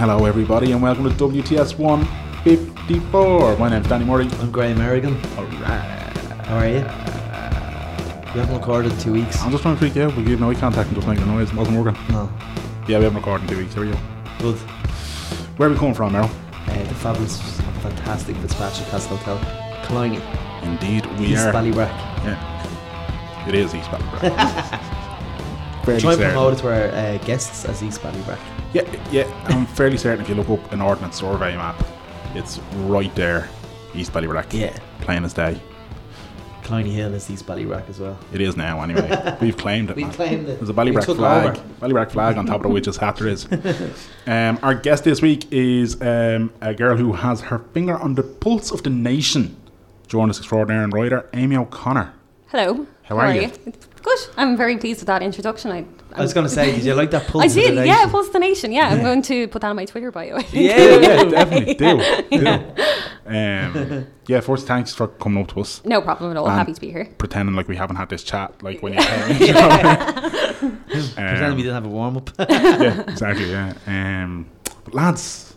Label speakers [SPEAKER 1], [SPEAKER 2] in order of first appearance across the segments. [SPEAKER 1] Hello, everybody, and welcome to WTS 154. My name's Danny Murray.
[SPEAKER 2] I'm Graham Merrigan.
[SPEAKER 1] Alright.
[SPEAKER 2] How are you? We haven't recorded two weeks.
[SPEAKER 1] I'm just trying to freak you out. We gave no eye contact and just making a noise. It wasn't working.
[SPEAKER 2] No.
[SPEAKER 1] Yeah, we haven't recorded in two weeks. Here we go.
[SPEAKER 2] Good.
[SPEAKER 1] Where are we coming from, Meryl?
[SPEAKER 2] Uh, the fabulous, fantastic Fitzpatrick Castle Hotel. Cologne.
[SPEAKER 1] Indeed, we
[SPEAKER 2] East
[SPEAKER 1] are.
[SPEAKER 2] Ballybrack.
[SPEAKER 1] Yeah. It is East Ballybrack. fairly
[SPEAKER 2] Joint
[SPEAKER 1] certain.
[SPEAKER 2] promoted to our uh, guests as East Ballybrack.
[SPEAKER 1] Yeah, yeah. I'm fairly certain if you look up an ordnance survey map, it's right there, East Ballybrack.
[SPEAKER 2] Yeah.
[SPEAKER 1] Plain as day.
[SPEAKER 2] Cologne Hill is East Ballybrack as well.
[SPEAKER 1] It is now, anyway. We've claimed it.
[SPEAKER 2] We
[SPEAKER 1] man.
[SPEAKER 2] claimed it.
[SPEAKER 1] There's a
[SPEAKER 2] We
[SPEAKER 1] Ballybrack
[SPEAKER 2] took
[SPEAKER 1] flag.
[SPEAKER 2] over.
[SPEAKER 1] Ballybrack flag on top of the witch's hat. There is. Um, our guest this week is um, a girl who has her finger on the pulse of the nation. Journalist extraordinaire and writer Amy O'Connor.
[SPEAKER 3] Hello.
[SPEAKER 1] How are you?
[SPEAKER 3] Good. I'm very pleased with that introduction. I,
[SPEAKER 2] I was going to say, did you like that pulse?
[SPEAKER 3] I
[SPEAKER 2] of the
[SPEAKER 3] did.
[SPEAKER 2] nation?
[SPEAKER 3] Yeah, Pulse the Nation. Yeah, I'm going to put that on my Twitter bio.
[SPEAKER 2] Yeah.
[SPEAKER 1] yeah, definitely. Do. Do. Um, yeah, first, thanks for coming up to us.
[SPEAKER 3] no problem at all.
[SPEAKER 1] Um,
[SPEAKER 3] Happy to be here.
[SPEAKER 1] Pretending like we haven't had this chat, like when you came. you know?
[SPEAKER 2] Pretending
[SPEAKER 1] Um,
[SPEAKER 2] we didn't have a warm up.
[SPEAKER 1] yeah, exactly. Yeah, um, but lads,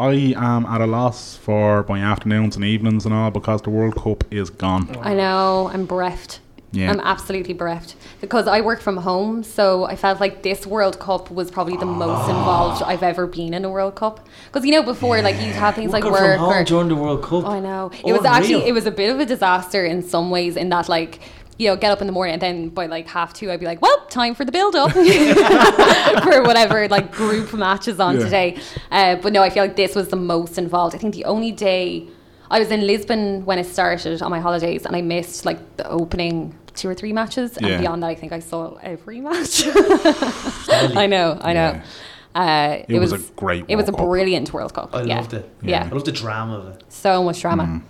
[SPEAKER 1] I am at a loss for my afternoons and evenings and all because the World Cup is gone.
[SPEAKER 3] I know. I'm bereft.
[SPEAKER 1] Yeah.
[SPEAKER 3] I'm absolutely bereft because I work from home, so I felt like this World Cup was probably the most
[SPEAKER 1] Ah.
[SPEAKER 3] involved I've ever been in a World Cup. Because you know before, like you would have things like
[SPEAKER 2] Working
[SPEAKER 3] work
[SPEAKER 2] from home
[SPEAKER 3] or
[SPEAKER 2] during the World Cup.
[SPEAKER 3] Oh, I know. It was actually it was a bit of a disaster in some ways in that like you know, get up in the morning and then by like half two I'd be like, Well, time for the build up for whatever like group match is on
[SPEAKER 1] Yeah.
[SPEAKER 3] today. Uh, but no, I feel like this was the most involved. I think the only day I was in Lisbon when it started on my holidays and I missed like the opening two or three matches
[SPEAKER 1] Yeah.
[SPEAKER 3] and beyond that I think I saw every match.
[SPEAKER 2] Stanley.
[SPEAKER 3] I know, I know.
[SPEAKER 1] Yeah.
[SPEAKER 3] Uh,
[SPEAKER 1] It was a great
[SPEAKER 3] It was a
[SPEAKER 1] World Cup.
[SPEAKER 3] brilliant World Cup.
[SPEAKER 2] I
[SPEAKER 3] yeah.
[SPEAKER 2] loved it.
[SPEAKER 3] Yeah.
[SPEAKER 2] I loved the drama of it.
[SPEAKER 3] So much drama.
[SPEAKER 1] Mm.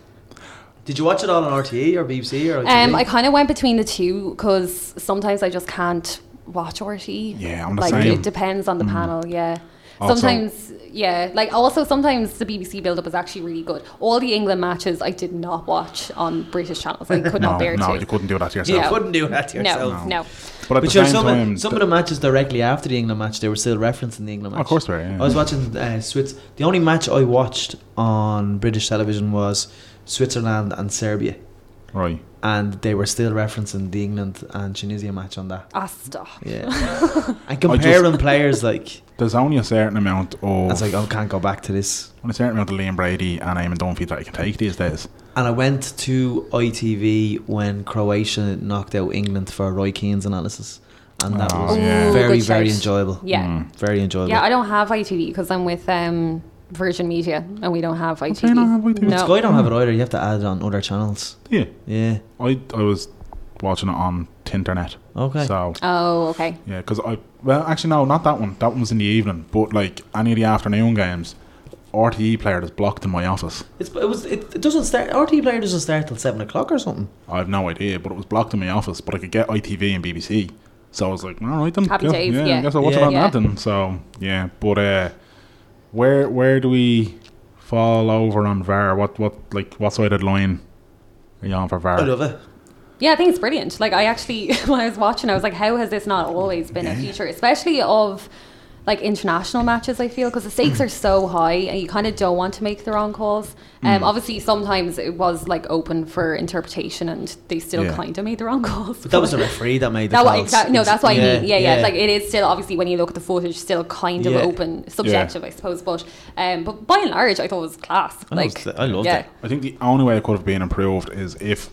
[SPEAKER 2] Did you watch it all on RTE or BBC or?
[SPEAKER 3] Um,
[SPEAKER 2] ITV?
[SPEAKER 3] I kind of went between the two because sometimes I just can't watch RT.
[SPEAKER 1] Yeah, I'm the
[SPEAKER 3] like
[SPEAKER 1] same. Mm.
[SPEAKER 3] it depends on the panel. Yeah.
[SPEAKER 1] Also-
[SPEAKER 3] Sometimes, yeah. Like also sometimes the BBC build-up is actually really good. All the England matches I did not watch on British channels. I could
[SPEAKER 1] No,
[SPEAKER 3] not bear
[SPEAKER 1] no,
[SPEAKER 3] to.
[SPEAKER 1] you couldn't do that to
[SPEAKER 2] You
[SPEAKER 1] yourself.
[SPEAKER 3] Yeah.
[SPEAKER 2] couldn't do that to
[SPEAKER 3] no,
[SPEAKER 2] yourself.
[SPEAKER 3] no,
[SPEAKER 1] But at
[SPEAKER 2] But
[SPEAKER 1] the
[SPEAKER 2] sure,
[SPEAKER 1] same
[SPEAKER 2] some,
[SPEAKER 1] time,
[SPEAKER 2] of, some
[SPEAKER 1] th-
[SPEAKER 2] of the matches directly after the England match, they were still referencing the England match.
[SPEAKER 1] Of course they were, yeah.
[SPEAKER 2] I was watching uh, Swiss. The only match I watched on British television was Switzerland and Serbia,
[SPEAKER 1] right?
[SPEAKER 2] and they were still referencing the England and Tunisia match on that.
[SPEAKER 3] Ah, stop.
[SPEAKER 2] Yeah, and comparing players like
[SPEAKER 1] There's only a certain amount of
[SPEAKER 2] I was like, oh, can't go back to this.
[SPEAKER 1] only a certain amount of Liam Brady and Eamon Dunphy that you can take these days.
[SPEAKER 2] And I went to ITV when Croatia knocked out England for Roy Keane's analysis, and that
[SPEAKER 1] Oh,
[SPEAKER 2] was
[SPEAKER 1] yeah. Mm.
[SPEAKER 3] Ooh,
[SPEAKER 2] very,
[SPEAKER 3] good
[SPEAKER 2] very
[SPEAKER 3] shout.
[SPEAKER 2] enjoyable.
[SPEAKER 3] Yeah.
[SPEAKER 2] very enjoyable.
[SPEAKER 3] Yeah, I don't have ITV because I'm with um, Virgin Media and we don't have ITV.
[SPEAKER 1] they not have ITV?
[SPEAKER 3] No.
[SPEAKER 2] Sky don't have it either. You have to add it on other channels.
[SPEAKER 1] Yeah,
[SPEAKER 2] Yeah.
[SPEAKER 1] I I was watching it on Tinternet.
[SPEAKER 2] Okay.
[SPEAKER 1] So
[SPEAKER 3] Oh, okay.
[SPEAKER 1] yeah, because I well actually no, not that one. That one was in the evening. But like any of the afternoon games, RTE player is blocked in my office.
[SPEAKER 2] It's, it was. It, it doesn't start. RT player doesn't start till seven o'clock or something.
[SPEAKER 1] I have no idea, but it was blocked in my office. But I could get ITV and BBC, so I was like, all right then,
[SPEAKER 3] Happy
[SPEAKER 1] yeah,
[SPEAKER 3] days,
[SPEAKER 1] yeah, I
[SPEAKER 3] yeah.
[SPEAKER 1] guess I'll watch it
[SPEAKER 2] Yeah.
[SPEAKER 1] on
[SPEAKER 3] Yeah.
[SPEAKER 1] that then. So yeah, but uh, where where do we fall over on VAR? What what like what side of the line are you on for VAR?
[SPEAKER 2] I love it.
[SPEAKER 3] Yeah, I think it's brilliant. Like I actually, when I was watching, I was like, how has this not always been a feature, especially of like international matches? I feel because the stakes are so high, and you kind of don't want to make the wrong calls.
[SPEAKER 2] Mm.
[SPEAKER 3] Um, obviously, sometimes it was like open for interpretation, and they still
[SPEAKER 1] Yeah.
[SPEAKER 3] kind of made the wrong calls.
[SPEAKER 2] But that was the referee that made the
[SPEAKER 3] That wa-
[SPEAKER 2] calls.
[SPEAKER 3] exact- no, that's what I mean. Yeah, yeah. Like
[SPEAKER 2] it,
[SPEAKER 3] it is still obviously when you look at the footage, still kind of
[SPEAKER 2] Yeah.
[SPEAKER 3] open, subjective, I suppose. But um, but by and large, I thought it was class.
[SPEAKER 2] I
[SPEAKER 3] like
[SPEAKER 2] loved it. I loved it.
[SPEAKER 1] I think the only way it could have been improved is if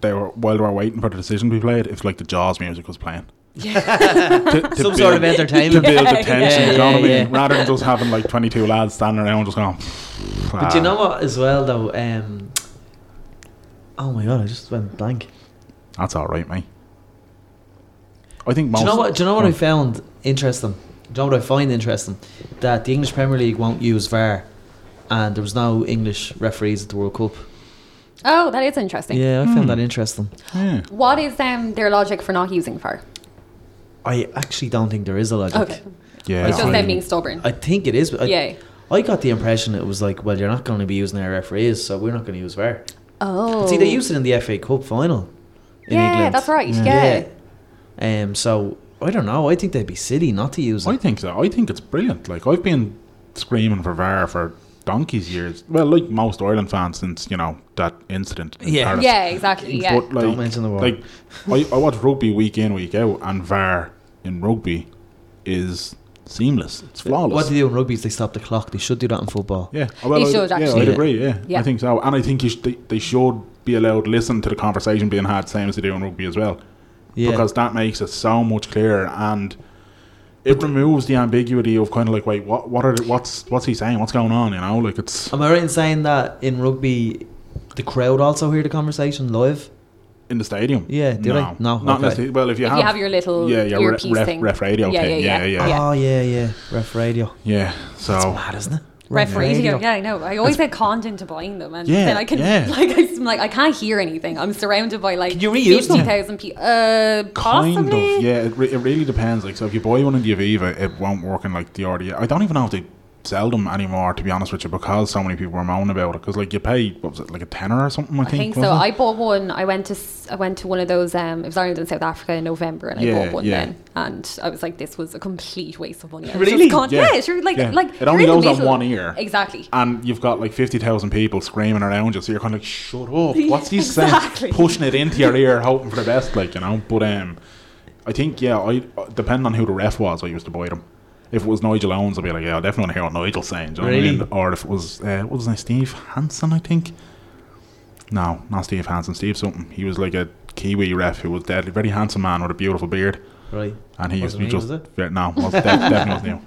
[SPEAKER 1] they were while they were waiting for the decision to be played, if like the Jaws music was playing. To- to
[SPEAKER 2] some sort of
[SPEAKER 1] build-
[SPEAKER 2] entertainment.
[SPEAKER 1] To build the
[SPEAKER 3] Yeah,
[SPEAKER 1] tension,
[SPEAKER 2] yeah,
[SPEAKER 1] you know what I mean?
[SPEAKER 2] yeah, yeah.
[SPEAKER 1] Rather than just having like 22 lads standing around just going,
[SPEAKER 2] But you know what? As well though. Um, oh my god! I just went blank.
[SPEAKER 1] That's all right, mate. I think
[SPEAKER 2] Do
[SPEAKER 1] most.
[SPEAKER 2] you know what? Do you know what
[SPEAKER 1] Oh.
[SPEAKER 2] I found interesting? Do you know what I find interesting? That the English Premier League won't use VAR, and there was no English referees at the World Cup.
[SPEAKER 3] Oh, that is interesting.
[SPEAKER 2] Yeah, I found that interesting.
[SPEAKER 1] Yeah.
[SPEAKER 3] What is um, their logic for not using VAR?
[SPEAKER 2] I actually don't think there is a logic.
[SPEAKER 3] Okay.
[SPEAKER 1] Yeah.
[SPEAKER 3] It's just
[SPEAKER 1] I-
[SPEAKER 3] them being stubborn.
[SPEAKER 2] I think it is. but I,
[SPEAKER 3] Yeah.
[SPEAKER 2] I got the impression it was like, well, you're not going to be using our referees, so we're not going to use VAR.
[SPEAKER 3] oh.
[SPEAKER 2] See, they used it in the FA Cup final in
[SPEAKER 3] Yeah,
[SPEAKER 2] England.
[SPEAKER 3] that's right. Yeah.
[SPEAKER 2] Yeah. Um. So I don't know. I think they'd be silly not to use
[SPEAKER 1] I
[SPEAKER 2] it.
[SPEAKER 1] think so. I think it's brilliant. Like I've been screaming for VAR for donkey's years. Well, like most Ireland fans since, you know, that incident. in
[SPEAKER 2] Yeah.
[SPEAKER 1] Paris.
[SPEAKER 3] Yeah, exactly. Yeah.
[SPEAKER 1] But, like,
[SPEAKER 2] Don't mention the war.
[SPEAKER 1] Like, I, I watch rugby week in, week out, and VAR in rugby is seamless. It's flawless.
[SPEAKER 2] What they do in rugby is they stop the clock. They should do that in football.
[SPEAKER 1] Yeah, Oh, well,
[SPEAKER 3] They
[SPEAKER 1] I-
[SPEAKER 3] should,
[SPEAKER 1] Yeah,
[SPEAKER 3] actually.
[SPEAKER 1] I'd
[SPEAKER 2] Yeah.
[SPEAKER 1] agree. Yeah.
[SPEAKER 3] Yeah.
[SPEAKER 1] I think so. And I think you sh- they, they should be allowed to listen to the conversation being had, same as they do in rugby as well,
[SPEAKER 2] Yeah.
[SPEAKER 1] because that makes it so much clearer and it removes the ambiguity of kind of like, wait, what? What are? The, what's? What's he saying? What's going on? You know, like it's
[SPEAKER 2] Am I right in saying that in rugby, the crowd also hear the conversation live?
[SPEAKER 1] in the stadium.
[SPEAKER 2] Yeah, do
[SPEAKER 1] no,
[SPEAKER 2] they? No,
[SPEAKER 1] not
[SPEAKER 2] okay.
[SPEAKER 1] necessarily. Well, if you
[SPEAKER 3] If
[SPEAKER 1] have,
[SPEAKER 3] you have your little
[SPEAKER 1] yeah, your
[SPEAKER 3] earpiece
[SPEAKER 1] ref,
[SPEAKER 3] thing.
[SPEAKER 1] ref radio
[SPEAKER 3] Yeah,
[SPEAKER 1] thing. Yeah,
[SPEAKER 3] yeah, yeah.
[SPEAKER 1] yeah,
[SPEAKER 3] Yeah.
[SPEAKER 1] yeah.
[SPEAKER 2] Oh yeah, yeah. Ref radio.
[SPEAKER 1] So
[SPEAKER 2] Mad, isn't it?
[SPEAKER 3] Ref radio.
[SPEAKER 2] radio.
[SPEAKER 3] Yeah, I know. I always get conned into buying them, and
[SPEAKER 1] Yeah,
[SPEAKER 3] then I can
[SPEAKER 1] yeah.
[SPEAKER 3] like I, am like I can't hear anything. I'm surrounded by like
[SPEAKER 2] Can you reuse them?
[SPEAKER 3] people. Uh,
[SPEAKER 1] Kind
[SPEAKER 3] possibly.
[SPEAKER 1] of, yeah. It, re- it really depends. Like, so if you buy one in the Aviva, it won't work in like the RDA. I don't even know if they sell them anymore, to be honest with you, because so many people were moaning about it. Because like you pay, what was it, like a tenner or something? I
[SPEAKER 3] I
[SPEAKER 1] think.
[SPEAKER 3] think so.
[SPEAKER 1] wasn't
[SPEAKER 3] I
[SPEAKER 1] it?
[SPEAKER 3] bought one. I went to s- I went to one of those. Um, it was Ireland and South Africa in November, and I
[SPEAKER 1] Yeah,
[SPEAKER 3] bought one
[SPEAKER 1] yeah.
[SPEAKER 3] then. And I was like, this was a complete waste of money. I was
[SPEAKER 2] Really?
[SPEAKER 3] just gone-
[SPEAKER 1] Yeah,
[SPEAKER 3] yeah. sure. Like,
[SPEAKER 1] yeah.
[SPEAKER 3] like
[SPEAKER 1] It only
[SPEAKER 3] you're in the
[SPEAKER 1] goes on
[SPEAKER 3] middle.
[SPEAKER 1] one ear.
[SPEAKER 3] Exactly.
[SPEAKER 1] and you've got like fifty thousand people screaming around you, so you're kind of like, "Shut up!
[SPEAKER 3] Yeah,
[SPEAKER 1] What's he saying?"
[SPEAKER 3] exactly.
[SPEAKER 1] Pushing it into your ear, hoping for the best, like you know. But um, I think yeah, I uh, depending on who the ref was, I used to buy them. If it was Nigel Owens, I'd be like, "Yeah, I definitely want to hear what Nigel's saying." Do you
[SPEAKER 2] Really?
[SPEAKER 1] know what I mean? Or if it was uh, what was his name, Steve Hansen, I think. No, not Steve Hansen. Steve something. He was like a Kiwi ref who was deadly, very handsome man with a beautiful beard.
[SPEAKER 2] Right.
[SPEAKER 1] And he used to
[SPEAKER 2] Wasn't
[SPEAKER 1] be
[SPEAKER 2] me,
[SPEAKER 1] just
[SPEAKER 2] was it?
[SPEAKER 1] yeah, no, was def- definitely was new.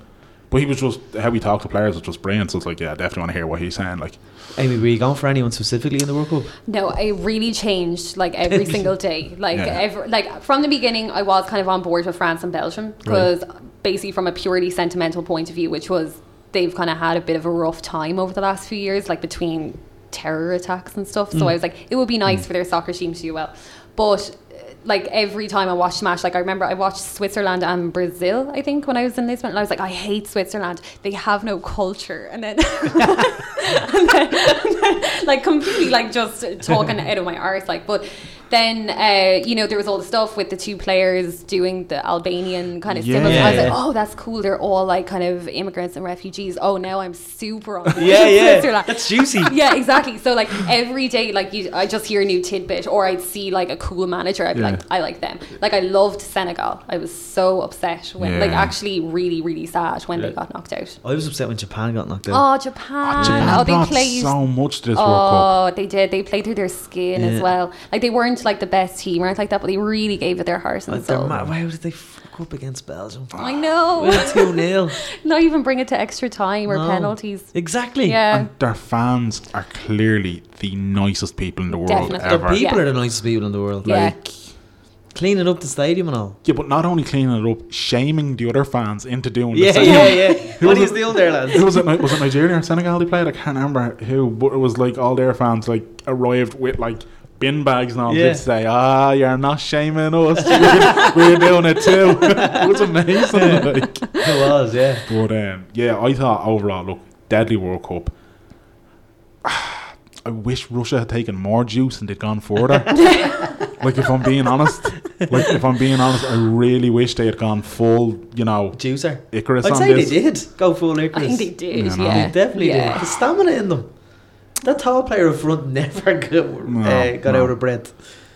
[SPEAKER 1] But he was just how he talked to players was just brilliant. So it's like, yeah, I definitely want to hear what he's saying. Like,
[SPEAKER 2] Amy, were you going for anyone specifically in the World Cup?
[SPEAKER 3] No, I really changed like every single day. Like
[SPEAKER 1] Yeah.
[SPEAKER 3] every, like from the beginning, I was kind of on board with France and Belgium because basically from a purely sentimental point of view, which was they've kind of had a bit of a rough time over the last few years, like between terror attacks and stuff. So I was like, it would be nice for their soccer team to do well, but. uh, Like every time I watched the match, like I remember I watched Switzerland and Brazil, I think, when I was in Lisbon, and I was like, I hate Switzerland. They have no culture. And then like completely like just talking out of my arse like but then uh, you know there was all the stuff with the two players doing the Albanian kind of
[SPEAKER 1] Yeah.
[SPEAKER 3] symbols. I was like
[SPEAKER 2] Yeah.
[SPEAKER 3] oh that's cool they're all like kind of immigrants and refugees oh now I'm super on board
[SPEAKER 2] Yeah,
[SPEAKER 3] with
[SPEAKER 2] yeah.
[SPEAKER 3] Switzerland.
[SPEAKER 2] That's juicy.
[SPEAKER 3] yeah exactly so like every day like you I just hear a new tidbit or I'd see like a cool manager I'd be
[SPEAKER 1] Yeah.
[SPEAKER 3] like I like them like I loved Senegal I was so upset when like
[SPEAKER 1] Yeah.
[SPEAKER 3] actually really really sad when they
[SPEAKER 2] Yeah.
[SPEAKER 3] got knocked out
[SPEAKER 2] I was upset when Japan got knocked out.
[SPEAKER 3] oh Japan oh,
[SPEAKER 1] Japan
[SPEAKER 3] they
[SPEAKER 1] brought
[SPEAKER 3] played
[SPEAKER 1] so much to this World Cup.
[SPEAKER 3] Oh, they did. They played through their skin as
[SPEAKER 2] Yeah.
[SPEAKER 3] well. Like they weren't like the best team or anything like that, but they really gave it their heart and
[SPEAKER 2] Like, they're
[SPEAKER 3] soul.
[SPEAKER 2] mad. Why did they fuck up against Belgium?
[SPEAKER 3] Oh, I know.
[SPEAKER 2] Two 0
[SPEAKER 3] Not even bring it to extra time or
[SPEAKER 2] No.
[SPEAKER 3] penalties.
[SPEAKER 2] Exactly.
[SPEAKER 3] Yeah.
[SPEAKER 1] And their fans are clearly the nicest people in the world
[SPEAKER 3] Definitely.
[SPEAKER 2] The
[SPEAKER 1] ever.
[SPEAKER 2] people
[SPEAKER 3] Yeah.
[SPEAKER 2] are the nicest people in the world.
[SPEAKER 3] Yeah.
[SPEAKER 2] Like cleaning up the stadium and all.
[SPEAKER 1] Yeah, but not only cleaning it up, shaming the other fans into doing the
[SPEAKER 2] Yeah,
[SPEAKER 1] same.
[SPEAKER 2] yeah, yeah.
[SPEAKER 1] Who
[SPEAKER 2] What
[SPEAKER 1] was
[SPEAKER 2] is
[SPEAKER 1] it-
[SPEAKER 2] the there, lads?
[SPEAKER 1] Who was it? Ni- Was it Nigeria or Senegal they played? I can't remember who, but it was like all their fans like arrived with like bin bags and all
[SPEAKER 2] Yeah.
[SPEAKER 1] to say, "Ah, you're not shaming us. We're- We're doing it too." it was amazing. Like.
[SPEAKER 2] It was, yeah.
[SPEAKER 1] But um, yeah, I thought overall, look, deadly World Cup. I wish Russia had taken more juice and they'd gone further. like if I'm being honest, like if I'm being honest, I really wish they had gone full, you know,
[SPEAKER 2] Juicer.
[SPEAKER 1] Icarus
[SPEAKER 2] I'd
[SPEAKER 1] on
[SPEAKER 2] say
[SPEAKER 1] this.
[SPEAKER 2] they did go full
[SPEAKER 3] I
[SPEAKER 2] Icarus.
[SPEAKER 3] think they did.
[SPEAKER 1] Yeah, no.
[SPEAKER 3] Yeah,
[SPEAKER 2] They definitely
[SPEAKER 3] yeah.
[SPEAKER 2] did. The stamina in them. That tall player in front never got, uh,
[SPEAKER 1] No,
[SPEAKER 2] got
[SPEAKER 1] no.
[SPEAKER 2] out of breath.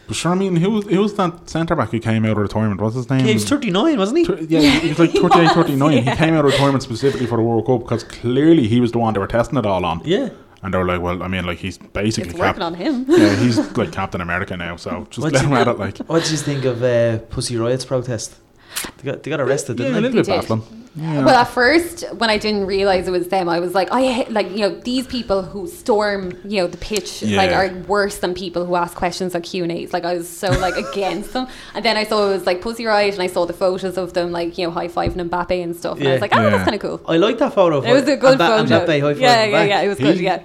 [SPEAKER 1] But sure, I mean, who was, who was that centre back who came out of retirement? What's his name?
[SPEAKER 2] He was 39, wasn't he?
[SPEAKER 1] Tur- yeah, he was like
[SPEAKER 3] he
[SPEAKER 1] 38,
[SPEAKER 3] was,
[SPEAKER 1] 39.
[SPEAKER 3] yeah.
[SPEAKER 1] He came out of retirement specifically for the World Cup because clearly he was the one they were testing it all on.
[SPEAKER 2] Yeah.
[SPEAKER 1] And they were like, well, I mean, like he's basically
[SPEAKER 3] It's working on him.
[SPEAKER 1] yeah, he's like Captain America now, so just
[SPEAKER 2] What's
[SPEAKER 1] let
[SPEAKER 2] he-
[SPEAKER 1] him at it. Like,
[SPEAKER 2] What did you think of uh, Pussy Riot's protest? They got, they got arrested,
[SPEAKER 1] yeah, a
[SPEAKER 2] didn't
[SPEAKER 1] little
[SPEAKER 2] they?
[SPEAKER 1] bit
[SPEAKER 3] did.
[SPEAKER 1] baffling. Yeah.
[SPEAKER 3] Well, at first, when I didn't realize it was them, I was like, I hate, like you know these people who storm you know the pitch like
[SPEAKER 1] Yeah.
[SPEAKER 3] are worse than people who ask questions on Q and A's. Like I was so like against them, and then I saw it was like Pussy Riot, and I saw the photos of them like you know high fiving Mbappe and stuff, and I
[SPEAKER 2] Yeah.
[SPEAKER 3] was like, oh,
[SPEAKER 1] Yeah.
[SPEAKER 3] that's kind of cool.
[SPEAKER 2] I like that photo.
[SPEAKER 3] It was a good
[SPEAKER 2] Oh, and that, And
[SPEAKER 3] photo.
[SPEAKER 2] that they high-fived
[SPEAKER 3] yeah, yeah,
[SPEAKER 2] back.
[SPEAKER 3] yeah. It was good.
[SPEAKER 1] He-
[SPEAKER 3] Yeah.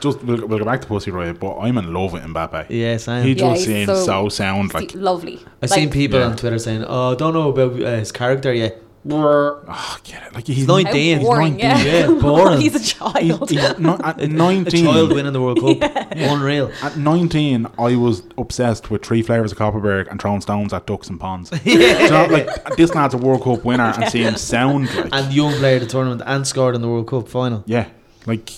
[SPEAKER 1] just we'll, we'll go back to Pussy Riot, but I'm in love with Mbappe.
[SPEAKER 2] Yeah, same.
[SPEAKER 1] He
[SPEAKER 3] Yeah,
[SPEAKER 1] just
[SPEAKER 3] he's
[SPEAKER 1] seems
[SPEAKER 3] so-
[SPEAKER 1] so sound. Like,
[SPEAKER 3] lovely.
[SPEAKER 2] I've
[SPEAKER 3] Like,
[SPEAKER 2] seen people
[SPEAKER 1] Yeah.
[SPEAKER 2] on Twitter saying, "Oh, I don't know about uh, his character yet." Brr.
[SPEAKER 1] Oh, get it. Like he's
[SPEAKER 2] nine
[SPEAKER 3] How
[SPEAKER 2] Dan's
[SPEAKER 1] 19,
[SPEAKER 3] boring, yeah.
[SPEAKER 2] yeah, boring.
[SPEAKER 3] He's a child.
[SPEAKER 1] He's, he's not, at
[SPEAKER 2] A child
[SPEAKER 1] 19.
[SPEAKER 2] winning the World Cup. Unreal.
[SPEAKER 1] At 19, I was obsessed with three flavors of Copperberg and throwing stones at ducks and ponds. Do you know, like this lad's a World Cup winner and see him sound like
[SPEAKER 2] And young player of the tournament and scored in the World Cup final.
[SPEAKER 1] yeah, like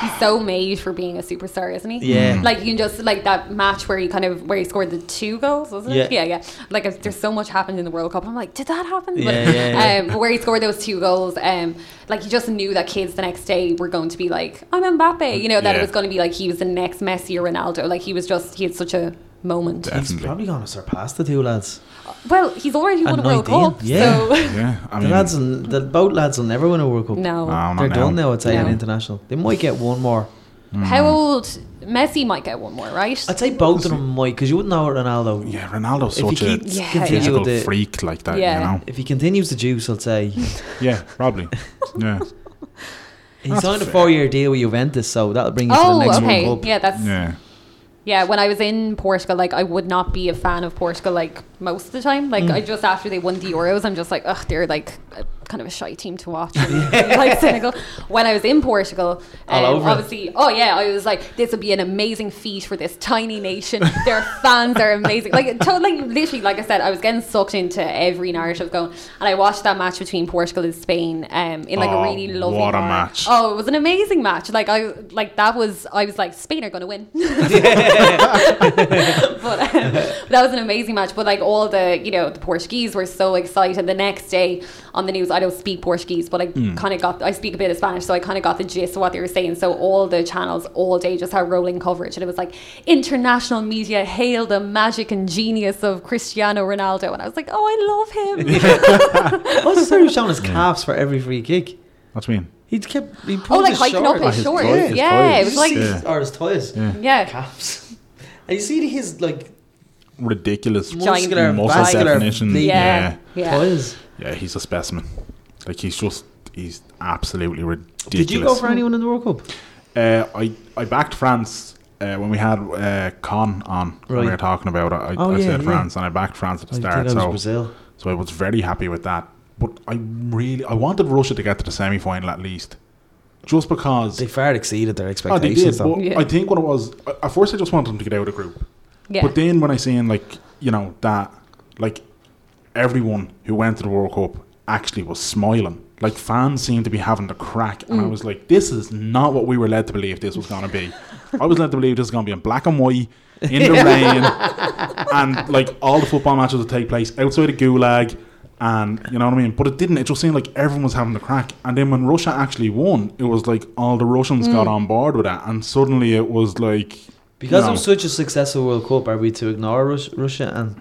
[SPEAKER 3] He's so made for being a superstar, isn't he?
[SPEAKER 2] Yeah.
[SPEAKER 1] Mm.
[SPEAKER 3] Like you can just like that match where he kind of where he scored the two goals, wasn't it?
[SPEAKER 2] Yeah.
[SPEAKER 3] Yeah, yeah. Like if there's so much happened in the World Cup. I'm like, did that happen? But,
[SPEAKER 2] Yeah, yeah,
[SPEAKER 3] Um, where he scored those two goals, um, like he just knew that kids the next day were going to be like, I'm Mbappe. You know that
[SPEAKER 1] Yeah.
[SPEAKER 3] it was going to be like he was the next Messi or Ronaldo. Like he was just he had such a moment.
[SPEAKER 1] Yeah.
[SPEAKER 2] He's
[SPEAKER 1] Definitely.
[SPEAKER 2] probably going to surpass the two lads.
[SPEAKER 3] Well, he's already won a
[SPEAKER 2] And
[SPEAKER 3] World
[SPEAKER 2] 19,
[SPEAKER 3] Cup,
[SPEAKER 2] yeah.
[SPEAKER 3] so
[SPEAKER 1] yeah. I
[SPEAKER 2] The
[SPEAKER 1] mean,
[SPEAKER 2] lads, will- the both lads will never win a World Cup.
[SPEAKER 1] no,
[SPEAKER 3] no.
[SPEAKER 1] not
[SPEAKER 2] They're done now. I'd say in
[SPEAKER 3] No.
[SPEAKER 2] international. They might get one more.
[SPEAKER 1] Hmm.
[SPEAKER 3] How old Messi might get one more, right?
[SPEAKER 2] I'd say both of them might, because you wouldn't know it, Ronaldo.
[SPEAKER 1] Yeah, Ronaldo's
[SPEAKER 2] If he
[SPEAKER 1] such a
[SPEAKER 2] keeps
[SPEAKER 3] Yeah.
[SPEAKER 2] continue
[SPEAKER 1] physical
[SPEAKER 2] the,
[SPEAKER 1] freak like that.
[SPEAKER 3] Yeah.
[SPEAKER 1] You know.
[SPEAKER 2] if he continues to juice, I'd say
[SPEAKER 1] Yeah, probably. yeah.
[SPEAKER 2] he
[SPEAKER 1] That's
[SPEAKER 2] signed a
[SPEAKER 1] fair.
[SPEAKER 2] four-year deal with Juventus, so that'll bring you to the
[SPEAKER 3] Oh,
[SPEAKER 2] next
[SPEAKER 3] okay.
[SPEAKER 2] World Cup.
[SPEAKER 3] Yeah, that's
[SPEAKER 1] Yeah.
[SPEAKER 3] Yeah, when I was in Portugal, like I would not be a fan of Portugal like most of the time.
[SPEAKER 2] Mm.
[SPEAKER 3] Like I just after they won the Euros, I'm just like, ugh, they're like a, kind of a shy team to watch. and, like cynical. When I was in Portugal,
[SPEAKER 2] All
[SPEAKER 3] um,
[SPEAKER 2] over it.
[SPEAKER 3] obviously, oh yeah, I was like, this would be an amazing feat for this tiny nation. Their fans are amazing. Like totally, literally, like I said, I was getting sucked into every narrative going, and I watched that match between Portugal and Spain um, in like
[SPEAKER 1] Oh,
[SPEAKER 3] a really lovely
[SPEAKER 1] what a
[SPEAKER 3] bar.
[SPEAKER 1] match.
[SPEAKER 3] Oh, it was an amazing match. Like I like that was I was like Spain are going to win. but um, that was an amazing match. But like all the you know the Portuguese were so excited. The next day on the news, I don't speak Portuguese, but I
[SPEAKER 1] Hmm.
[SPEAKER 3] kind of got I speak a bit of Spanish, so I kind of got the gist of what they were saying. So all the channels all day just had rolling coverage, and it was like international media hail the magic and genius of Cristiano Ronaldo, and I was like, oh, I love him.
[SPEAKER 2] I was he was showing his calves for every free kick.
[SPEAKER 1] That's mean.
[SPEAKER 2] He kept he pulled
[SPEAKER 3] oh, like
[SPEAKER 2] his
[SPEAKER 3] hiking
[SPEAKER 2] shorts.
[SPEAKER 3] up his
[SPEAKER 1] his
[SPEAKER 3] shorts.
[SPEAKER 1] toys, his
[SPEAKER 3] yeah, it
[SPEAKER 1] toys.
[SPEAKER 3] was like
[SPEAKER 1] Yeah.
[SPEAKER 2] or his toys,
[SPEAKER 3] yeah.
[SPEAKER 2] calves. And you see his like
[SPEAKER 1] Ridiculous
[SPEAKER 3] Giant
[SPEAKER 2] muscular,
[SPEAKER 1] muscle
[SPEAKER 2] vascular
[SPEAKER 1] definition.
[SPEAKER 2] big
[SPEAKER 1] Yeah.
[SPEAKER 3] Yeah. Yeah.
[SPEAKER 2] toys.
[SPEAKER 1] yeah. he's a specimen. Like he's just he's absolutely ridiculous.
[SPEAKER 2] Did you go for anyone in the World Cup?
[SPEAKER 1] Uh, I I backed France uh, when we had uh, Con on. when We
[SPEAKER 2] Right.
[SPEAKER 1] were talking about it. I,
[SPEAKER 2] Oh,
[SPEAKER 1] I
[SPEAKER 2] yeah,
[SPEAKER 1] said
[SPEAKER 2] yeah.
[SPEAKER 1] France, and I backed France at the
[SPEAKER 2] I think
[SPEAKER 1] start.
[SPEAKER 2] I was
[SPEAKER 1] so
[SPEAKER 2] Brazil.
[SPEAKER 1] so I was very happy with that. But I really I wanted Russia to get to the semi final at least, just because.
[SPEAKER 2] They far exceeded their
[SPEAKER 1] Oh, they
[SPEAKER 2] expectations.
[SPEAKER 1] did.
[SPEAKER 2] though.
[SPEAKER 1] But
[SPEAKER 3] Yeah.
[SPEAKER 1] I think what it was I- at first, I just wanted them to get out of the group.
[SPEAKER 3] Yeah.
[SPEAKER 1] But then when I seen like you know that like everyone who went to the World Cup actually was smiling. Like fans seemed to be having the crack, and I was like, "This is not what we were led to believe this was gonna be." I was led to believe this is gonna be in black and white, in the rain, and like all the football matches would take place outside of Gulag, and you know what I mean. But it didn't. It just seemed like everyone was having the crack. And then when Russia actually won, it was like all the Russians got on board with that, and suddenly it was like you
[SPEAKER 2] Because it
[SPEAKER 1] know,
[SPEAKER 2] was such a successful World Cup, are we to ignore Rus- Russia and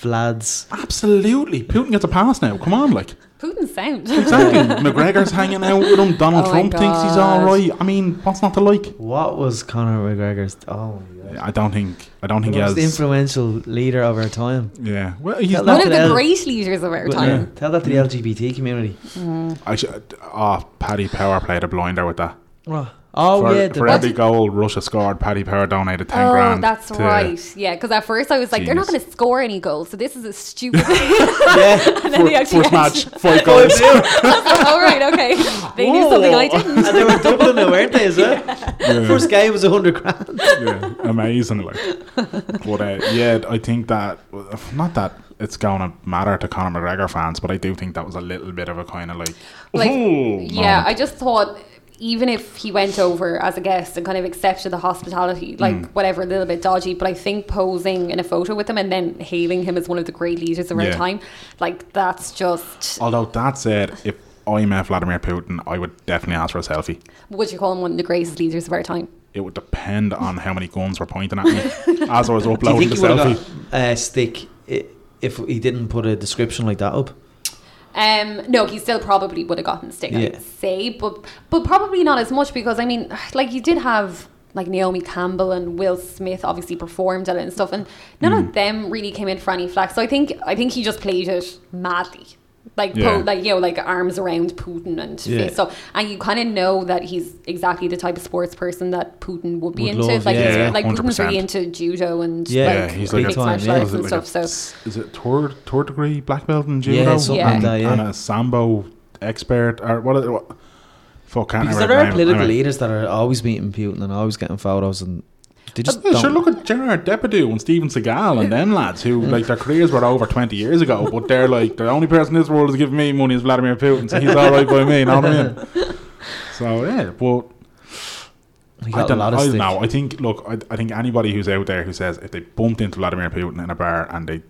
[SPEAKER 2] Vlad's?
[SPEAKER 1] Absolutely. Putin gets a pass now. Come on, like.
[SPEAKER 3] Putin sound.
[SPEAKER 1] Exactly. McGregor's hanging out with him. Donald
[SPEAKER 3] Oh my
[SPEAKER 1] Trump thinks he's
[SPEAKER 3] God.
[SPEAKER 1] all right. I mean, what's not to like?
[SPEAKER 2] What was Conor McGregor's? Oh, my God.
[SPEAKER 1] I don't think. I don't
[SPEAKER 2] the
[SPEAKER 1] think he
[SPEAKER 2] most
[SPEAKER 1] has.
[SPEAKER 2] influential leader of our time.
[SPEAKER 1] Yeah. Well, he's
[SPEAKER 2] Tell
[SPEAKER 1] not.
[SPEAKER 3] One of the
[SPEAKER 2] L.
[SPEAKER 3] great leaders of our
[SPEAKER 2] But,
[SPEAKER 3] time.
[SPEAKER 2] uh, Tell that to the LGBT community.
[SPEAKER 1] Actually, oh, Paddy Power played a blinder with that.
[SPEAKER 2] Oh
[SPEAKER 1] for,
[SPEAKER 2] yeah, the,
[SPEAKER 1] for
[SPEAKER 3] What
[SPEAKER 1] every
[SPEAKER 3] did-
[SPEAKER 1] goal Russia scored, Paddy Power donated ten
[SPEAKER 3] oh,
[SPEAKER 1] grand.
[SPEAKER 3] that's
[SPEAKER 1] to-
[SPEAKER 3] right. Yeah, because at first I was like, they're not
[SPEAKER 1] Genius.
[SPEAKER 3] going to score any goals, so this is a stupid thing.
[SPEAKER 2] yeah.
[SPEAKER 3] and then
[SPEAKER 1] Fir-
[SPEAKER 3] they
[SPEAKER 1] First,
[SPEAKER 3] actually
[SPEAKER 1] match, five
[SPEAKER 2] Five
[SPEAKER 1] goals.
[SPEAKER 2] nil.
[SPEAKER 3] All right, okay. They knew something I didn't.
[SPEAKER 2] and they uh, were doubling it, weren't they? As well.
[SPEAKER 1] Yeah.
[SPEAKER 2] First game was hundred grand.
[SPEAKER 1] yeah, amazing. Like, but uh, yeah, I think that not that it's gonna matter to Conor McGregor fans, but I do think that was a little bit of a kind of like, "Oh,
[SPEAKER 3] like
[SPEAKER 1] "Ooh,"
[SPEAKER 3] yeah
[SPEAKER 1] moment.
[SPEAKER 3] i just thought even if he went over as a guest and kind of accepted the
[SPEAKER 1] Mm.
[SPEAKER 3] hospitality like whatever a little bit dodgy but i think posing in a photo with him and then hailing him as one of the great leaders of
[SPEAKER 1] Yeah.
[SPEAKER 3] our time like that's just
[SPEAKER 1] Although that said, if I met Vladimir Putin, I would definitely ask for a selfie.
[SPEAKER 3] would you call him one of the greatest leaders of our time
[SPEAKER 1] It would depend on how many guns were pointing at me as I was
[SPEAKER 2] Do you
[SPEAKER 1] uploading
[SPEAKER 2] think
[SPEAKER 1] the
[SPEAKER 2] he would
[SPEAKER 1] selfie.
[SPEAKER 2] have got a stick i- if he didn't put a description like that up?
[SPEAKER 3] um no he still probably would have gotten the stick
[SPEAKER 2] Yeah.
[SPEAKER 3] i'd say but but probably not as much because i mean like you did have like Naomi Campbell and Will Smith obviously performed at it and stuff, and none of them really came in for any flack. So I think I think he just played it madly. like
[SPEAKER 1] Yeah.
[SPEAKER 3] po- like you know like arms around Putin and
[SPEAKER 2] Yeah.
[SPEAKER 3] so and you kind of know that he's exactly the type of sports person that Putin would be
[SPEAKER 2] Would
[SPEAKER 3] into
[SPEAKER 2] love,
[SPEAKER 3] like
[SPEAKER 2] yeah.
[SPEAKER 3] he's,
[SPEAKER 1] Yeah,
[SPEAKER 3] like Putin's
[SPEAKER 1] 100%.
[SPEAKER 3] really into judo and
[SPEAKER 2] Yeah,
[SPEAKER 1] yeah,
[SPEAKER 3] like,
[SPEAKER 1] he's like
[SPEAKER 2] big
[SPEAKER 1] a
[SPEAKER 3] mixed
[SPEAKER 2] time,
[SPEAKER 3] martial
[SPEAKER 2] yeah.
[SPEAKER 1] was it
[SPEAKER 3] arts and
[SPEAKER 1] like
[SPEAKER 3] stuff
[SPEAKER 1] a,
[SPEAKER 3] so
[SPEAKER 1] s- is it third third degree black belt in judo
[SPEAKER 2] Yeah, something
[SPEAKER 3] like
[SPEAKER 1] and,
[SPEAKER 2] that, yeah.
[SPEAKER 1] and a sambo expert or what? Is, what fuck, can't
[SPEAKER 2] Because
[SPEAKER 1] remember
[SPEAKER 2] there
[SPEAKER 1] the
[SPEAKER 2] are
[SPEAKER 1] name.
[SPEAKER 2] political
[SPEAKER 1] Anyway.
[SPEAKER 2] leaders that are always meeting Putin and always getting photos, and they just
[SPEAKER 1] Yeah,
[SPEAKER 2] don't.
[SPEAKER 1] sure. Look at Gerard Depardieu and Steven Seagal and them lads who like their careers were over twenty years ago, but they're like the only person in this world is giving me money is Vladimir Putin, so he's all right by me. You know what I mean? So yeah, but
[SPEAKER 2] He
[SPEAKER 1] I
[SPEAKER 2] got a
[SPEAKER 1] don't
[SPEAKER 2] lot of
[SPEAKER 1] I
[SPEAKER 2] stick.
[SPEAKER 1] don't know. I think look, I, I think anybody who's out there who says if they bumped into Vladimir Putin in a bar and they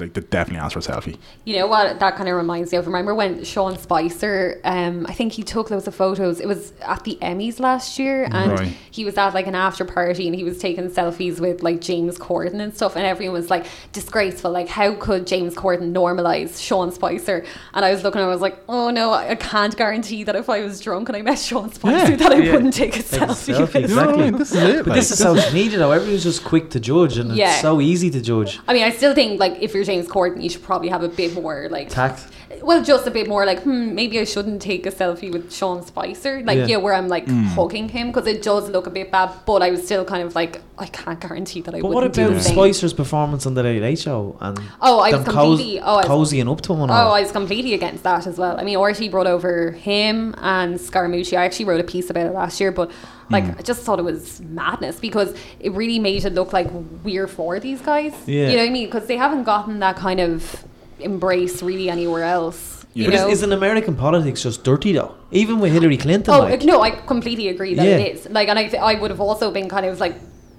[SPEAKER 1] like they definitely ask for a selfie.
[SPEAKER 3] You know what that kind of reminds me of? Remember when Sean Spicer, um, I think he took loads of photos. It was at the Emmys last year, and
[SPEAKER 1] Right.
[SPEAKER 3] he was at like an after party and he was taking selfies with like James Corden and stuff. And everyone was like, disgraceful. Like, how could James Corden normalize Sean Spicer? And I was looking and I was like, oh no, I I can't guarantee that if I was drunk and I met Sean Spicer,
[SPEAKER 1] Yeah.
[SPEAKER 3] that I
[SPEAKER 2] Yeah.
[SPEAKER 3] wouldn't take a
[SPEAKER 2] a
[SPEAKER 3] selfie.
[SPEAKER 2] selfie,
[SPEAKER 3] with
[SPEAKER 1] You know what I
[SPEAKER 2] Exactly.
[SPEAKER 1] mean? This is it.
[SPEAKER 2] But
[SPEAKER 1] like,
[SPEAKER 2] this is social media, though. Everyone's just quick to judge, and
[SPEAKER 3] Yeah.
[SPEAKER 2] it's so easy to judge.
[SPEAKER 3] I mean, I still think like if you're James Corden, you should probably have a bit more like
[SPEAKER 2] Tact.
[SPEAKER 3] well, just a bit more like, hmm, maybe I shouldn't take a selfie with Sean Spicer, like,
[SPEAKER 2] Yeah.
[SPEAKER 3] yeah, where I'm like hugging him because it does look a bit bad, but I was still kind of like, I can't guarantee that I
[SPEAKER 2] But
[SPEAKER 3] wouldn't
[SPEAKER 2] what
[SPEAKER 3] do
[SPEAKER 2] about
[SPEAKER 3] the same.
[SPEAKER 2] Spicer's performance on the Late Late Show? And
[SPEAKER 3] Oh, I was
[SPEAKER 2] them cos-
[SPEAKER 3] completely- oh, I was-
[SPEAKER 2] cozying up to him and all.
[SPEAKER 3] Oh, I was completely against that as well. I mean, Orty brought over him and Scaramucci. I actually wrote a piece about it last year, but like,
[SPEAKER 2] Mm.
[SPEAKER 3] I just thought it was madness because it really made it look like we're for these guys.
[SPEAKER 2] Yeah.
[SPEAKER 3] You know what I mean? Because they haven't gotten that kind of embrace really anywhere else.
[SPEAKER 1] Yeah.
[SPEAKER 3] You
[SPEAKER 2] But
[SPEAKER 3] know?
[SPEAKER 2] is, is an American politics just dirty though? Even with Hillary Clinton,
[SPEAKER 3] Oh
[SPEAKER 2] like,
[SPEAKER 3] no, I completely agree that
[SPEAKER 2] Yeah.
[SPEAKER 3] it is. Like, and I, th- I would have also been kind of like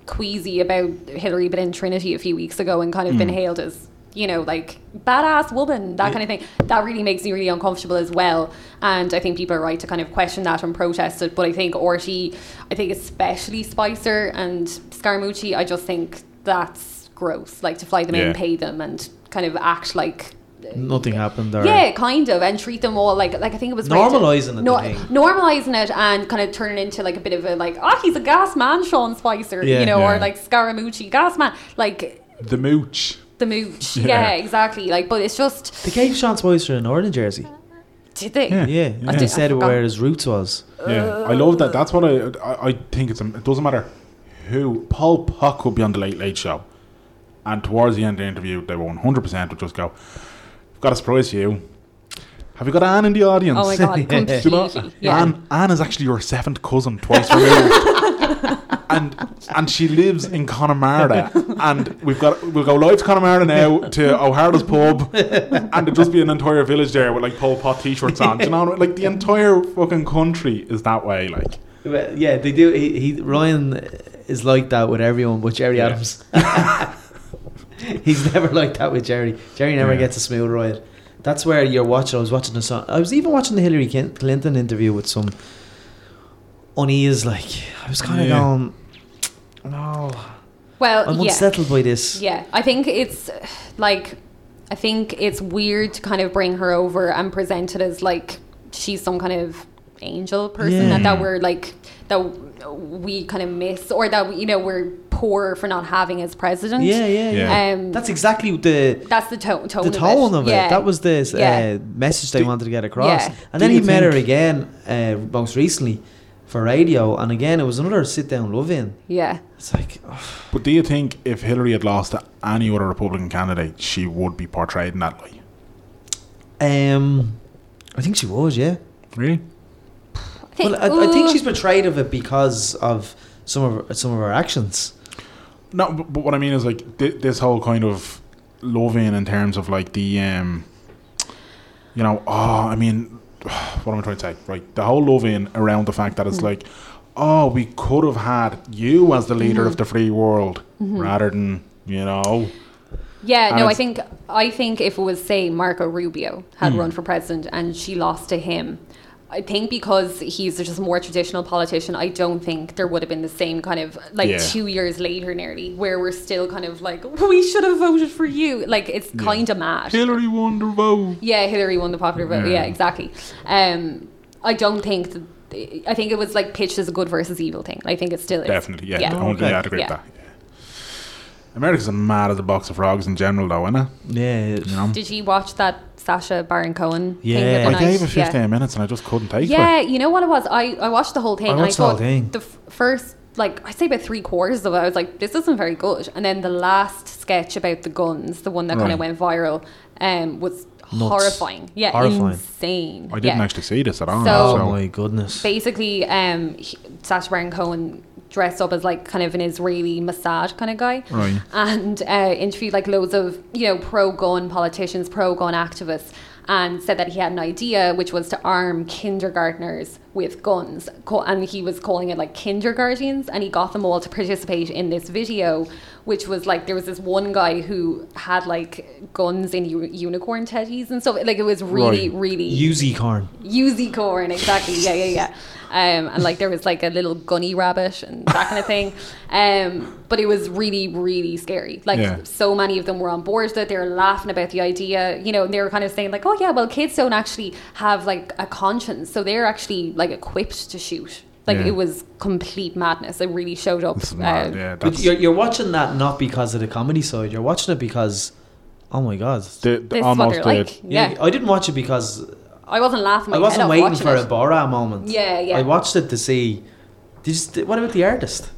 [SPEAKER 3] queasy about Hillary, but in Trinity a few weeks ago, and kind of been hailed as you know like badass woman, that kind of thing. That really makes me really uncomfortable as well. And I think people are right to kind of question that and protest it. But I think Orty, I think especially Spicer and Scaramucci, I just think that's gross. Like to fly them
[SPEAKER 1] Yeah.
[SPEAKER 3] in, pay them, and kind of act like
[SPEAKER 2] nothing happened there.
[SPEAKER 3] yeah, kind of, and treat them all like like I think it was Rachel-
[SPEAKER 2] Normalising it, I think.
[SPEAKER 3] normalising it, and kind of turning into like a bit of a like, oh, he's a gas man, Sean Spicer,
[SPEAKER 2] Yeah.
[SPEAKER 3] you know,
[SPEAKER 1] Yeah.
[SPEAKER 3] or like Scaramucci, gas man, like
[SPEAKER 1] the mooch.
[SPEAKER 3] the mooch.
[SPEAKER 1] Yeah.
[SPEAKER 3] Yeah. exactly. Like, but it's just
[SPEAKER 2] They gave Sean Spicer an orange jersey.
[SPEAKER 3] did they?
[SPEAKER 1] Yeah.
[SPEAKER 2] Yeah,
[SPEAKER 1] I
[SPEAKER 2] and they
[SPEAKER 3] did- I
[SPEAKER 2] said
[SPEAKER 3] forgot.
[SPEAKER 2] where his roots was.
[SPEAKER 1] Yeah, I love that. That's what I I, I think it's. It doesn't matter who Paul Puck would be on the Late Late Show, and towards the end of the interview, they one hundred percent would just go, "I've got a surprise for you. Have you got Anne in the audience?"
[SPEAKER 3] Oh my god,
[SPEAKER 2] Do you know-
[SPEAKER 1] Do you know?
[SPEAKER 3] completely. Yeah.
[SPEAKER 1] Anne, Anne is actually your seventh cousin, twice removed. and and she lives in Connemara. And we've got we'll go live to Connemara now to O'Hara's pub, and it'll just be an entire village there with like Pol Pot t-shirts on. Do you know, what I mean? like the entire fucking country is that way. Like,
[SPEAKER 2] Well, yeah, they do. He, he Ryan is like that with everyone, but Jerry
[SPEAKER 1] Yeah.
[SPEAKER 2] Adams. He's never like that with Jerry. Jerry never
[SPEAKER 1] Yeah.
[SPEAKER 2] gets a smooth ride. That's where you're watching. I was watching the song. I was even watching the Hillary Clin- Clinton interview with some unease. Like I was kind of
[SPEAKER 1] Yeah.
[SPEAKER 2] going, no,
[SPEAKER 3] Well,
[SPEAKER 2] I'm
[SPEAKER 3] yeah.
[SPEAKER 2] unsettled by this.
[SPEAKER 3] Yeah, I think it's uh, like I think it's weird to kind of bring her over and present it as like she's some kind of angel person
[SPEAKER 2] Yeah.
[SPEAKER 3] that, that we're like that w- we kind of miss or that we, you know we're poor for not having as president.
[SPEAKER 2] Yeah, yeah, yeah.
[SPEAKER 1] Yeah.
[SPEAKER 3] Um,
[SPEAKER 2] That's exactly the
[SPEAKER 3] that's the tone. tone
[SPEAKER 2] the tone
[SPEAKER 3] it.
[SPEAKER 2] of it.
[SPEAKER 3] Yeah.
[SPEAKER 2] That was the uh,
[SPEAKER 3] Yeah.
[SPEAKER 2] message they
[SPEAKER 1] Do-
[SPEAKER 2] wanted to get across.
[SPEAKER 3] Yeah.
[SPEAKER 1] Do
[SPEAKER 2] And then he
[SPEAKER 1] you
[SPEAKER 2] met her
[SPEAKER 1] think-
[SPEAKER 2] again uh, most recently for radio, and again it was another sit down love in.
[SPEAKER 3] yeah.
[SPEAKER 2] It's like, oh,
[SPEAKER 1] but do you think if Hillary had lost to any other Republican candidate, she would be portrayed in that light?
[SPEAKER 2] um, I think she was, yeah.
[SPEAKER 1] Really?
[SPEAKER 3] I think,
[SPEAKER 2] Well, I, I think
[SPEAKER 3] ooh,
[SPEAKER 2] she's betrayed of it because of some of her, some of her actions.
[SPEAKER 1] No, but, but what I mean is like th- this whole kind of loving in terms of like the, um, you know, oh, I mean, what am I trying to say? Right, the whole loving around the fact
[SPEAKER 3] Mm.
[SPEAKER 1] that it's like, oh, we could have had you as the leader
[SPEAKER 3] Mm-hmm.
[SPEAKER 1] of the free world rather than you know,
[SPEAKER 3] Yeah,
[SPEAKER 1] And
[SPEAKER 3] no, I
[SPEAKER 1] it's-
[SPEAKER 3] think I think if it was say Marco Rubio had
[SPEAKER 1] Hmm.
[SPEAKER 3] run for president and she lost to him, I think because he's just a more traditional politician, I don't think there would have been the same kind of like
[SPEAKER 1] Yeah.
[SPEAKER 3] two years later nearly where we're still kind of like we should have voted for you. Like it's kind of mad.
[SPEAKER 1] Hillary won the vote.
[SPEAKER 3] Yeah, Hillary won the popular vote.
[SPEAKER 1] Yeah.
[SPEAKER 3] Yeah, exactly. Um, I don't think that. I think it was like pitched as a good versus evil thing. I think it still is.
[SPEAKER 1] Definitely, yeah,
[SPEAKER 3] Yeah.
[SPEAKER 1] I would-
[SPEAKER 2] Okay.
[SPEAKER 1] yeah, I'd agree
[SPEAKER 3] Yeah.
[SPEAKER 1] with that. America's mad at the box of frogs in general, though, isn't it?
[SPEAKER 2] Yeah.
[SPEAKER 1] You know?
[SPEAKER 3] Did you watch that Sasha Baron Cohen thing
[SPEAKER 2] Yeah.
[SPEAKER 3] the other
[SPEAKER 1] I
[SPEAKER 3] night?
[SPEAKER 1] gave it 15
[SPEAKER 3] Yeah.
[SPEAKER 1] minutes and I just couldn't take
[SPEAKER 3] Yeah,
[SPEAKER 1] it.
[SPEAKER 3] you know what it was? I, I watched the whole thing.
[SPEAKER 2] I
[SPEAKER 3] and
[SPEAKER 2] watched the whole
[SPEAKER 3] thought
[SPEAKER 2] thing.
[SPEAKER 3] The f- first, like, I say about three quarters of it, I was like, this isn't very good. And then the last sketch about the guns, the one that kind
[SPEAKER 1] Right.
[SPEAKER 3] of went viral, um, was
[SPEAKER 2] Nuts.
[SPEAKER 3] horrifying. Yeah,
[SPEAKER 2] Horrifying.
[SPEAKER 3] insane.
[SPEAKER 1] I didn't
[SPEAKER 3] yeah.
[SPEAKER 1] actually see this at all.
[SPEAKER 3] So-
[SPEAKER 2] Oh,
[SPEAKER 1] so-
[SPEAKER 2] my goodness.
[SPEAKER 3] Basically, um, he- Sacha Baron Cohen dressed up as, like, kind of an Israeli Mossad kind of guy.
[SPEAKER 1] Right.
[SPEAKER 3] and uh, interviewed like loads of you know pro-gun politicians, pro-gun activists, and said that he had an idea which was to arm kindergartners with guns, Co- and he was calling it like kindergartens, and he got them all to participate in this video, which was like there was this one guy who had like guns in u- unicorn teddies and stuff. Like it was really,
[SPEAKER 1] Right.
[SPEAKER 3] really
[SPEAKER 2] Uzi corn.
[SPEAKER 3] Uzi corn, exactly. Yeah, yeah, yeah. Um, and like there was like a little gunny rabbit and that kind of thing. Um, but it was really, really scary. Like
[SPEAKER 1] Yeah.
[SPEAKER 3] so many of them were on board that they were laughing about the idea. You know, and they were kind of saying like, oh yeah, well kids don't actually have like a conscience, so they're actually like equipped to shoot. Like
[SPEAKER 1] Yeah.
[SPEAKER 3] it was complete madness. It really showed up.
[SPEAKER 1] It's mad,
[SPEAKER 3] uh,
[SPEAKER 1] yeah.
[SPEAKER 2] But
[SPEAKER 1] That's,
[SPEAKER 2] you're, you're watching that not because of the comedy side. You're watching it because, oh my god.
[SPEAKER 1] the,
[SPEAKER 3] This
[SPEAKER 1] the,
[SPEAKER 3] is what
[SPEAKER 1] almost
[SPEAKER 3] they're
[SPEAKER 1] did.
[SPEAKER 3] like. Yeah.
[SPEAKER 2] I didn't watch it because
[SPEAKER 3] I wasn't laughing. My
[SPEAKER 2] I
[SPEAKER 3] head
[SPEAKER 2] wasn't
[SPEAKER 3] off
[SPEAKER 2] waiting
[SPEAKER 3] watching
[SPEAKER 2] for
[SPEAKER 3] it.
[SPEAKER 2] a Bora moment.
[SPEAKER 3] Yeah, yeah.
[SPEAKER 2] I watched it to see. Did you, st- what about the artist?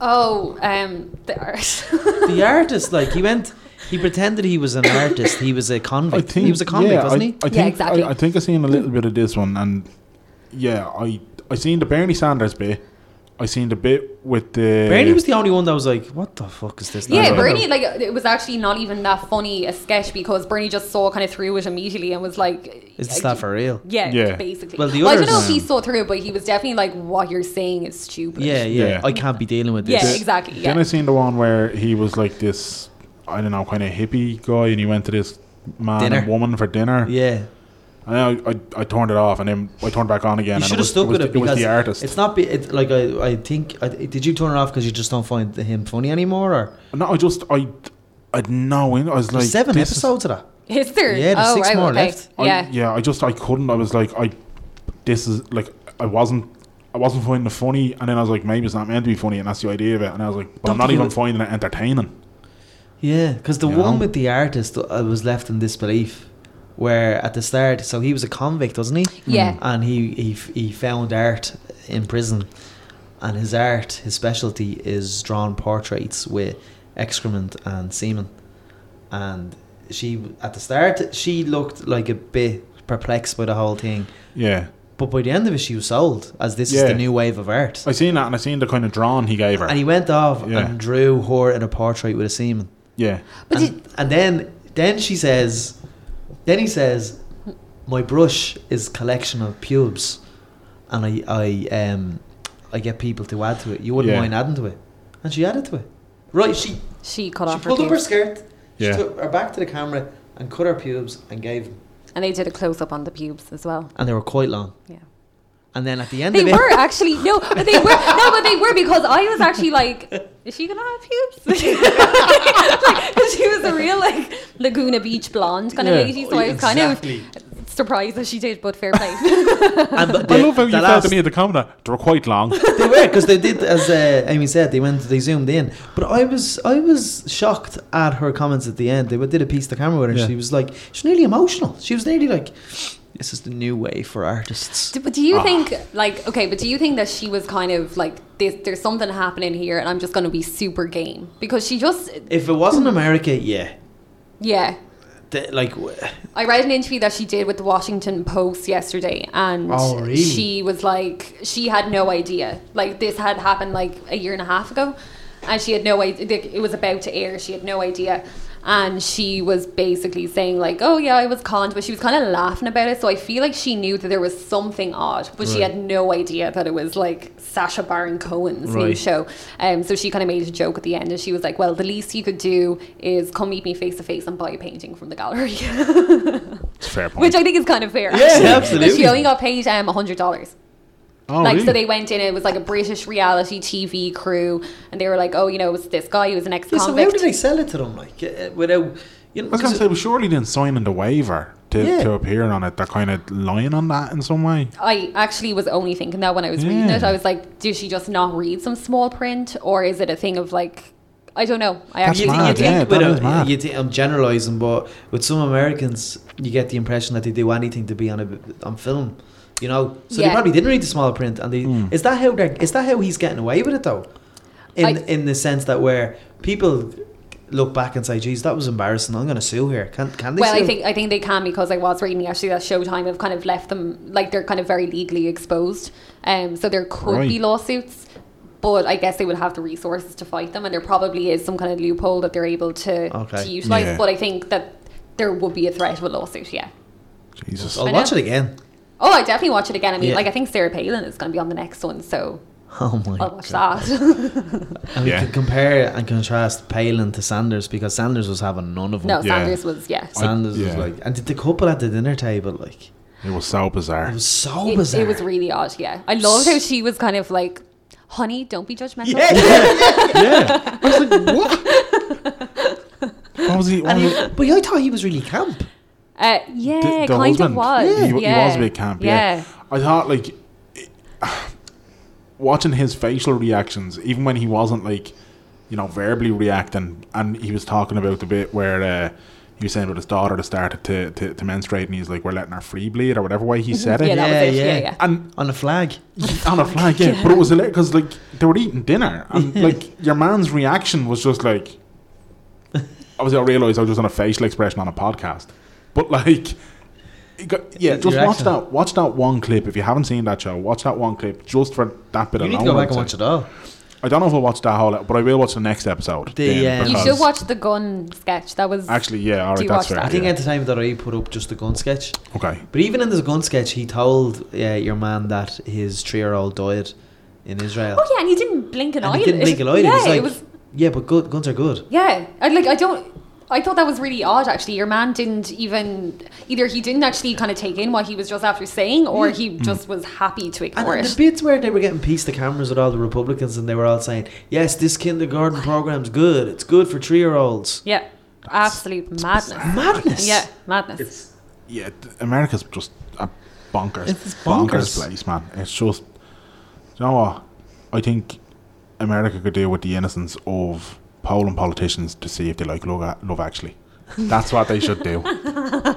[SPEAKER 3] Oh, um, the
[SPEAKER 2] The artist, like he went, he pretended he was an artist. He was a
[SPEAKER 1] I
[SPEAKER 2] convict.
[SPEAKER 1] think
[SPEAKER 2] he was a convict,
[SPEAKER 1] yeah,
[SPEAKER 2] wasn't
[SPEAKER 1] I,
[SPEAKER 2] he?
[SPEAKER 1] I think,
[SPEAKER 3] exactly.
[SPEAKER 1] I, I think I seen a little bit of this one, and yeah, I I seen the Bernie Sanders bit. I seen the bit with the
[SPEAKER 2] Bernie was the only one that was like, "What the fuck is this?"
[SPEAKER 3] Yeah,
[SPEAKER 1] Yeah.
[SPEAKER 3] Bernie, like, it was actually not even that funny a sketch because Bernie just saw kind of through it immediately and was like, uh,
[SPEAKER 2] Is this that for real?
[SPEAKER 3] Yeah,
[SPEAKER 1] Yeah.
[SPEAKER 3] basically.
[SPEAKER 2] Well,
[SPEAKER 3] Well,
[SPEAKER 2] the
[SPEAKER 3] I don't know
[SPEAKER 2] others-
[SPEAKER 3] if he saw through it, but he was definitely like, what you're saying is stupid.
[SPEAKER 2] Yeah, yeah,
[SPEAKER 1] Yeah.
[SPEAKER 2] I can't be dealing with
[SPEAKER 3] Yeah,
[SPEAKER 2] this.
[SPEAKER 3] exactly.
[SPEAKER 1] Then I
[SPEAKER 3] Yeah.
[SPEAKER 1] seen the one where he was like this, I don't know, kind of hippie guy, and he went to this man
[SPEAKER 2] Dinner.
[SPEAKER 1] and woman for dinner.
[SPEAKER 2] Yeah.
[SPEAKER 1] And I, I, I turned it off, and then I turned back on again.
[SPEAKER 2] you
[SPEAKER 1] and
[SPEAKER 2] should have
[SPEAKER 1] was-
[SPEAKER 2] stuck
[SPEAKER 1] was
[SPEAKER 2] with it
[SPEAKER 1] the- It was
[SPEAKER 2] because
[SPEAKER 1] the artist.
[SPEAKER 2] it's not. Be, it, like I, I think. I, did you turn it off because you just don't find him funny anymore? Or
[SPEAKER 1] no, I just I I'd know. I was like
[SPEAKER 2] there's seven
[SPEAKER 1] this is-
[SPEAKER 2] episodes of that.
[SPEAKER 3] Is there?
[SPEAKER 2] Yeah, there's
[SPEAKER 3] oh,
[SPEAKER 2] six
[SPEAKER 3] right,
[SPEAKER 2] more
[SPEAKER 3] okay.
[SPEAKER 2] left.
[SPEAKER 1] I,
[SPEAKER 3] Yeah.
[SPEAKER 1] yeah. I just I couldn't. I was like I, this is like I wasn't. I wasn't finding it funny, and then I was like, maybe it's not meant to be funny, and that's the idea of it. And I was like, but
[SPEAKER 2] Don't
[SPEAKER 1] I'm not
[SPEAKER 2] think
[SPEAKER 1] even
[SPEAKER 2] it-
[SPEAKER 1] finding it entertaining.
[SPEAKER 2] Yeah, because the
[SPEAKER 1] You
[SPEAKER 2] one
[SPEAKER 1] know?
[SPEAKER 2] with the artist, I was left in disbelief. Where at the start, so he was a convict, wasn't he?
[SPEAKER 1] Mm.
[SPEAKER 3] Yeah.
[SPEAKER 2] And he he f- he found art in prison, and his art, his specialty is drawn portraits with excrement and semen. And she at the start, she looked like a bit perplexed by the whole thing,
[SPEAKER 1] Yeah,
[SPEAKER 2] but by the end of it, she was sold as this is
[SPEAKER 1] Yeah.
[SPEAKER 2] the new wave of art.
[SPEAKER 1] I seen that, and I seen the kind of drawing he gave her.
[SPEAKER 2] And he went off
[SPEAKER 1] Yeah.
[SPEAKER 2] and drew her in a portrait with a semen
[SPEAKER 1] yeah,
[SPEAKER 3] But
[SPEAKER 2] and,
[SPEAKER 3] did,
[SPEAKER 2] and then then she says then he says my brush is collection of pubes and I I um I get people to add to it you wouldn't
[SPEAKER 1] Yeah.
[SPEAKER 2] mind adding to it and she added to it right she
[SPEAKER 3] she cut
[SPEAKER 2] she
[SPEAKER 3] off her
[SPEAKER 2] pulled up her
[SPEAKER 3] pubes.
[SPEAKER 2] skirt
[SPEAKER 1] Yeah.
[SPEAKER 2] she took her back to the camera and cut her pubes and gave them
[SPEAKER 3] And they did a close up on the pubes as well.
[SPEAKER 2] and they were quite long
[SPEAKER 3] Yeah.
[SPEAKER 2] and then at the end
[SPEAKER 3] They
[SPEAKER 2] of it
[SPEAKER 3] were actually no, but they were no, but they were because I was actually like, is she gonna have pubes? like, 'cause she was a real like Laguna Beach blonde kind
[SPEAKER 1] Yeah.
[SPEAKER 3] of lady, so I was kind
[SPEAKER 2] exactly.
[SPEAKER 3] of surprised that she did, but fair play.
[SPEAKER 2] and the,
[SPEAKER 1] I love how you said
[SPEAKER 2] the
[SPEAKER 1] to
[SPEAKER 2] last-
[SPEAKER 1] me at the comment, they were quite long.
[SPEAKER 2] they were because they did as uh, Amy said they went they zoomed in but I was I was shocked at her comments at the end they did a piece to camera with her
[SPEAKER 1] Yeah.
[SPEAKER 2] she was like she was nearly emotional she was nearly like this is the new way for artists
[SPEAKER 3] Do- But do you
[SPEAKER 1] Ah.
[SPEAKER 3] think like okay? But do you think that she was kind of like there's, there's something happening here, and I'm just going to be super game because she just
[SPEAKER 2] if it wasn't America yeah
[SPEAKER 3] yeah.
[SPEAKER 2] They- like w-
[SPEAKER 3] I read an interview that she did with the Washington Post yesterday, and
[SPEAKER 2] Oh, really?
[SPEAKER 3] she was like, she had no idea. Like this had happened like a year and a half ago, and she had no idea. like, It was about to air. She had no idea, and she was basically saying like, "Oh yeah, I was conned," but she was kind of laughing about it. So I feel like she knew that there was something odd, but she
[SPEAKER 2] Right.
[SPEAKER 3] had no idea that it was like Sasha Baron Cohen's new
[SPEAKER 2] Right.
[SPEAKER 3] show. Um, so she kind of made a joke at the end, and she was like, "Well, the least you could do is come meet me face to face and buy a painting from the gallery."
[SPEAKER 1] It's a fair point.
[SPEAKER 3] Which I think is kind of fair.
[SPEAKER 2] Yeah,
[SPEAKER 3] actually.
[SPEAKER 2] absolutely.
[SPEAKER 3] But She only got paid um, hundred dollars.
[SPEAKER 1] oh,
[SPEAKER 3] like so,
[SPEAKER 1] really?
[SPEAKER 3] they went in. It was like a British reality TV crew, and they were like, "Oh, you know, it was this guy who was an
[SPEAKER 2] yeah, so how
[SPEAKER 3] ex-convict."
[SPEAKER 2] did they sell it to them like uh, without you know
[SPEAKER 1] I was going to
[SPEAKER 2] 'cause
[SPEAKER 1] say, well, surely they didn't sign in the waiver to,
[SPEAKER 2] Yeah.
[SPEAKER 1] to appear on it. They're kind of lying on that in some way.
[SPEAKER 3] I actually was only thinking that when I was reading
[SPEAKER 1] Yeah.
[SPEAKER 3] it. I was like, "Did she just not read some small print, or is it a thing of like?" I don't know. I
[SPEAKER 1] That's
[SPEAKER 3] actually
[SPEAKER 2] you,
[SPEAKER 1] mad,
[SPEAKER 2] you
[SPEAKER 1] yeah,
[SPEAKER 2] think,
[SPEAKER 1] that
[SPEAKER 2] with
[SPEAKER 1] is mad.
[SPEAKER 2] you thi- I'm generalizing, but with some Americans, you get the impression that they do anything to be on a on film. You know, so they
[SPEAKER 3] Yeah.
[SPEAKER 2] probably didn't read the small print, and they
[SPEAKER 1] Mm.
[SPEAKER 2] is that how they're is that how he's getting away with it though, in
[SPEAKER 3] I-
[SPEAKER 2] in the sense that where people look back and say, "Geez, that was embarrassing. I'm going to sue here." Can can they?
[SPEAKER 3] Well, I
[SPEAKER 2] sue?
[SPEAKER 3] think I think they can because I was reading actually that Showtime have kind of left them like they're kind of very legally exposed. Um, so there could be
[SPEAKER 1] Right.
[SPEAKER 3] lawsuits, but I guess they would have the resources to fight them, and there probably is some kind of loophole that they're able to
[SPEAKER 2] Okay.
[SPEAKER 3] to utilize.
[SPEAKER 1] Yeah.
[SPEAKER 3] But I think that there would be a threat of a lawsuit. Yeah.
[SPEAKER 1] Jesus.
[SPEAKER 2] I'll
[SPEAKER 3] I
[SPEAKER 2] watch
[SPEAKER 3] know.
[SPEAKER 2] it again.
[SPEAKER 3] Oh, I definitely watch it again. I mean,
[SPEAKER 2] Yeah.
[SPEAKER 3] like I think Sarah Palin is going to be on the next one, so
[SPEAKER 2] Oh my!
[SPEAKER 3] I'll watch
[SPEAKER 2] God.
[SPEAKER 3] that.
[SPEAKER 2] And we
[SPEAKER 1] Yeah.
[SPEAKER 2] can compare and contrast Palin to Sanders because Sanders was having none of them.
[SPEAKER 3] no,
[SPEAKER 1] Yeah.
[SPEAKER 3] Sanders was yeah.
[SPEAKER 1] I-
[SPEAKER 2] Sanders was
[SPEAKER 1] yeah.
[SPEAKER 2] like, and the couple at the dinner table, like,
[SPEAKER 1] It was so
[SPEAKER 2] it
[SPEAKER 1] bizarre.
[SPEAKER 2] was so
[SPEAKER 3] It-
[SPEAKER 2] bizarre.
[SPEAKER 3] It, was really odd. Yeah, I loved how she was kind of like, "Honey, don't be judgmental."
[SPEAKER 2] yeah, yeah.
[SPEAKER 1] yeah. I was like, what? what was he? What
[SPEAKER 2] And
[SPEAKER 1] was
[SPEAKER 2] he, but I thought he was really camp.
[SPEAKER 3] Uh, yeah,
[SPEAKER 1] the- the
[SPEAKER 3] kind
[SPEAKER 1] husband.
[SPEAKER 3] of was.
[SPEAKER 1] He,
[SPEAKER 3] Yeah.
[SPEAKER 1] he was a bit camp. Yeah. I thought like it- watching his facial reactions, even when he wasn't like you know verbally reacting, and he was talking about the bit where uh, he was saying about his daughter that started to, to, to menstruate, and he's like, "We're letting her free bleed" or whatever way he said
[SPEAKER 3] Yeah,
[SPEAKER 1] it.
[SPEAKER 3] that was
[SPEAKER 2] Yeah,
[SPEAKER 3] it. Yeah,
[SPEAKER 2] yeah.
[SPEAKER 3] yeah.
[SPEAKER 1] And
[SPEAKER 2] On a flag.
[SPEAKER 1] on a flag, yeah. But it was hilarious because like they were eating dinner, and like your man's reaction was just like. Obviously, I realised I was just on a facial expression on a podcast, but like, it got, yeah,
[SPEAKER 2] Your
[SPEAKER 1] just watch
[SPEAKER 2] accent.
[SPEAKER 1] that. Watch that one clip if you haven't seen that show. Watch that one clip just for that bit
[SPEAKER 2] You
[SPEAKER 1] alone.
[SPEAKER 2] need to go back and
[SPEAKER 1] I'd
[SPEAKER 2] watch
[SPEAKER 1] say.
[SPEAKER 2] it all.
[SPEAKER 1] I don't know if I'll watch that whole, but I will watch the next episode.
[SPEAKER 2] The,
[SPEAKER 1] then,
[SPEAKER 2] um,
[SPEAKER 3] You
[SPEAKER 1] because-
[SPEAKER 3] should watch the gun sketch. That was
[SPEAKER 1] Actually, yeah, all
[SPEAKER 3] Do
[SPEAKER 1] right,
[SPEAKER 3] you
[SPEAKER 1] that's
[SPEAKER 3] watch
[SPEAKER 1] fair.
[SPEAKER 3] that?
[SPEAKER 2] I think
[SPEAKER 1] yeah.
[SPEAKER 2] Entertainment.ie put up just the gun sketch.
[SPEAKER 1] okay,
[SPEAKER 2] But even in this gun sketch, he told uh, your man that his three year old died in Israel.
[SPEAKER 3] Oh yeah, and you didn't blink an
[SPEAKER 2] and
[SPEAKER 3] eyelid.
[SPEAKER 2] he didn't blink an eyelid.
[SPEAKER 3] Yeah,
[SPEAKER 2] It's like,
[SPEAKER 3] it was.
[SPEAKER 2] yeah, but good, guns are good.
[SPEAKER 3] Yeah, I like. I don't. I thought that was really odd. Actually, your man didn't even either. He didn't actually kind of take in what he was just after saying, or he
[SPEAKER 1] Mm.
[SPEAKER 3] just was happy to
[SPEAKER 2] And
[SPEAKER 3] ignore
[SPEAKER 2] the
[SPEAKER 3] it.
[SPEAKER 2] bits where they were getting pieced to cameras with all the Republicans and they were all saying, yes, this kindergarten program's good. It's good for three year olds.
[SPEAKER 3] Yeah, absolute madness.
[SPEAKER 2] Madness.
[SPEAKER 3] Yeah, madness.
[SPEAKER 1] it's yeah, th- America's just a bonkers,
[SPEAKER 2] It's
[SPEAKER 1] bonkers,
[SPEAKER 2] bonkers.
[SPEAKER 1] place, man. It's just, you know what? I think America could do with the innocence of Poland politicians to see if they like Love, love Actually. That's what they should do.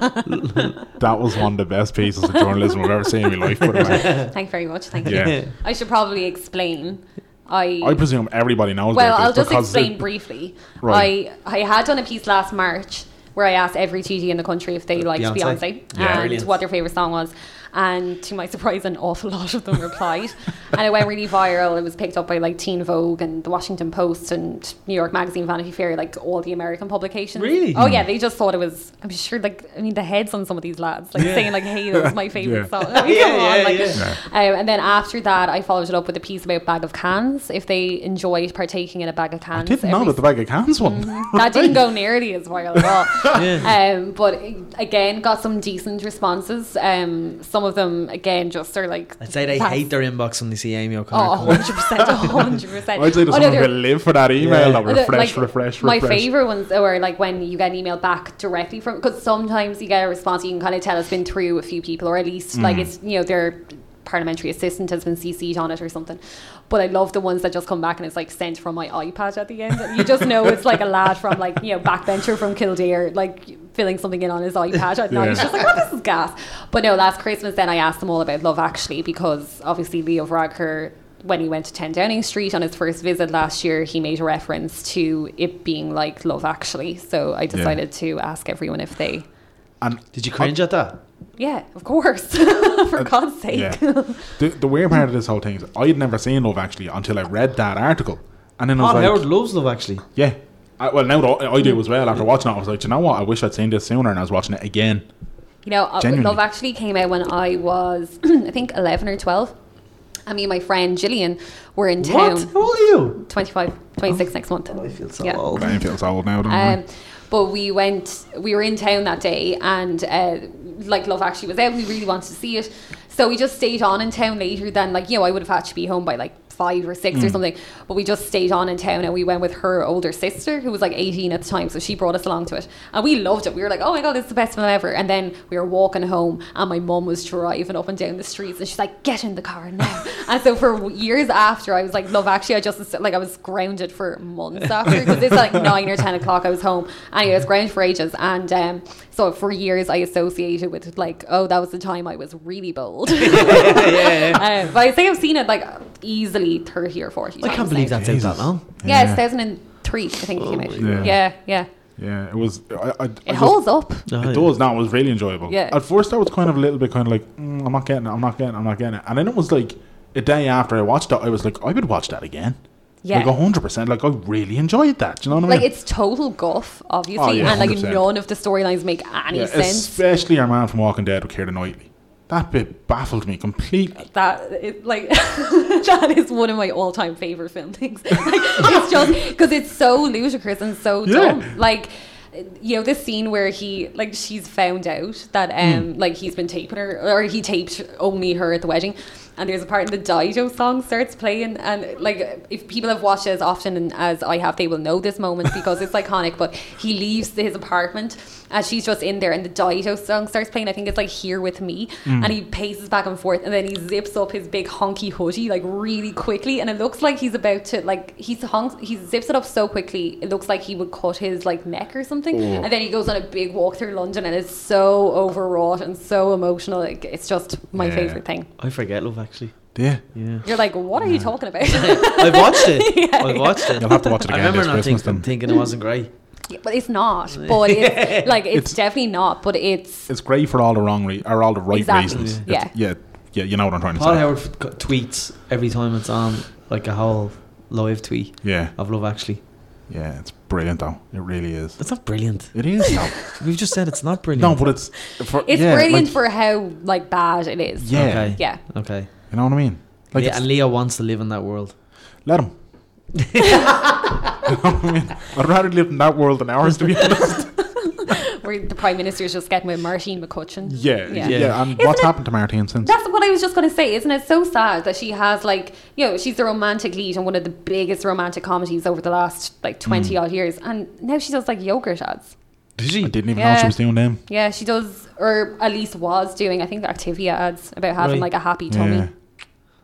[SPEAKER 1] that was one of the best pieces of journalism I've ever seen in my life. By the way.
[SPEAKER 3] Thank you very much. Thank you.
[SPEAKER 1] Yeah,
[SPEAKER 3] I should probably explain. I
[SPEAKER 1] I presume everybody knows.
[SPEAKER 3] Well,
[SPEAKER 1] about this
[SPEAKER 3] I'll just
[SPEAKER 1] because
[SPEAKER 3] explain
[SPEAKER 1] it-
[SPEAKER 3] briefly.
[SPEAKER 1] Right.
[SPEAKER 3] I I had done a piece last March where I asked every TD in the country if they liked
[SPEAKER 2] Beyonce.
[SPEAKER 3] Beyonce,
[SPEAKER 2] Yeah.
[SPEAKER 3] and
[SPEAKER 2] Brilliant.
[SPEAKER 3] what their favorite song was. And to my surprise, an awful lot of them replied, and it went really viral. It was picked up by like Teen Vogue and the Washington Post and New York Magazine, Vanity Fair, like all the American publications.
[SPEAKER 2] Really?
[SPEAKER 3] Oh yeah, they just thought it was. I'm sure, like I mean, the heads on some of these lads, like saying like, "Hey, that was my favorite
[SPEAKER 1] Yeah.
[SPEAKER 3] song." I mean,
[SPEAKER 2] Yeah,
[SPEAKER 3] come on,
[SPEAKER 2] yeah,
[SPEAKER 3] like,
[SPEAKER 2] yeah.
[SPEAKER 3] um, and then after that, I followed it up with a piece about bag of cans. If they enjoyed partaking in a bag of cans,
[SPEAKER 1] I didn't know
[SPEAKER 3] every- Mm-hmm.
[SPEAKER 1] that the bag of cans one.
[SPEAKER 3] that didn't go nearly as well at all.
[SPEAKER 2] Yeah.
[SPEAKER 3] um, but it- again, got some decent responses. Um, some of them, again, just are like
[SPEAKER 2] I'd say they
[SPEAKER 3] that's-
[SPEAKER 2] hate their inbox when they see Amy O'Connor.
[SPEAKER 3] Oh, 100 percent, 100 percent.
[SPEAKER 1] I'd say there's someone who live for that email.
[SPEAKER 2] Yeah.
[SPEAKER 1] That
[SPEAKER 3] Oh, the-
[SPEAKER 1] refresh,
[SPEAKER 3] like,
[SPEAKER 1] refresh, refresh.
[SPEAKER 3] My favorite ones are like when you get an email back directly from because sometimes you get a response you can kind of tell it's been through a few people or at
[SPEAKER 1] Mm.
[SPEAKER 3] least like it's you know their parliamentary assistant has been CC'd on it or something. But I love the ones that just come back and it's like sent from my iPad at the end. And you just know it's like a lad from like you know backbencher from Kildare like filling something in on his iPad at night.
[SPEAKER 1] Yeah.
[SPEAKER 3] It's just like oh this is gas. But no, last Christmas then I asked them all about Love Actually because obviously Leo Varadkar when he went to 10 Downing Street on his first visit last year, he made a reference to it being like Love Actually. So I decided to ask everyone if they.
[SPEAKER 1] And
[SPEAKER 2] Did you cringe at that?
[SPEAKER 3] Yeah, of course. For God's sake.
[SPEAKER 1] Yeah. the, the weird part of this whole thing is I had never seen Love Actually until I read that article. And then I was
[SPEAKER 3] Oh,
[SPEAKER 2] Howard
[SPEAKER 1] like,
[SPEAKER 2] loves love, actually.
[SPEAKER 1] yeah. I, well, now that I I
[SPEAKER 3] Mm.
[SPEAKER 1] do as well after watching it, I was like, "Do you know what? I wish I'd seen this sooner. And I was watching it again.
[SPEAKER 3] You know, uh,
[SPEAKER 1] Genuinely.
[SPEAKER 3] Love Actually came out when I was, I think, 11 or 12. And me and my friend Gillian were in
[SPEAKER 2] What?
[SPEAKER 3] town.
[SPEAKER 2] How old are you?
[SPEAKER 3] 25, 26 next month.
[SPEAKER 2] Oh, I feel so
[SPEAKER 3] Yeah.
[SPEAKER 2] old.
[SPEAKER 1] But I feel so old now, don't I?
[SPEAKER 3] Um, but we went, we were in town that day, and uh, like Love Actually was out. We really wanted to see it, so we just stayed on in town later. Than like you know, I would have had to be home by like five or six or something. But we just stayed on in town and we went with her older sister who was like 18 at the time. So she brought us along to it. And we loved it. We were like, oh my God, this is the best film ever. And then we were walking home and my mum was driving up and down the streets and she's like, get in the car now. and so for years after, I was like, love, actually, I just, like, I was grounded for months after because it's like nine or 10 o'clock. I was home. Anyway, I was grounded for ages. And um, so for years, I associated with like, oh, that was the time I was really bold. Uh, but I think I've seen it like easily 30 or 40
[SPEAKER 2] I
[SPEAKER 3] times.
[SPEAKER 2] can't believe
[SPEAKER 3] now.
[SPEAKER 2] that's out that
[SPEAKER 1] Jesus.
[SPEAKER 2] long.
[SPEAKER 3] Yeah, it's
[SPEAKER 1] Yeah.
[SPEAKER 3] 2003, I think it came out.
[SPEAKER 1] Yeah.
[SPEAKER 3] Yeah, yeah.
[SPEAKER 1] Yeah, it was. I, I,
[SPEAKER 3] It holds up.
[SPEAKER 2] Oh,
[SPEAKER 1] It
[SPEAKER 2] yeah.
[SPEAKER 1] does. No, it was really enjoyable.
[SPEAKER 3] Yeah.
[SPEAKER 1] At first, I was kind of a little bit kind of like, mm, I'm not getting it. I'm not getting it. I'm not getting it. And then it was like a day after I watched it, I was like, I would watch that again.
[SPEAKER 3] Yeah.
[SPEAKER 1] Like hundred percent. Like I really enjoyed that. Do you know what I mean?
[SPEAKER 3] Like, it's total guff, obviously,
[SPEAKER 1] Oh, yeah,
[SPEAKER 3] and like
[SPEAKER 1] 100%.
[SPEAKER 3] none of the storylines make any
[SPEAKER 1] Yeah,
[SPEAKER 3] sense.
[SPEAKER 1] especially our man from Walking Dead with Keira Knightley. That bit baffled me completely.
[SPEAKER 3] That is like that is one of my all-time favorite film things. Like, it's just because it's so ludicrous and so
[SPEAKER 1] Yeah.
[SPEAKER 3] dumb. Like you know this scene where he like she's found out that
[SPEAKER 1] Hmm.
[SPEAKER 3] um like he's been taping her or he taped only her at the wedding and there's a part in the Dido song starts playing and like if people have watched it as often as I have they will know this moment because it's iconic but he leaves his apartment and she's just in there and the Dido song starts playing I think it's like Here With Me
[SPEAKER 1] Mm.
[SPEAKER 3] and he paces back and forth and then he zips up his big honky hoodie like really quickly and it looks like he's about to like he's honks he zips it up so quickly it looks like he would cut his like neck or something
[SPEAKER 1] Oh.
[SPEAKER 3] and then he goes on a big walk through London and it's so overwrought and so emotional like, it's just my
[SPEAKER 1] Yeah.
[SPEAKER 3] favourite thing
[SPEAKER 2] I forget Love actually.
[SPEAKER 1] Yeah.
[SPEAKER 2] Yeah.
[SPEAKER 3] you're like what
[SPEAKER 1] Mm.
[SPEAKER 3] are you talking about
[SPEAKER 2] I've watched it.
[SPEAKER 3] Yeah,
[SPEAKER 2] I've watched it.
[SPEAKER 1] You'll have to watch it
[SPEAKER 2] I
[SPEAKER 1] again
[SPEAKER 2] remember
[SPEAKER 1] this
[SPEAKER 2] not
[SPEAKER 1] Christmas.
[SPEAKER 2] thinking,
[SPEAKER 1] Then.
[SPEAKER 2] thinking it wasn't great.
[SPEAKER 3] Yeah, but it's not but it's like it's,
[SPEAKER 1] It's-
[SPEAKER 3] definitely not but it's
[SPEAKER 1] It's great for all the wrong re- or all the right
[SPEAKER 3] Exactly.
[SPEAKER 1] reasons.
[SPEAKER 3] Yeah.
[SPEAKER 1] It's- yeah. Yeah. You know what I'm trying to
[SPEAKER 2] Paul
[SPEAKER 1] say.
[SPEAKER 2] Howard f- co- tweets every time it's on, like a whole live tweet
[SPEAKER 1] Yeah.
[SPEAKER 2] of Love Actually.
[SPEAKER 1] Yeah. It's brilliant though. It really is.
[SPEAKER 2] That's not brilliant.
[SPEAKER 1] It is though.
[SPEAKER 2] We've just said it's not
[SPEAKER 1] no,
[SPEAKER 2] brilliant.
[SPEAKER 1] but it's. For,
[SPEAKER 3] it's
[SPEAKER 1] yeah,
[SPEAKER 3] brilliant
[SPEAKER 1] like-
[SPEAKER 3] for how like bad it is
[SPEAKER 1] Yeah.
[SPEAKER 2] Okay.
[SPEAKER 3] yeah
[SPEAKER 2] Okay.
[SPEAKER 1] You know what I mean? Like
[SPEAKER 2] Le-
[SPEAKER 1] it's-
[SPEAKER 2] and Leo wants to live in that world.
[SPEAKER 1] Let him. I mean, I'd rather live in that world than ours, to be honest.
[SPEAKER 3] where the prime minister's just getting with Martine McCutcheon.
[SPEAKER 1] Yeah, yeah.
[SPEAKER 3] Yeah.
[SPEAKER 1] and what's
[SPEAKER 3] it-
[SPEAKER 1] happened to Martine since?
[SPEAKER 3] That's what I was just going to say. Isn't it so sad that she has like, you know, she's the romantic lead in one of the biggest romantic comedies over the last like 20 odd years and now she does like yogurt ads.
[SPEAKER 1] Did she? I didn't even know
[SPEAKER 3] Yeah.
[SPEAKER 1] she was doing them.
[SPEAKER 3] Yeah, she does or at least was doing I think Activia ads about having
[SPEAKER 2] Right.
[SPEAKER 3] like a happy tummy.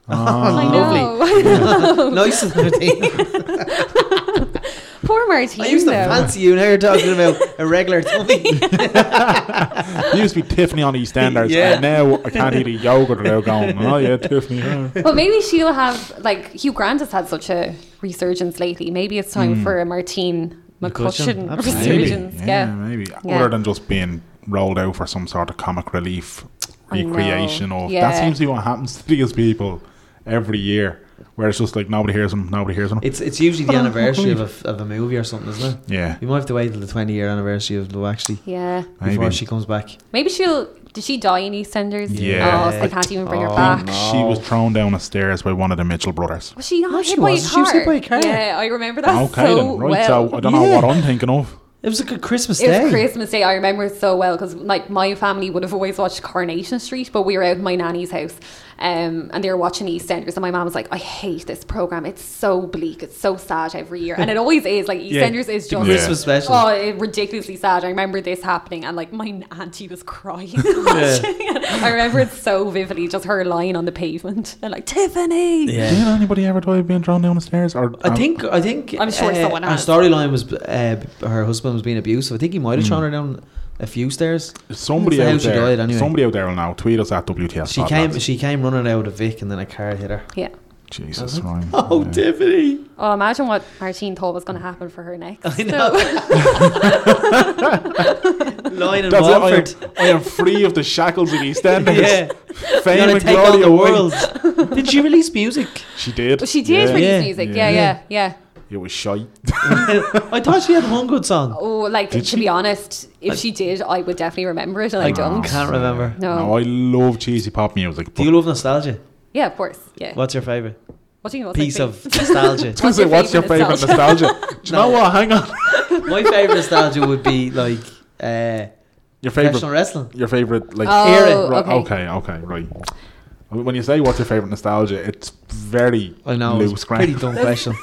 [SPEAKER 1] Yeah.
[SPEAKER 3] I
[SPEAKER 1] Ah,
[SPEAKER 3] know.
[SPEAKER 2] nice and everything.
[SPEAKER 3] Poor Martine
[SPEAKER 2] I used to
[SPEAKER 3] though.
[SPEAKER 2] fancy you. Now you're talking about a regular tummy.
[SPEAKER 1] it used to be Tiffany on EastEnders,
[SPEAKER 2] Yeah.
[SPEAKER 1] and now I can't eat a yogurt without going, oh yeah, Tiffany. yeah."
[SPEAKER 3] But maybe she'll have like Hugh Grant has had such a resurgence lately. Maybe it's time for a Martine
[SPEAKER 2] McCutcheon,
[SPEAKER 3] McCutcheon,
[SPEAKER 2] absolutely.
[SPEAKER 1] Maybe.
[SPEAKER 3] resurgence.
[SPEAKER 1] Yeah,
[SPEAKER 3] yeah.
[SPEAKER 1] maybe.
[SPEAKER 3] Yeah.
[SPEAKER 1] Other than just being rolled out for some sort of comic relief
[SPEAKER 3] I know.
[SPEAKER 1] recreation of that
[SPEAKER 3] Yeah.
[SPEAKER 1] seems to be what happens to these people every year, where it's just like nobody hears them, nobody hears them.
[SPEAKER 2] It's it's usually the
[SPEAKER 1] Well,
[SPEAKER 2] anniversary of a, f- of a movie or something, isn't it?
[SPEAKER 1] yeah,
[SPEAKER 2] You might have to wait till the 20 year anniversary of Love Actually
[SPEAKER 3] Yeah.
[SPEAKER 2] before
[SPEAKER 1] Maybe.
[SPEAKER 2] she comes back.
[SPEAKER 3] Maybe she'll. Did she die in EastEnders?
[SPEAKER 1] Yeah.
[SPEAKER 3] Oh, so they can't even bring
[SPEAKER 2] Oh,
[SPEAKER 3] her back.
[SPEAKER 2] no.
[SPEAKER 1] She was thrown down the stairs by one of the Mitchell brothers.
[SPEAKER 3] Was she not
[SPEAKER 2] No,
[SPEAKER 3] hit
[SPEAKER 2] she
[SPEAKER 3] by
[SPEAKER 2] was.
[SPEAKER 3] a
[SPEAKER 2] She
[SPEAKER 3] car?
[SPEAKER 2] was hit by a car.
[SPEAKER 3] Yeah, I remember that
[SPEAKER 1] Okay,
[SPEAKER 3] so
[SPEAKER 1] then, right?
[SPEAKER 3] well.
[SPEAKER 1] So I don't know
[SPEAKER 2] Yeah.
[SPEAKER 1] what I'm thinking of.
[SPEAKER 2] It was like a Christmas
[SPEAKER 3] it
[SPEAKER 2] day.
[SPEAKER 3] was Christmas Day. I remember it so well because, like, my family would have always watched Coronation Street, but we were out in my nanny's house, um, and they were watching EastEnders. And my mom was like, "I hate this program. It's so bleak. It's so sad every year, and it always is. Like EastEnders is
[SPEAKER 2] the
[SPEAKER 3] just
[SPEAKER 2] Christmas special.
[SPEAKER 3] Oh, it, ridiculously sad. I remember this happening, and like my auntie was crying. watching it. I remember it so vividly, just her lying on the pavement and like Tiffany.
[SPEAKER 1] Did anybody ever die being thrown down the stairs? Or
[SPEAKER 2] I
[SPEAKER 1] um,
[SPEAKER 2] think I think
[SPEAKER 3] I'm sure
[SPEAKER 2] uh,
[SPEAKER 3] someone
[SPEAKER 2] her
[SPEAKER 3] has.
[SPEAKER 2] storyline was uh, her husband was being abusive. I think he might
[SPEAKER 1] Hmm.
[SPEAKER 2] have thrown her down a few stairs.
[SPEAKER 1] somebody
[SPEAKER 2] That's how
[SPEAKER 1] out
[SPEAKER 2] she
[SPEAKER 1] there.
[SPEAKER 2] died anyway.
[SPEAKER 1] Somebody out there will know. Tweet us at WTS.
[SPEAKER 2] She came she came running out of Vic and then a car hit her.
[SPEAKER 3] Yeah.
[SPEAKER 1] Jesus, Ryan.
[SPEAKER 2] Oh,
[SPEAKER 1] Yeah.
[SPEAKER 2] Tiffany!
[SPEAKER 3] Oh, imagine what Martine thought was going to happen for her next.
[SPEAKER 2] I know. Lying in
[SPEAKER 1] That's it. I am,
[SPEAKER 2] Walford.
[SPEAKER 1] I am free of the shackles of EastEnders.
[SPEAKER 2] Yeah,
[SPEAKER 1] Fame
[SPEAKER 2] gonna
[SPEAKER 1] and
[SPEAKER 2] take on
[SPEAKER 1] glory
[SPEAKER 2] the
[SPEAKER 1] away.
[SPEAKER 2] world. Did she release music?
[SPEAKER 1] She did.
[SPEAKER 3] But she did
[SPEAKER 1] Yeah.
[SPEAKER 3] release
[SPEAKER 2] Yeah.
[SPEAKER 3] music.
[SPEAKER 1] Yeah.
[SPEAKER 3] Yeah, yeah, yeah.
[SPEAKER 1] It was shite.
[SPEAKER 2] I thought she had one good song.
[SPEAKER 3] Oh, like
[SPEAKER 1] Did
[SPEAKER 3] to
[SPEAKER 1] she?
[SPEAKER 3] be honest, if she did, I would definitely remember it, and I, don't.
[SPEAKER 2] can't remember.
[SPEAKER 3] No.
[SPEAKER 1] No, I love cheesy pop music.
[SPEAKER 2] Do
[SPEAKER 1] But
[SPEAKER 2] you love nostalgia?
[SPEAKER 3] Yeah, of course. Yeah.
[SPEAKER 2] What's your favourite
[SPEAKER 3] What do you know? what's my
[SPEAKER 2] piece of
[SPEAKER 3] favourite-
[SPEAKER 2] nostalgia?
[SPEAKER 1] what's, your what's your favourite nostalgia? Do you know
[SPEAKER 2] No.
[SPEAKER 1] what? Hang on.
[SPEAKER 2] My favourite nostalgia would be like uh,
[SPEAKER 1] Your favourite.
[SPEAKER 2] professional wrestling.
[SPEAKER 1] Your favourite, like.
[SPEAKER 3] Oh,
[SPEAKER 2] Hear it,
[SPEAKER 1] Right,
[SPEAKER 3] okay.
[SPEAKER 1] okay, okay, right. When you say what's your favorite nostalgia, it's very
[SPEAKER 2] I know.
[SPEAKER 1] loose
[SPEAKER 2] it's a
[SPEAKER 1] ground. Oh,
[SPEAKER 2] pretty dumb question.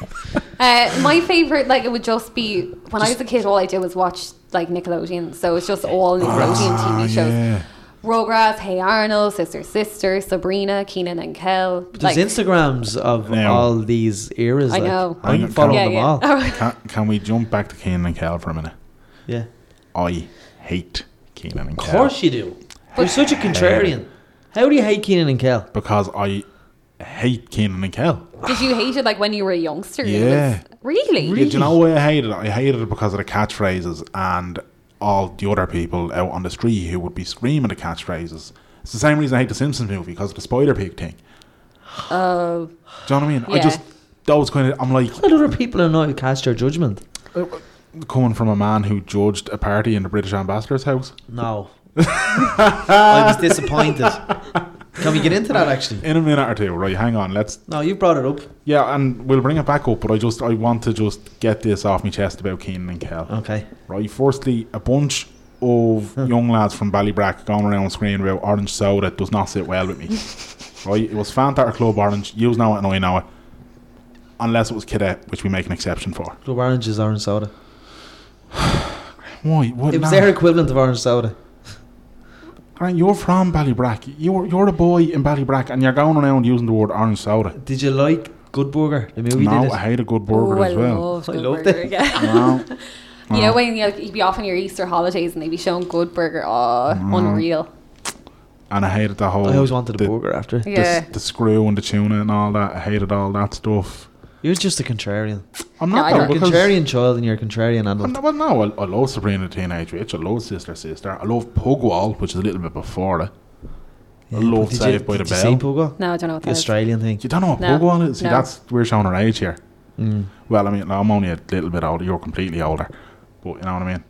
[SPEAKER 3] Uh, my favorite, like, it would just be when I was a kid. All I did was watch like Nickelodeon, so it's just all Nickelodeon
[SPEAKER 1] Ah,
[SPEAKER 3] TV shows.
[SPEAKER 1] yeah.
[SPEAKER 3] Rugrats, Hey Arnold, Sister Sister, Sabrina, Keenan and Kel.
[SPEAKER 2] There's Instagrams of
[SPEAKER 1] Now-
[SPEAKER 2] all these eras.
[SPEAKER 3] I
[SPEAKER 2] like,
[SPEAKER 3] know.
[SPEAKER 1] Hang
[SPEAKER 2] I'm
[SPEAKER 1] on,
[SPEAKER 2] following
[SPEAKER 1] yeah,
[SPEAKER 2] them all. Yeah.
[SPEAKER 1] Can, can we jump back to Keenan and Kel for a minute? I hate Keenan and
[SPEAKER 2] Of
[SPEAKER 1] Kel.
[SPEAKER 2] course you do.
[SPEAKER 3] But-
[SPEAKER 2] You're such a contrarian. How do you hate Keenan and Kel?
[SPEAKER 1] Because I hate Keenan and Kel.
[SPEAKER 3] Did you hate it like when you were a youngster? It
[SPEAKER 1] Yeah.
[SPEAKER 3] was- really?
[SPEAKER 1] Yeah, do you know why I hated it? I hated it because of the catchphrases and all the other people out on the street who would be screaming the catchphrases. It's the same reason I hate the Simpsons movie because of the Spider Pig thing.
[SPEAKER 3] Oh,
[SPEAKER 1] Do you know what I mean? I
[SPEAKER 3] Yeah.
[SPEAKER 1] just those kind of I'm like
[SPEAKER 2] Let other people know who cast your judgment.
[SPEAKER 1] coming from a man who judged a party in the British ambassador's house.
[SPEAKER 2] No. I was disappointed. Can we get into that actually?
[SPEAKER 1] In a minute or two, right? Hang on, let's
[SPEAKER 2] No, you brought it up.
[SPEAKER 1] yeah, and we'll bring it back up. But I just I want to just get this off my chest about Keenan and Kel.
[SPEAKER 2] Okay.
[SPEAKER 1] Right, firstly, a bunch of
[SPEAKER 2] Hmm.
[SPEAKER 1] young lads from Ballybrack going around screaming about orange soda does not sit well with me. right, it was Fanta or Club Orange. You know it and I know it. Unless it was Cadet, which we make an exception for.
[SPEAKER 2] Club Orange is orange soda.
[SPEAKER 1] Why? What?
[SPEAKER 2] It
[SPEAKER 1] now?
[SPEAKER 2] was their equivalent of orange soda.
[SPEAKER 1] Grant, you're from Ballybrack. You're you're a boy in Ballybrack, and you're going around using the word orange soda.
[SPEAKER 2] Did you like Good Burger? The movie
[SPEAKER 1] no,
[SPEAKER 2] did it.
[SPEAKER 1] I hate a good burger
[SPEAKER 3] Ooh,
[SPEAKER 1] as well. Ah.
[SPEAKER 2] I
[SPEAKER 3] loved Oh, Good
[SPEAKER 2] loved
[SPEAKER 3] Burger,
[SPEAKER 2] it.
[SPEAKER 3] yeah.
[SPEAKER 1] No,
[SPEAKER 3] You
[SPEAKER 1] no.
[SPEAKER 3] know when you'd, you'd be off on your Easter holidays and they'd be showing Good Burger, oh,
[SPEAKER 1] Mm.
[SPEAKER 3] unreal.
[SPEAKER 1] and I hated the whole.
[SPEAKER 2] I always wanted a
[SPEAKER 1] the,
[SPEAKER 2] burger after.
[SPEAKER 1] the,
[SPEAKER 3] Yeah.
[SPEAKER 1] the screw and the tuna and all that. I hated all that stuff.
[SPEAKER 2] You're just a contrarian.
[SPEAKER 1] I'm
[SPEAKER 3] No,
[SPEAKER 1] not
[SPEAKER 3] I
[SPEAKER 1] though,
[SPEAKER 2] You're a
[SPEAKER 3] don't-
[SPEAKER 1] because-
[SPEAKER 2] contrarian child and you're a contrarian
[SPEAKER 1] Well,
[SPEAKER 2] adult.
[SPEAKER 1] no, well, no, I, I love Sabrina the Teenage Witch. I love Sister Sister. I love Pugwall, which is a little bit before it. I
[SPEAKER 2] Yeah,
[SPEAKER 1] love
[SPEAKER 2] but did
[SPEAKER 1] Saved
[SPEAKER 2] you,
[SPEAKER 1] by the
[SPEAKER 2] did you
[SPEAKER 1] Bell.
[SPEAKER 2] see Pugwall?
[SPEAKER 3] No, I don't know what
[SPEAKER 2] The
[SPEAKER 3] that is.
[SPEAKER 2] Australian thing.
[SPEAKER 1] You don't know what
[SPEAKER 3] No,
[SPEAKER 1] Pugwall is? See,
[SPEAKER 3] no.
[SPEAKER 1] that's we're showing our age here.
[SPEAKER 2] Mm.
[SPEAKER 1] Well, I mean, I'm only a little bit older. You're completely older, but you know what I mean.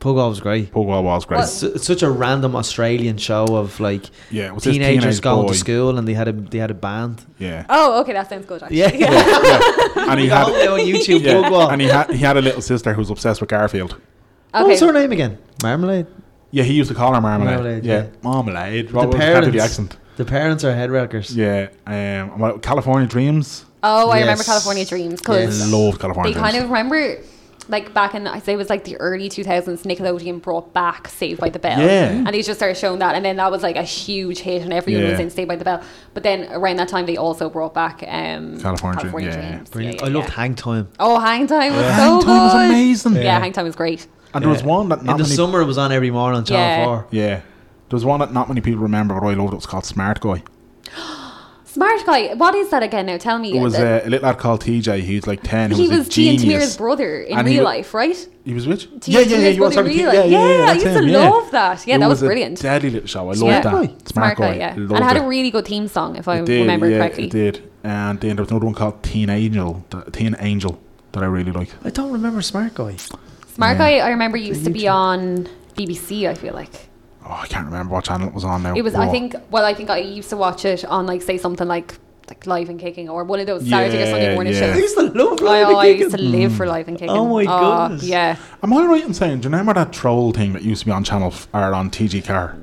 [SPEAKER 2] Pugwall was great.
[SPEAKER 1] Pugwall was great.
[SPEAKER 3] Well-
[SPEAKER 2] It's, su- it's such a random Australian show of like
[SPEAKER 1] yeah, it was
[SPEAKER 2] teenagers
[SPEAKER 1] this teenage
[SPEAKER 2] going
[SPEAKER 1] boy.
[SPEAKER 2] to school and they had a they had a band.
[SPEAKER 1] Yeah,
[SPEAKER 3] Oh, okay, that sounds good actually.
[SPEAKER 2] Yeah,
[SPEAKER 1] yeah. and he
[SPEAKER 2] all
[SPEAKER 1] had.
[SPEAKER 2] the way on YouTube.
[SPEAKER 1] Yeah,
[SPEAKER 2] Pugwall.
[SPEAKER 1] and he had he had a little sister who was obsessed with Garfield.
[SPEAKER 3] Okay.
[SPEAKER 2] What was her name again? Marmalade.
[SPEAKER 1] Yeah, he used to call her marmalade.
[SPEAKER 2] Marmalade,
[SPEAKER 1] yeah.
[SPEAKER 2] yeah.
[SPEAKER 1] marmalade.
[SPEAKER 2] the
[SPEAKER 1] What was can't do the
[SPEAKER 2] parents.
[SPEAKER 1] accent?
[SPEAKER 2] The parents are head wreckers.
[SPEAKER 1] Yeah, um, well, California Dreams.
[SPEAKER 3] Oh, I remember
[SPEAKER 2] Yes.
[SPEAKER 3] California Dreams because
[SPEAKER 2] Yes.
[SPEAKER 1] Loved California
[SPEAKER 3] they
[SPEAKER 1] Dreams.
[SPEAKER 3] kind of remember, like back in I say it was like the early 2000s, Nickelodeon brought back Saved by the Bell,
[SPEAKER 1] Yeah.
[SPEAKER 3] and they just started showing that, and then that was like a huge hit, and everyone
[SPEAKER 1] Yeah.
[SPEAKER 3] was in Saved by the Bell. But then around that time, they also brought back um,
[SPEAKER 1] California Dream- yeah, yeah.
[SPEAKER 2] Brilliant.
[SPEAKER 3] Yeah,
[SPEAKER 2] I
[SPEAKER 3] yeah,
[SPEAKER 2] loved
[SPEAKER 3] yeah.
[SPEAKER 2] Hang Time.
[SPEAKER 3] Oh, Hang Time was
[SPEAKER 1] Yeah.
[SPEAKER 3] so
[SPEAKER 1] Hang
[SPEAKER 3] good.
[SPEAKER 1] Time was amazing.
[SPEAKER 3] Yeah.
[SPEAKER 2] Yeah.
[SPEAKER 3] Hang Time was great.
[SPEAKER 1] And there was
[SPEAKER 2] Yeah.
[SPEAKER 1] one that
[SPEAKER 2] In
[SPEAKER 1] not
[SPEAKER 2] the
[SPEAKER 1] many
[SPEAKER 2] summer, it was on every morning on Channel
[SPEAKER 3] Yeah.
[SPEAKER 2] Four.
[SPEAKER 1] Yeah. There's one that not many people remember, but I loved it. It was called Smart Guy.
[SPEAKER 3] Smart guy, what is that again? Now tell me.
[SPEAKER 1] It was
[SPEAKER 3] The-
[SPEAKER 1] uh, a little lad called TJ. He was like 10. He,
[SPEAKER 3] he
[SPEAKER 1] was,
[SPEAKER 3] was
[SPEAKER 1] a
[SPEAKER 3] Gian
[SPEAKER 1] genius.
[SPEAKER 3] Tamir's brother in
[SPEAKER 1] And he
[SPEAKER 3] real
[SPEAKER 1] wa-
[SPEAKER 3] life, right?
[SPEAKER 1] He was which?
[SPEAKER 3] Gian Tamir's
[SPEAKER 1] you were
[SPEAKER 3] brother
[SPEAKER 1] sorry,
[SPEAKER 3] in
[SPEAKER 1] T-
[SPEAKER 3] real life. Yeah, I
[SPEAKER 1] that's
[SPEAKER 3] used to
[SPEAKER 1] him, yeah.
[SPEAKER 3] love that. Yeah,
[SPEAKER 1] It
[SPEAKER 3] that was
[SPEAKER 1] a
[SPEAKER 3] brilliant.
[SPEAKER 1] Deadly little show. I loved
[SPEAKER 3] Smart
[SPEAKER 1] that.
[SPEAKER 2] Guy.
[SPEAKER 1] Smart, Guy.
[SPEAKER 3] yeah. And
[SPEAKER 1] Loved
[SPEAKER 3] it had
[SPEAKER 1] it.
[SPEAKER 3] a really good theme song, if I
[SPEAKER 1] It did,
[SPEAKER 3] remember
[SPEAKER 1] yeah,
[SPEAKER 3] correctly.
[SPEAKER 1] It did. And then there was another one called Teen Angel. th- Teen Angel that I really liked.
[SPEAKER 2] I don't remember Smart Guy.
[SPEAKER 3] Smart
[SPEAKER 1] Yeah.
[SPEAKER 3] Guy, I remember used to be on BBC. I feel like
[SPEAKER 1] Oh, I can't remember what channel it was on now.
[SPEAKER 3] it was.
[SPEAKER 1] Oh.
[SPEAKER 3] I think. Well, I think I used to watch it on like say something like like Live and Kicking or one of those Saturday or Sunday
[SPEAKER 1] Yeah,
[SPEAKER 3] morning
[SPEAKER 1] yeah.
[SPEAKER 2] I
[SPEAKER 3] shows.
[SPEAKER 2] used to love
[SPEAKER 3] I,
[SPEAKER 2] Lion
[SPEAKER 3] oh, I
[SPEAKER 2] King.
[SPEAKER 3] used to
[SPEAKER 1] Mm.
[SPEAKER 3] live for Live and Kicking.
[SPEAKER 2] Oh my goodness.
[SPEAKER 3] Yeah.
[SPEAKER 1] Am I right in saying, do you remember that troll thing that used to be on Channel f- or on TG Car?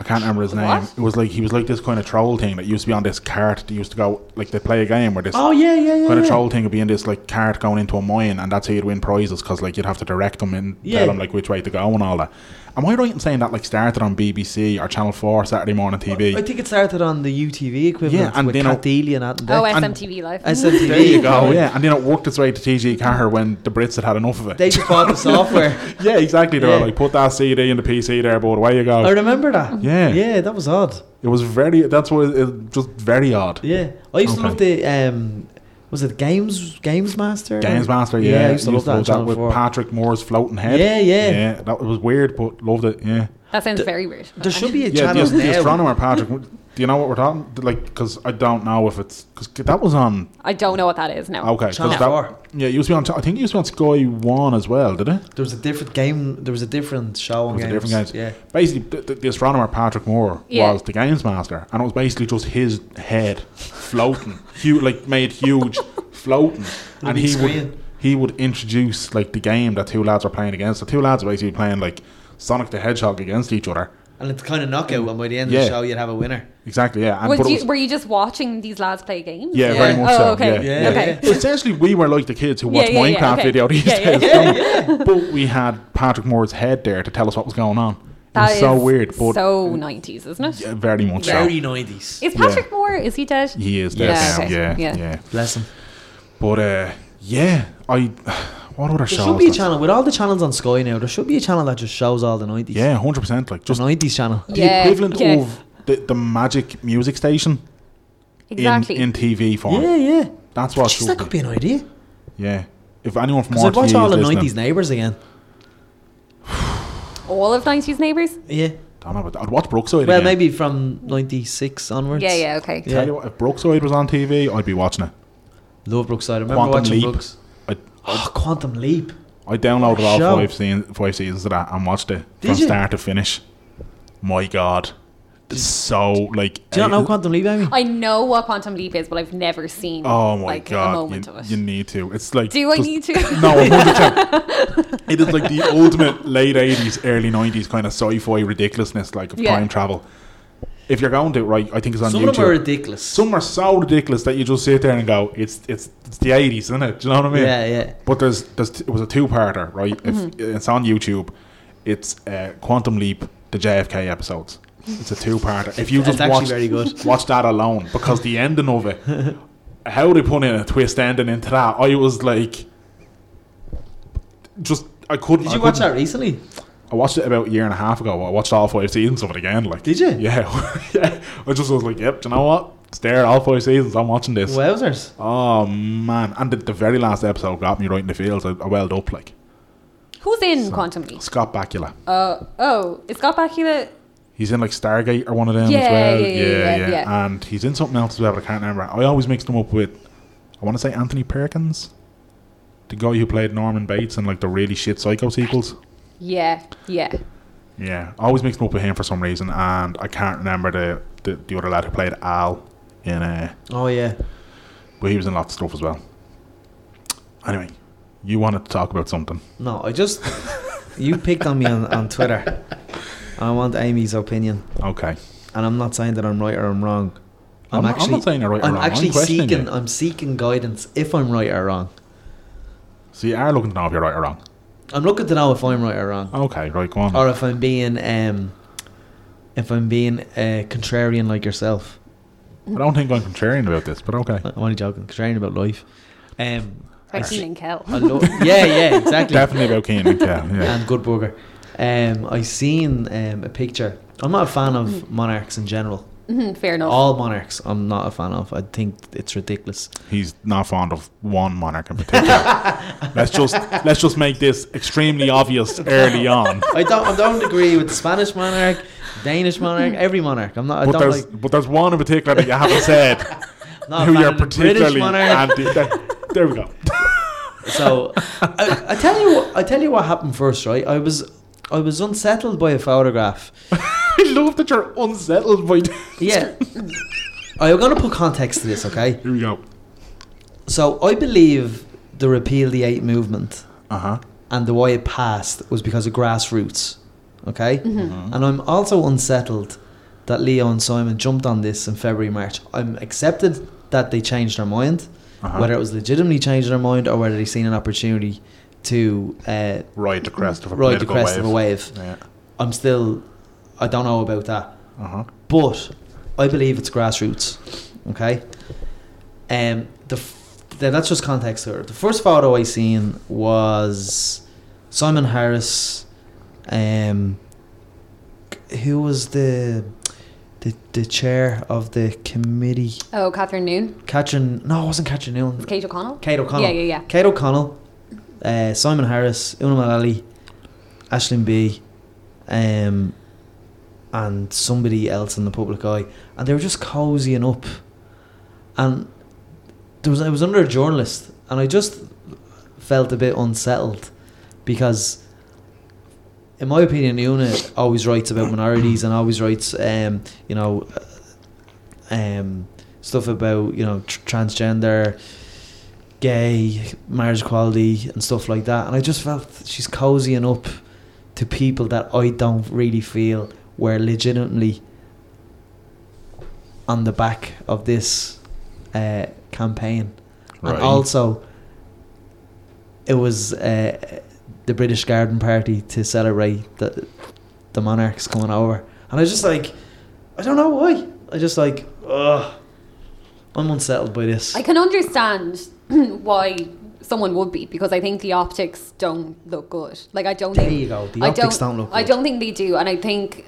[SPEAKER 1] I can't remember his name.
[SPEAKER 3] What?
[SPEAKER 1] It was like he was like this kind of troll thing that used to be on this cart that used to go like they play a game where this
[SPEAKER 2] Oh yeah, yeah, yeah.
[SPEAKER 1] kind of
[SPEAKER 2] yeah.
[SPEAKER 1] troll thing would be in this like cart going into a mine, and that's how you'd win prizes because like you'd have to direct them and
[SPEAKER 2] Yeah.
[SPEAKER 1] tell them like which way to go and all that. Am I right in saying that like started on BBC or Channel Four Saturday morning TV?
[SPEAKER 2] I think it started on the UTV equivalent
[SPEAKER 1] and
[SPEAKER 2] with
[SPEAKER 1] then
[SPEAKER 2] Cat
[SPEAKER 1] I-
[SPEAKER 2] Deely and Adam
[SPEAKER 3] Oh,
[SPEAKER 2] Deck.
[SPEAKER 3] SMTV Live. Mm.
[SPEAKER 2] SMTV.
[SPEAKER 1] there you go, yeah. And then it worked its way to TG Car when the Brits had had enough of it.
[SPEAKER 2] They just bought the software.
[SPEAKER 1] yeah, exactly. They
[SPEAKER 2] Yeah. Oh,
[SPEAKER 1] were like, put that CD in the PC there, but away you go.
[SPEAKER 2] I remember that.
[SPEAKER 1] Yeah.
[SPEAKER 2] Yeah, that was odd.
[SPEAKER 1] It was very. That's what it just very odd.
[SPEAKER 2] Yeah, I used to
[SPEAKER 1] Okay.
[SPEAKER 2] love the um, was it Games Games Master?
[SPEAKER 1] Games Master, yeah,
[SPEAKER 2] yeah, I used to love that, on Channel
[SPEAKER 1] with
[SPEAKER 2] 4.
[SPEAKER 1] Patrick Moore's floating head.
[SPEAKER 2] Yeah, yeah.
[SPEAKER 1] yeah. That was weird, but loved it. Yeah,
[SPEAKER 3] That sounds very weird.
[SPEAKER 2] There should be a
[SPEAKER 1] yeah. The,
[SPEAKER 2] channel
[SPEAKER 1] the
[SPEAKER 2] now.
[SPEAKER 1] astronomer Patrick. Do you know what we're talking? Like, because I don't know if it's because that was on.
[SPEAKER 3] I don't know what that is now.
[SPEAKER 1] Okay, 'cause
[SPEAKER 2] Oh, Channel
[SPEAKER 1] that-
[SPEAKER 2] Four.
[SPEAKER 1] Yeah, it used to be on. I think it used to be on Sky One as well, did it?
[SPEAKER 2] There was a different game. There was a different show
[SPEAKER 1] It
[SPEAKER 2] on
[SPEAKER 1] was a
[SPEAKER 2] games.
[SPEAKER 1] different games.
[SPEAKER 2] Yeah,
[SPEAKER 1] Basically, the, the, the astronomer Patrick Moore
[SPEAKER 3] Yeah.
[SPEAKER 1] was the games master, and it was basically just his head floating, huge, like made huge, floating, and
[SPEAKER 2] big
[SPEAKER 1] he
[SPEAKER 2] screen.
[SPEAKER 1] would he would introduce like the game that two lads are playing against. The two lads are basically playing like Sonic the Hedgehog against each other,
[SPEAKER 2] and it's kind of knockout. And by the end of
[SPEAKER 1] Yeah.
[SPEAKER 2] the show, you'd have a winner.
[SPEAKER 1] Exactly, yeah. And,
[SPEAKER 3] Was
[SPEAKER 1] but it
[SPEAKER 3] you,
[SPEAKER 1] was-
[SPEAKER 3] were you just watching these lads play games?
[SPEAKER 1] yeah, very
[SPEAKER 2] Yeah.
[SPEAKER 1] much
[SPEAKER 3] Oh,
[SPEAKER 1] so.
[SPEAKER 3] okay.
[SPEAKER 1] Yeah,
[SPEAKER 2] Yeah,
[SPEAKER 1] yeah.
[SPEAKER 3] okay.
[SPEAKER 1] Well, essentially, we were like the kids who
[SPEAKER 3] Yeah,
[SPEAKER 1] watch
[SPEAKER 3] yeah,
[SPEAKER 1] Minecraft
[SPEAKER 3] yeah, okay.
[SPEAKER 1] video these
[SPEAKER 3] Yeah, yeah,
[SPEAKER 1] days.
[SPEAKER 2] yeah.
[SPEAKER 1] you know? But we had Patrick Moore's head there to tell us what was going on. It
[SPEAKER 3] That
[SPEAKER 1] was
[SPEAKER 3] is
[SPEAKER 1] so weird, but
[SPEAKER 3] so nineties, isn't it?
[SPEAKER 1] yeah, very much
[SPEAKER 2] Very
[SPEAKER 1] so.
[SPEAKER 2] nineties.
[SPEAKER 3] Is Patrick Moore? Is he dead?
[SPEAKER 1] He is there
[SPEAKER 3] Yeah,
[SPEAKER 1] now.
[SPEAKER 3] okay.
[SPEAKER 1] Yeah, yeah,
[SPEAKER 3] Yeah.
[SPEAKER 2] Bless him.
[SPEAKER 1] But uh, yeah, I. What other
[SPEAKER 2] There
[SPEAKER 1] shows?
[SPEAKER 2] should be a
[SPEAKER 1] like-
[SPEAKER 2] channel with all the channels on Sky now. There should be a channel that just shows all the nineties.
[SPEAKER 1] Yeah, hundred percent. Like
[SPEAKER 2] just
[SPEAKER 1] just
[SPEAKER 2] nineties channel.
[SPEAKER 1] the
[SPEAKER 3] Yeah,
[SPEAKER 1] equivalent
[SPEAKER 3] yeah.
[SPEAKER 1] of the, the magic music station
[SPEAKER 3] Exactly.
[SPEAKER 1] in, in TV form.
[SPEAKER 2] Yeah, yeah.
[SPEAKER 1] That's what. it
[SPEAKER 2] Jeez,
[SPEAKER 1] should
[SPEAKER 2] that
[SPEAKER 1] be.
[SPEAKER 2] could be an idea.
[SPEAKER 1] Yeah. If anyone from
[SPEAKER 2] Because I'd
[SPEAKER 1] RTE
[SPEAKER 2] watch all
[SPEAKER 1] is
[SPEAKER 2] the
[SPEAKER 1] listening,
[SPEAKER 2] nineties neighbours again.
[SPEAKER 3] All of nineties neighbours.
[SPEAKER 2] Yeah.
[SPEAKER 1] don't know, about that. I'd watch Brookside.
[SPEAKER 2] Well,
[SPEAKER 1] again.
[SPEAKER 2] maybe from ninety six onwards.
[SPEAKER 3] Yeah, yeah, okay.
[SPEAKER 2] Yeah.
[SPEAKER 1] Tell you what, if Brookside was on TV, I'd be watching it.
[SPEAKER 2] Love Brookside. I remember
[SPEAKER 1] Quantum
[SPEAKER 2] watching
[SPEAKER 1] Leap.
[SPEAKER 2] Brooks.
[SPEAKER 1] I,
[SPEAKER 2] Oh, Quantum Leap.
[SPEAKER 1] I downloaded all
[SPEAKER 2] Show.
[SPEAKER 1] five, season, five seasons of that and watched it
[SPEAKER 2] Did
[SPEAKER 1] from
[SPEAKER 2] you?
[SPEAKER 1] start to finish. My God, it's so like.
[SPEAKER 2] Do you not
[SPEAKER 1] eh,
[SPEAKER 2] know Quantum Leap, Amy?
[SPEAKER 3] I know what quantum leap is, but I've never seen.
[SPEAKER 1] Oh my
[SPEAKER 3] like,
[SPEAKER 1] God,
[SPEAKER 3] a moment
[SPEAKER 1] you,
[SPEAKER 3] of it.
[SPEAKER 1] you need to. It's like.
[SPEAKER 3] Do I
[SPEAKER 1] just-
[SPEAKER 3] need to?
[SPEAKER 1] No, 100%. it is like the ultimate late 80s, early 90s kind of sci fi ridiculousness, like of
[SPEAKER 3] Yeah.
[SPEAKER 1] time travel. If you're going to, right, I think it's on
[SPEAKER 2] Some
[SPEAKER 1] YouTube.
[SPEAKER 2] of them are ridiculous.
[SPEAKER 1] Some are so ridiculous that you just sit there and go, "It's it's it's the eighties, isn't it?" Do you know what I mean?
[SPEAKER 2] Yeah, yeah. Mm-hmm.
[SPEAKER 1] But there's there's it was a two-parter, right? If it's on YouTube, it's uh, Quantum Leap, the JFK episodes. It's a two-parter. If you
[SPEAKER 2] It's
[SPEAKER 1] just
[SPEAKER 2] actually
[SPEAKER 1] watch
[SPEAKER 2] very good.
[SPEAKER 1] watch that alone, because the ending of it, how they put in a twist ending into that, I was like, just I couldn't.
[SPEAKER 2] Did
[SPEAKER 1] I
[SPEAKER 2] you watch
[SPEAKER 1] couldn't-
[SPEAKER 2] that recently?
[SPEAKER 1] I watched it about a year and a half ago. I watched all five seasons of it again. Like,
[SPEAKER 2] Did you?
[SPEAKER 1] Yeah, yeah. I just was like, yep. Do you know what? It's there. All five seasons. I'm watching this.
[SPEAKER 2] Wowzers.
[SPEAKER 1] oh man! And the, the very last episode got me right in the feels. I, I welled up like
[SPEAKER 3] Who's in quantum leap?
[SPEAKER 1] Scott Bakula.
[SPEAKER 3] Uh, oh, it's got Bakula.
[SPEAKER 1] He's in like Stargate or one of them as
[SPEAKER 3] Yeah,
[SPEAKER 1] well.
[SPEAKER 3] yeah, yeah, yeah, yeah.
[SPEAKER 1] And he's in something else as well. But I can't remember. I always mix them up with. I want to say Anthony Perkins, the guy who played Norman Bates in like the really shit Psycho sequels.
[SPEAKER 3] Yeah, yeah.
[SPEAKER 1] Yeah, I always mixed them up with him for some reason, and I can't remember the the, the other lad who played Al in uh,
[SPEAKER 2] Oh yeah.
[SPEAKER 1] but he was in lots of stuff as well. Anyway, you wanted to talk about something.
[SPEAKER 2] No, I just you picked on me on, on Twitter. I want Amy's opinion,
[SPEAKER 1] Okay.
[SPEAKER 2] and I'm not saying that I'm right or I'm wrong.
[SPEAKER 1] I'm
[SPEAKER 2] I'm,
[SPEAKER 1] not- I'm
[SPEAKER 2] actually
[SPEAKER 1] not saying you're right or
[SPEAKER 2] I'm
[SPEAKER 1] wrong, I'm
[SPEAKER 2] actually
[SPEAKER 1] questioning
[SPEAKER 2] seeking
[SPEAKER 1] you.
[SPEAKER 2] I'm seeking guidance if I'm right or wrong.
[SPEAKER 1] So you are looking to know if you're right or wrong.
[SPEAKER 2] I'm looking to know if I'm right or wrong,
[SPEAKER 1] Okay, right, go on.
[SPEAKER 2] or if I'm being um, if I'm being uh, contrarian like yourself.
[SPEAKER 1] I don't think I'm contrarian about this, but okay.
[SPEAKER 2] I'm only joking. Contrarian about life. Um, I
[SPEAKER 3] Right,
[SPEAKER 2] see-
[SPEAKER 3] Keenan and Kel.
[SPEAKER 2] I lo- yeah, yeah, exactly.
[SPEAKER 1] Definitely about Keenan. Yeah, yeah.
[SPEAKER 2] and Good Burger. Um, I seen um, a picture. I'm not a fan of monarchs in general.
[SPEAKER 3] Mhm, Fair enough.
[SPEAKER 2] All monarchs, I'm not a fan of. I think it's ridiculous.
[SPEAKER 1] He's not fond of one monarch in particular. let's just let's just make this extremely obvious early on.
[SPEAKER 2] I don't. I don't agree with the Spanish monarch, Danish monarch, every monarch. I'm not. I
[SPEAKER 1] But
[SPEAKER 2] don't
[SPEAKER 1] there's
[SPEAKER 2] like.
[SPEAKER 1] but there's one in particular that you haven't said.
[SPEAKER 2] Not a
[SPEAKER 1] who
[SPEAKER 2] fan
[SPEAKER 1] you're
[SPEAKER 2] of the British
[SPEAKER 1] particularly
[SPEAKER 2] monarch.
[SPEAKER 1] anti. That- there we go.
[SPEAKER 2] So I, I tell you. What, I tell you what happened first, right? I was. I was unsettled by a photograph.
[SPEAKER 1] I love that you're unsettled by.
[SPEAKER 2] Yeah. I'm gonna put context to this, okay?
[SPEAKER 1] Here we go.
[SPEAKER 2] So I believe the repeal the eight movement
[SPEAKER 1] Uh huh.
[SPEAKER 2] and the way it passed was because of grassroots. Okay? And I'm also unsettled that Leo and Simon jumped on this in February, March. I'm accepted that they changed their mind,
[SPEAKER 1] Uh-huh.
[SPEAKER 2] whether it was legitimately changing their mind or whether they seen an opportunity to uh,
[SPEAKER 1] Ride the crest of a
[SPEAKER 2] ride the
[SPEAKER 1] political
[SPEAKER 2] crest
[SPEAKER 1] wave.
[SPEAKER 2] of a wave.
[SPEAKER 1] Yeah.
[SPEAKER 2] I'm still, I don't know about that.
[SPEAKER 1] Uh huh.
[SPEAKER 2] But I believe it's grassroots. Okay. Um, the f- th- that's just context here. The first photo I seen was Simon Harris. Um, who was the the the chair of the committee?
[SPEAKER 3] oh, Catherine Noon,
[SPEAKER 2] Catherine? No, it wasn't Catherine Noon.
[SPEAKER 3] Kate O'Connell.
[SPEAKER 2] Kate O'Connell.
[SPEAKER 3] Yeah, yeah, yeah.
[SPEAKER 2] Kate O'Connell, uh, Simon Harris, Una Malali, Ashlyn B, um, and somebody else in the public eye, and they were just cozying up. And there was I was under a journalist, and I just felt a bit unsettled because. In my opinion, Una always writes about minorities and always writes, um, you know, uh, um, stuff about you know tr- transgender, gay, marriage equality, and stuff like that. And I just felt she's cozying up to people that I don't really feel were legitimately on the back of this uh, campaign.
[SPEAKER 1] Right.
[SPEAKER 2] And also, it was uh, the British Garden Party to celebrate the, the monarchs coming over. And I was just like, I don't know why. I just like, ugh, I'm unsettled by this.
[SPEAKER 3] I can understand why someone would be because I think the optics don't look good. Like I don't
[SPEAKER 2] there
[SPEAKER 3] think
[SPEAKER 2] you go. The
[SPEAKER 3] I
[SPEAKER 2] optics don't, look
[SPEAKER 3] I
[SPEAKER 2] good.
[SPEAKER 3] don't think they do, and I think,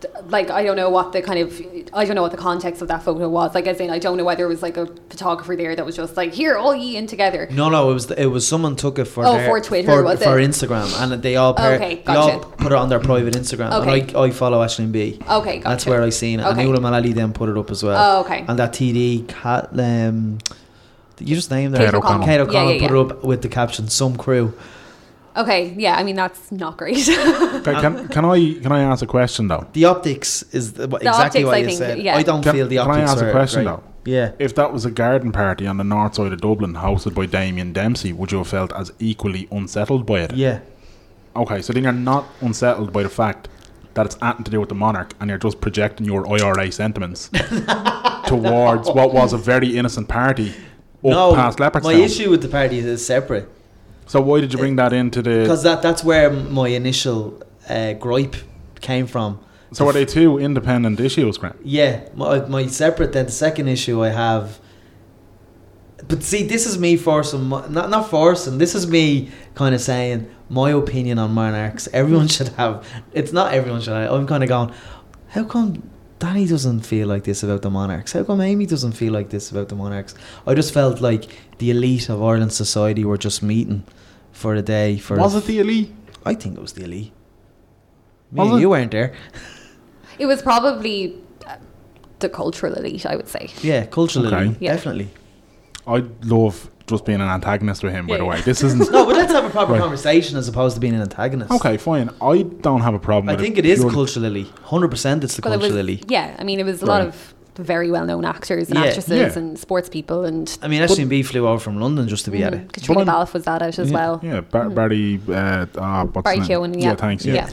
[SPEAKER 3] th- like, I don't know what the kind of, I don't know what the context of that photo was. Like, as in, I don't know whether it was like a photographer there that was just like, here, all ye in together.
[SPEAKER 2] No, no, it was it was someone took it for
[SPEAKER 3] Oh,
[SPEAKER 2] their-
[SPEAKER 3] for Twitter,
[SPEAKER 2] for,
[SPEAKER 3] was
[SPEAKER 2] for
[SPEAKER 3] it?
[SPEAKER 2] Instagram, and they all pair,
[SPEAKER 3] Okay,
[SPEAKER 2] they all
[SPEAKER 3] gotcha.
[SPEAKER 2] put it on their private Instagram. And
[SPEAKER 3] Okay.
[SPEAKER 2] I, I follow Ashling B.
[SPEAKER 3] Okay, gotcha.
[SPEAKER 2] That's where I seen it.
[SPEAKER 3] Okay.
[SPEAKER 2] And Eula Malali then put it up as well.
[SPEAKER 3] Oh, okay.
[SPEAKER 2] And that TD cat um, you just named
[SPEAKER 1] Kate
[SPEAKER 2] her
[SPEAKER 1] O'Connell.
[SPEAKER 2] Kate
[SPEAKER 3] Yeah,
[SPEAKER 2] O'Connell
[SPEAKER 3] yeah,
[SPEAKER 2] put
[SPEAKER 3] yeah.
[SPEAKER 2] it up with the caption "Some crew."
[SPEAKER 3] Okay, yeah, I mean, that's not great.
[SPEAKER 1] Can, can, can I can I ask a question though?
[SPEAKER 2] The optics is the, what- exactly
[SPEAKER 3] optics,
[SPEAKER 2] what
[SPEAKER 3] I
[SPEAKER 2] you
[SPEAKER 3] think,
[SPEAKER 2] said.
[SPEAKER 3] yeah.
[SPEAKER 2] I don't
[SPEAKER 1] Can,
[SPEAKER 2] feel the
[SPEAKER 1] can
[SPEAKER 2] optics.
[SPEAKER 1] I ask
[SPEAKER 2] were
[SPEAKER 1] a question
[SPEAKER 2] great.
[SPEAKER 1] though?
[SPEAKER 2] Yeah.
[SPEAKER 1] If that was a garden party on the north side of Dublin hosted by Damien Dempsey, would you have felt as equally unsettled by it?
[SPEAKER 2] Yeah.
[SPEAKER 1] Okay, so then you're not unsettled by the fact that it's nothing to do with the monarch and you're just projecting your IRA sentiments towards what was a very innocent party up
[SPEAKER 2] No,
[SPEAKER 1] past
[SPEAKER 2] my
[SPEAKER 1] Leopardstown.
[SPEAKER 2] issue with the party is it's separate.
[SPEAKER 1] So why did you bring that into
[SPEAKER 2] because
[SPEAKER 1] the...
[SPEAKER 2] that that's where my initial uh, gripe came from.
[SPEAKER 1] So are they two independent issues, Grant?
[SPEAKER 2] Yeah, my, my separate then the second issue I have. But see, this is me forcing, my, not not forcing. This is me kind of saying my opinion on monarchs. Everyone should have. It's not everyone should. Have, I'm kind of going. How come Danny doesn't feel like this about the monarchs? How come Amy doesn't feel like this about the monarchs? I just felt like the elite of Ireland society were just meeting for a day. For
[SPEAKER 1] Was it the elite?
[SPEAKER 2] I think it was the elite. Me
[SPEAKER 1] Was
[SPEAKER 2] and
[SPEAKER 1] it?
[SPEAKER 2] you weren't there.
[SPEAKER 3] it was probably uh, the cultural elite, I would say.
[SPEAKER 2] Yeah, culturally,
[SPEAKER 1] Okay.
[SPEAKER 3] Yeah.
[SPEAKER 2] definitely.
[SPEAKER 1] I love just being an antagonist with him, by
[SPEAKER 3] Yeah,
[SPEAKER 1] the way.
[SPEAKER 3] yeah.
[SPEAKER 1] This isn't...
[SPEAKER 2] No, but let's have a proper
[SPEAKER 1] Right.
[SPEAKER 2] conversation as opposed to being an antagonist.
[SPEAKER 1] Okay, fine. I don't have a problem
[SPEAKER 2] I
[SPEAKER 1] with
[SPEAKER 2] think it is
[SPEAKER 1] purely-
[SPEAKER 2] culturally. 100% it's the
[SPEAKER 3] But it
[SPEAKER 2] culturally.
[SPEAKER 3] was, yeah, I mean, it was a lot
[SPEAKER 1] Right.
[SPEAKER 3] of very well known actors and
[SPEAKER 2] Yeah.
[SPEAKER 3] actresses
[SPEAKER 1] Yeah.
[SPEAKER 3] and sports people, and
[SPEAKER 2] I mean, Ashton B flew over from London just to be at
[SPEAKER 3] mm,
[SPEAKER 2] it.
[SPEAKER 3] Katrina
[SPEAKER 1] But I'm-
[SPEAKER 3] Balfe was that out as
[SPEAKER 1] yeah,
[SPEAKER 3] well.
[SPEAKER 1] Yeah, Bar- Barry... Uh, ah, what's
[SPEAKER 3] Barry
[SPEAKER 1] his name?
[SPEAKER 3] Keoghan, yeah.
[SPEAKER 1] thanks.
[SPEAKER 3] Yeah.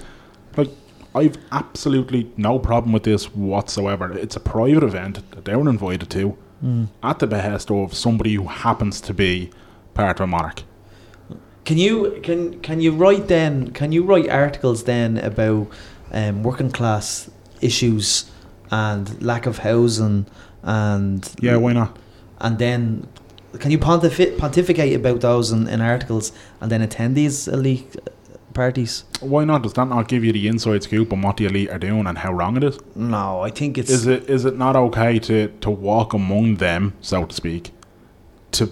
[SPEAKER 1] Like, I've absolutely no problem with this whatsoever. It's a private event that they were invited to at the behest of somebody who happens to be part of a monarch.
[SPEAKER 2] Can you can can you write then? Can you write articles then about um, working class issues and lack of housing and
[SPEAKER 1] Yeah, why not?
[SPEAKER 2] and then can you pontifi- pontificate about those in, in articles and then attend these elite uh, parties?
[SPEAKER 1] Why not? Does that not give you the inside scoop on what the elite are doing and how wrong it is?
[SPEAKER 2] No, I think it's
[SPEAKER 1] Is it is it not okay to, to walk among them, so to speak, to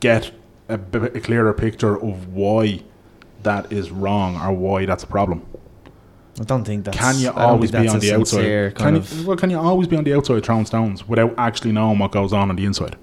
[SPEAKER 1] get a, b- a clearer picture of why that is wrong or why that's a problem?
[SPEAKER 2] I don't think that's.
[SPEAKER 1] can you
[SPEAKER 2] I don't
[SPEAKER 1] always
[SPEAKER 2] think
[SPEAKER 1] be
[SPEAKER 2] that's
[SPEAKER 1] on
[SPEAKER 2] a
[SPEAKER 1] the
[SPEAKER 2] sincere
[SPEAKER 1] outside?
[SPEAKER 2] Kind
[SPEAKER 1] Can
[SPEAKER 2] of,
[SPEAKER 1] you, well, can you always be on the outside throwing stones without actually knowing what goes on on the inside?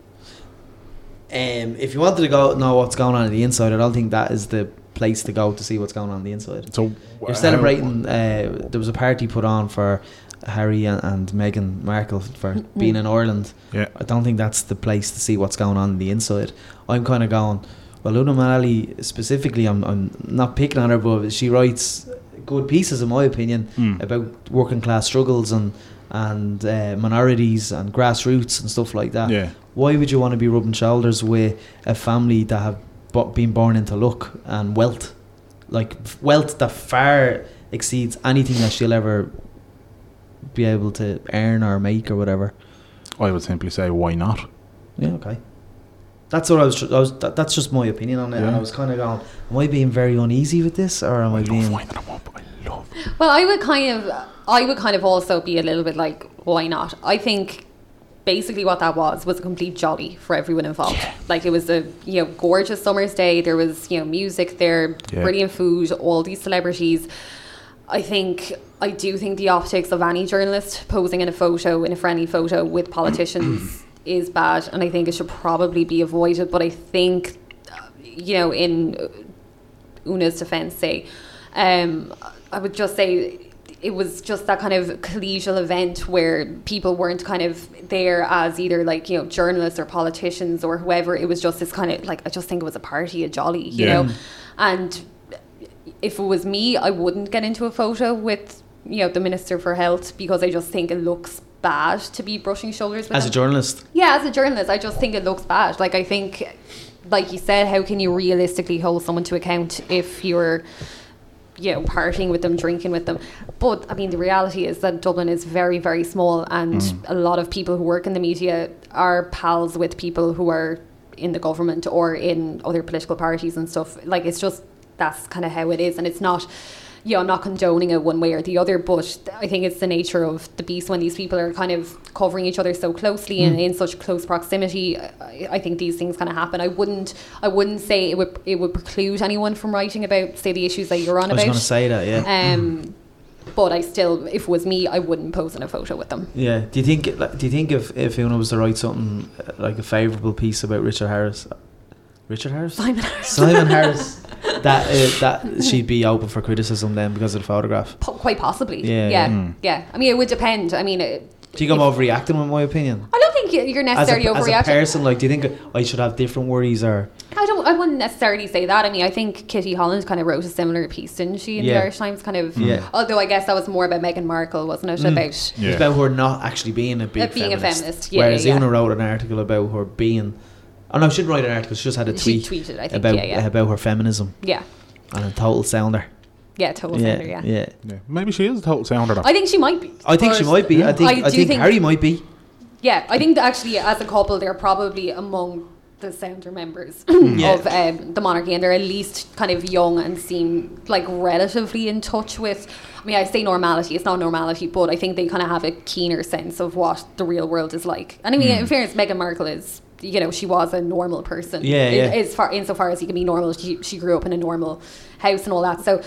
[SPEAKER 2] um, if you wanted to go know what's going on on the inside, I don't think that is the place to go to see what's going on on the inside.
[SPEAKER 1] So
[SPEAKER 2] You're celebrating. Uh, there was a party put on for Harry and, and Meghan Markle for being in Ireland.
[SPEAKER 1] Yeah.
[SPEAKER 2] I don't think that's the place to see what's going on on the inside. I'm kind of going. Well, Una Malali specifically, I'm, I'm not picking on her, but she writes good pieces, in my opinion,
[SPEAKER 1] Mm.
[SPEAKER 2] about working class struggles and and uh, minorities and grassroots and stuff like that.
[SPEAKER 1] Yeah.
[SPEAKER 2] Why would you want to be rubbing shoulders with a family that have bo- been born into luck and wealth, like f- wealth that far exceeds anything that she'll ever be able to earn or make or whatever?
[SPEAKER 1] I would simply say, why not?
[SPEAKER 2] Yeah, okay. That's what I was. tr- I was that, that's just my opinion on it, and
[SPEAKER 1] Yeah.
[SPEAKER 2] I was kind of going, "Am I being very uneasy with this, or am
[SPEAKER 1] I
[SPEAKER 2] I,
[SPEAKER 1] love
[SPEAKER 2] being?"
[SPEAKER 1] winding them up. I love.
[SPEAKER 3] Well, I would kind of, I would kind of also be a little bit like, why not? I think basically what that was was a complete jolly for everyone involved. Like it was a you know gorgeous summer's day. There was you know music there,
[SPEAKER 1] Yeah.
[SPEAKER 3] brilliant food, all these celebrities. I think I do think the optics of any journalist posing in a photo in a friendly photo with politicians is bad, and I think it should probably be avoided. But I think you know in Una's defense say. Um, I would just say it was just that kind of collegial event where people weren't kind of there as either like you know journalists or politicians or whoever. It was just this kind of like I just think it was a party, a jolly, you
[SPEAKER 1] Yeah.
[SPEAKER 3] know. And if it was me, I wouldn't get into a photo with you know the minister for health because I just think it looks bad to be brushing shoulders with
[SPEAKER 2] As a
[SPEAKER 3] him.
[SPEAKER 2] journalist,
[SPEAKER 3] Yeah, as a journalist, I just think it looks bad. Like I think, like you said, how can you realistically hold someone to account if you're, you know, partying with them, drinking with them? But I mean, the reality is that Dublin is very, very small, and a lot of people who work in the media are pals with people who are in the government or in other political parties and stuff. Like it's just that's kind of how it is, and it's not. Yeah, I'm not condoning it one way or the other, but I think it's the nature of the beast when these people are kind of covering each other so closely and in such close proximity. I, I think these things kind of happen. I wouldn't, I wouldn't say it would, it would preclude anyone from writing about, say, the issues that you're on
[SPEAKER 2] I was
[SPEAKER 3] about.
[SPEAKER 2] going to say that. Yeah.
[SPEAKER 3] um, but I still, if it was me, I wouldn't pose in a photo with them.
[SPEAKER 2] Yeah. Do you think? Like, do you think if if Una was to write something uh, like a favourable piece about Richard Harris, uh, Richard Harris,
[SPEAKER 3] Simon Harris.
[SPEAKER 2] Simon Harris, that uh, that she'd be open for criticism then because of the photograph.
[SPEAKER 3] Po- quite possibly.
[SPEAKER 2] Yeah, Hmm.
[SPEAKER 3] Yeah, yeah,
[SPEAKER 1] yeah. Mm.
[SPEAKER 3] I mean, it would depend. I mean, it,
[SPEAKER 2] Do you think I'm overreacting, in my opinion?
[SPEAKER 3] I don't think
[SPEAKER 2] As
[SPEAKER 3] you're
[SPEAKER 2] a,
[SPEAKER 3] necessarily
[SPEAKER 2] as a
[SPEAKER 3] overreacting.
[SPEAKER 2] person, like, do you think I should have different worries or?
[SPEAKER 3] I don't. I wouldn't necessarily say that. I mean, I think Kitty Holland kind of wrote a similar piece, didn't she? In
[SPEAKER 2] Yeah.
[SPEAKER 3] the Irish Times, kind of.
[SPEAKER 2] Yeah. Hmm.
[SPEAKER 3] Although I guess that was more about Meghan Markle, wasn't it? About
[SPEAKER 2] It's
[SPEAKER 1] Yeah.
[SPEAKER 2] about her not actually being a big
[SPEAKER 3] Uh, being a
[SPEAKER 2] feminist.
[SPEAKER 3] feminist, yeah,
[SPEAKER 2] Whereas
[SPEAKER 3] yeah, yeah.
[SPEAKER 2] Una wrote an article about her being. Oh no, she didn't write an article. She just had a
[SPEAKER 3] she
[SPEAKER 2] tweet
[SPEAKER 3] tweeted. I think.
[SPEAKER 2] about
[SPEAKER 3] yeah, yeah,
[SPEAKER 2] about her feminism
[SPEAKER 3] yeah,
[SPEAKER 2] and a total sounder.
[SPEAKER 3] yeah. Total
[SPEAKER 2] yeah,
[SPEAKER 3] Sender, yeah.
[SPEAKER 2] yeah.
[SPEAKER 1] yeah. Maybe she is a total sounder. though.
[SPEAKER 3] I think she might be.
[SPEAKER 2] I think she
[SPEAKER 3] Or- Hmm.
[SPEAKER 2] might be. I think. I,
[SPEAKER 3] do
[SPEAKER 2] think, Harry might be.
[SPEAKER 3] Yeah, I think that actually, as a couple, they're probably among the sounder members
[SPEAKER 2] Mm. Yeah.
[SPEAKER 3] of um, the monarchy, and they're at least kind of young and seem like relatively in touch with. I mean, I say normality; it's not normality, but I think they kind of have a keener sense of what the real world is like. And I mean,
[SPEAKER 2] Mm.
[SPEAKER 3] in fairness, Meghan Markle is. You know, she was a normal person.
[SPEAKER 2] Yeah,
[SPEAKER 3] in-
[SPEAKER 2] yeah.
[SPEAKER 3] As far insofar as you can be normal, she, she grew up in a normal house and all that. So,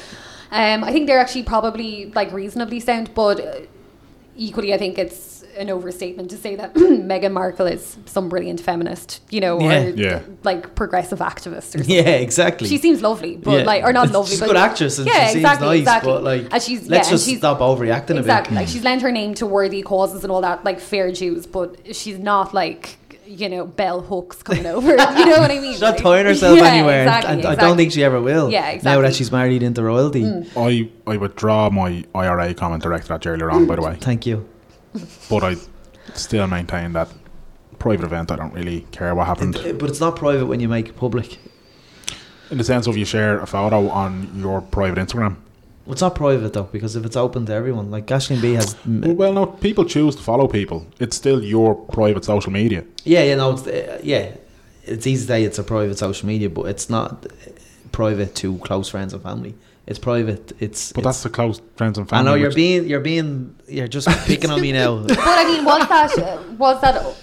[SPEAKER 3] um, I think they're actually probably like reasonably sound, but uh, equally, I think it's an overstatement to say that Meghan Markle is some brilliant feminist, you know,
[SPEAKER 2] Yeah.
[SPEAKER 3] or
[SPEAKER 1] Yeah.
[SPEAKER 3] like progressive activist or something.
[SPEAKER 2] Yeah, exactly.
[SPEAKER 3] She seems lovely, but
[SPEAKER 2] Yeah.
[SPEAKER 3] like, or not lovely.
[SPEAKER 2] She's a
[SPEAKER 3] but
[SPEAKER 2] good actress and she seems nice, but like,
[SPEAKER 3] and she's yeah,
[SPEAKER 2] let's
[SPEAKER 3] and
[SPEAKER 2] just
[SPEAKER 3] she's,
[SPEAKER 2] stop overreacting
[SPEAKER 3] exactly.
[SPEAKER 2] a
[SPEAKER 3] Like, she's lent her name to worthy causes and all that, like fair dues, but she's not like. You know, bell hooks coming over. you know what I mean?
[SPEAKER 2] bit. She's not
[SPEAKER 3] Like,
[SPEAKER 2] tying herself
[SPEAKER 3] yeah,
[SPEAKER 2] anywhere, and-
[SPEAKER 3] exactly,
[SPEAKER 2] and I don't
[SPEAKER 3] exactly.
[SPEAKER 2] think she ever will.
[SPEAKER 3] Yeah,
[SPEAKER 2] Now
[SPEAKER 3] exactly. Mm.
[SPEAKER 2] that she's married into royalty,
[SPEAKER 1] I, I withdraw my IRA comment directed at you earlier on, by the way.
[SPEAKER 2] thank you.
[SPEAKER 1] But I still maintain that private event, I don't really care what happened.
[SPEAKER 2] But it's not private when you make it public.
[SPEAKER 1] In the sense of you share a photo on your private Instagram.
[SPEAKER 2] Well, It's not private though, because if it's open to everyone, like Gashling B has.
[SPEAKER 1] Well, well, no, people choose to follow people. It's still your private social media.
[SPEAKER 2] Yeah, yeah, no, it's, uh, yeah. It's easy to say it's a private social media, but it's not uh, private to close friends and family. It's private. It's.
[SPEAKER 1] But
[SPEAKER 2] it's-
[SPEAKER 1] that's the close friends and
[SPEAKER 2] I
[SPEAKER 1] family.
[SPEAKER 2] know you're
[SPEAKER 1] which-
[SPEAKER 2] being, you're being, you're just picking on me now.
[SPEAKER 3] But I mean, was that was that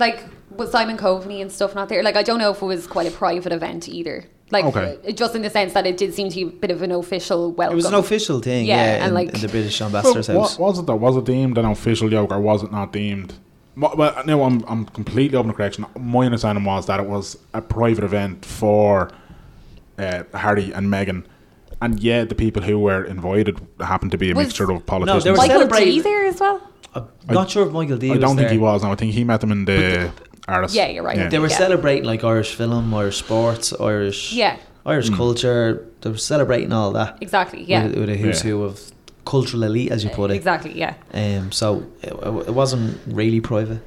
[SPEAKER 3] like was Simon Coveney and stuff not there? Like, I don't know if it was quite a private event either. Like,
[SPEAKER 1] Okay.
[SPEAKER 3] uh, just in the sense that it did seem to be a bit of an official welcome.
[SPEAKER 2] It was an official thing, yeah,
[SPEAKER 3] Yeah,
[SPEAKER 2] in,
[SPEAKER 3] and like-
[SPEAKER 2] in the British
[SPEAKER 1] Well,
[SPEAKER 2] ambassador's
[SPEAKER 1] wa-
[SPEAKER 2] house.
[SPEAKER 1] was it though? Was it deemed an official yoke or was it not deemed? Mo- Well, no, I'm, I'm completely open to correction. My understanding was that it was a private event for uh, Harry and Meghan. And yeah, the people who were invited happened to be a
[SPEAKER 3] Was-
[SPEAKER 1] mixture of
[SPEAKER 2] No,
[SPEAKER 1] politicians.
[SPEAKER 2] there was-
[SPEAKER 3] Michael
[SPEAKER 2] Celebrate-
[SPEAKER 3] D there as well.
[SPEAKER 2] I'm not sure if Michael D.
[SPEAKER 1] I
[SPEAKER 2] was
[SPEAKER 1] don't think
[SPEAKER 2] there.
[SPEAKER 1] he was. No, I think he met them in the artist.
[SPEAKER 3] Yeah, you're right.
[SPEAKER 2] They were
[SPEAKER 3] Yeah.
[SPEAKER 2] celebrating like Irish film, Irish sports, Irish,
[SPEAKER 3] Yeah.
[SPEAKER 1] Hmm.
[SPEAKER 2] Irish culture. They were celebrating all that
[SPEAKER 3] Exactly. Yeah.
[SPEAKER 2] with, with a who's
[SPEAKER 1] Yeah.
[SPEAKER 2] who of cultural elite, as you put it.
[SPEAKER 3] Exactly. Yeah.
[SPEAKER 2] Um, so it, it wasn't really private.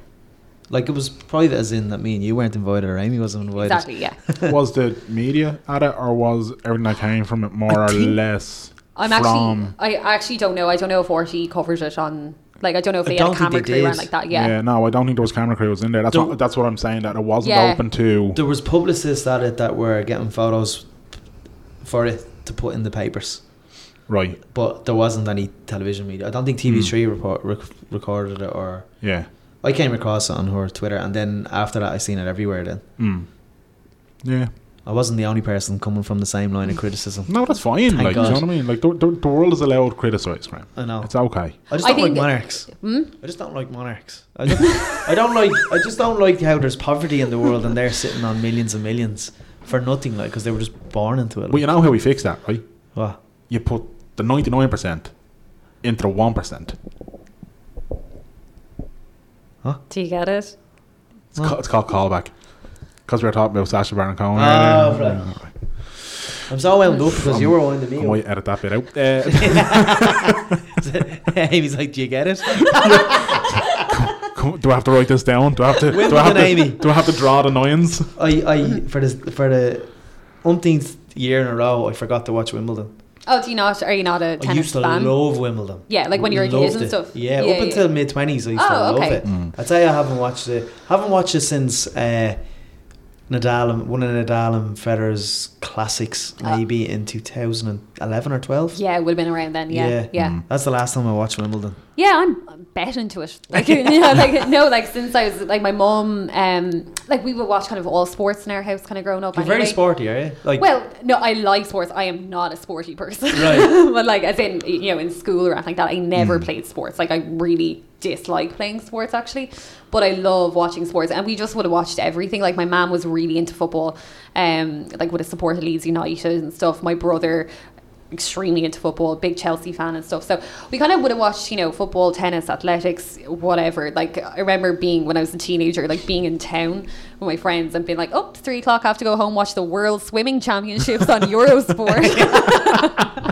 [SPEAKER 2] Like it was private, as in that me and you weren't invited, or Amy wasn't invited.
[SPEAKER 3] Exactly. Yeah.
[SPEAKER 1] was the media at it, or was everything that came from it more
[SPEAKER 2] I
[SPEAKER 1] or
[SPEAKER 2] think-
[SPEAKER 1] less
[SPEAKER 3] I'm
[SPEAKER 1] from?
[SPEAKER 3] actually. I actually don't know. I don't know if RT covers it on. Like, I don't know if
[SPEAKER 2] I
[SPEAKER 3] they had
[SPEAKER 2] don't
[SPEAKER 3] a
[SPEAKER 2] think
[SPEAKER 3] camera
[SPEAKER 2] they
[SPEAKER 3] crew around
[SPEAKER 2] did.
[SPEAKER 3] like that.
[SPEAKER 1] yeah.
[SPEAKER 3] Yeah.
[SPEAKER 1] no, I don't think there was camera crews in there. That's
[SPEAKER 2] There-
[SPEAKER 1] what, that's what I'm saying. That it wasn't
[SPEAKER 3] Yeah.
[SPEAKER 1] open to.
[SPEAKER 2] There was publicists at it that were getting photos for it to put in the papers.
[SPEAKER 1] right.
[SPEAKER 2] But there wasn't any television media. I don't think
[SPEAKER 1] Hmm.
[SPEAKER 2] TV3 report, rec- recorded it, or
[SPEAKER 1] Yeah.
[SPEAKER 2] I came across it on her Twitter, and then after that, I seen it everywhere. Then
[SPEAKER 1] Mm. Yeah.
[SPEAKER 2] I wasn't the only person coming from the same line of criticism.
[SPEAKER 1] No, that's fine.
[SPEAKER 2] Thank
[SPEAKER 1] like, you
[SPEAKER 2] God.
[SPEAKER 1] know what I mean? Like, the, the, the world is allowed to criticize, man.
[SPEAKER 2] I know.
[SPEAKER 1] It's okay.
[SPEAKER 2] I just
[SPEAKER 3] I
[SPEAKER 2] don't like
[SPEAKER 3] think-
[SPEAKER 2] monarchs.
[SPEAKER 3] Hmm?
[SPEAKER 2] I just don't like monarchs. I don't, I don't like. I just don't like how there's poverty in the world, and they're sitting on millions and millions for nothing, like because they were just born into it.
[SPEAKER 1] Well, you know how we fix that, right?
[SPEAKER 2] Wow.
[SPEAKER 1] You put the 99% into the 1%.
[SPEAKER 3] Do you get it?
[SPEAKER 1] It's, ca- it's called callback. Because we were talking about Sasha Baron Cohen.
[SPEAKER 2] Oh,
[SPEAKER 1] earlier.
[SPEAKER 2] right. I'm so wound up Ah, because you were winding
[SPEAKER 1] I
[SPEAKER 2] me up.
[SPEAKER 1] might edit that bit out. Uh,
[SPEAKER 2] Amy's like, do you get it?
[SPEAKER 1] Come- Do I have to write this down? Do I have to?
[SPEAKER 2] Win
[SPEAKER 1] do I have
[SPEAKER 2] with
[SPEAKER 1] to?
[SPEAKER 2] an Amy.
[SPEAKER 1] Do I have to draw an annoyance?
[SPEAKER 2] I, I for this for the umpteenth year in a row, I forgot to watch Wimbledon.
[SPEAKER 3] Oh, do you not? Are you not a
[SPEAKER 2] I
[SPEAKER 3] tennis
[SPEAKER 2] used to
[SPEAKER 3] fan?
[SPEAKER 2] love Wimbledon.
[SPEAKER 3] Yeah, like when you were
[SPEAKER 2] Loved
[SPEAKER 3] kids and
[SPEAKER 2] it.
[SPEAKER 3] stuff.
[SPEAKER 2] Yeah,
[SPEAKER 3] Yeah,
[SPEAKER 2] up
[SPEAKER 3] yeah.
[SPEAKER 2] until mid twenties, I used to
[SPEAKER 3] Oh,
[SPEAKER 2] love
[SPEAKER 3] okay.
[SPEAKER 2] it.
[SPEAKER 1] Mm.
[SPEAKER 2] I'd say I haven't watched it. Haven't watched it since uh, Nadal and one of Nadal and Federer's classics,
[SPEAKER 3] Uh,
[SPEAKER 2] maybe in two thousand and eleven or twelve.
[SPEAKER 3] Yeah, it would have been around then. Yeah,
[SPEAKER 2] Yeah.
[SPEAKER 3] yeah, yeah.
[SPEAKER 1] Mm.
[SPEAKER 2] That's the last time I watched Wimbledon.
[SPEAKER 3] I'm I'm bet into it. Like, you know, like no, like since I was like my mum, um, like we would watch kind of all sports in our house, kind of growing up.
[SPEAKER 2] You're
[SPEAKER 3] anyway.
[SPEAKER 2] very sporty, are you? Like,
[SPEAKER 3] Well, no, I like sports. I am not a sporty person.
[SPEAKER 2] Right.
[SPEAKER 3] but like as in you know, in school or anything like that, I never played sports. Like I really dislike playing sports actually. But I love watching sports and we just would have watched everything. Like my mom was really into football, um, like would have supported Leeds United and stuff. My brother extremely into football, big Chelsea fan and stuff. So we kind of would have watched, you know, football, tennis, athletics, whatever. Like I remember being when I was a teenager, like being in town with my friends and being like, oh, it's three o'clock, I have to go home, watch the World Swimming Championships on Eurosport.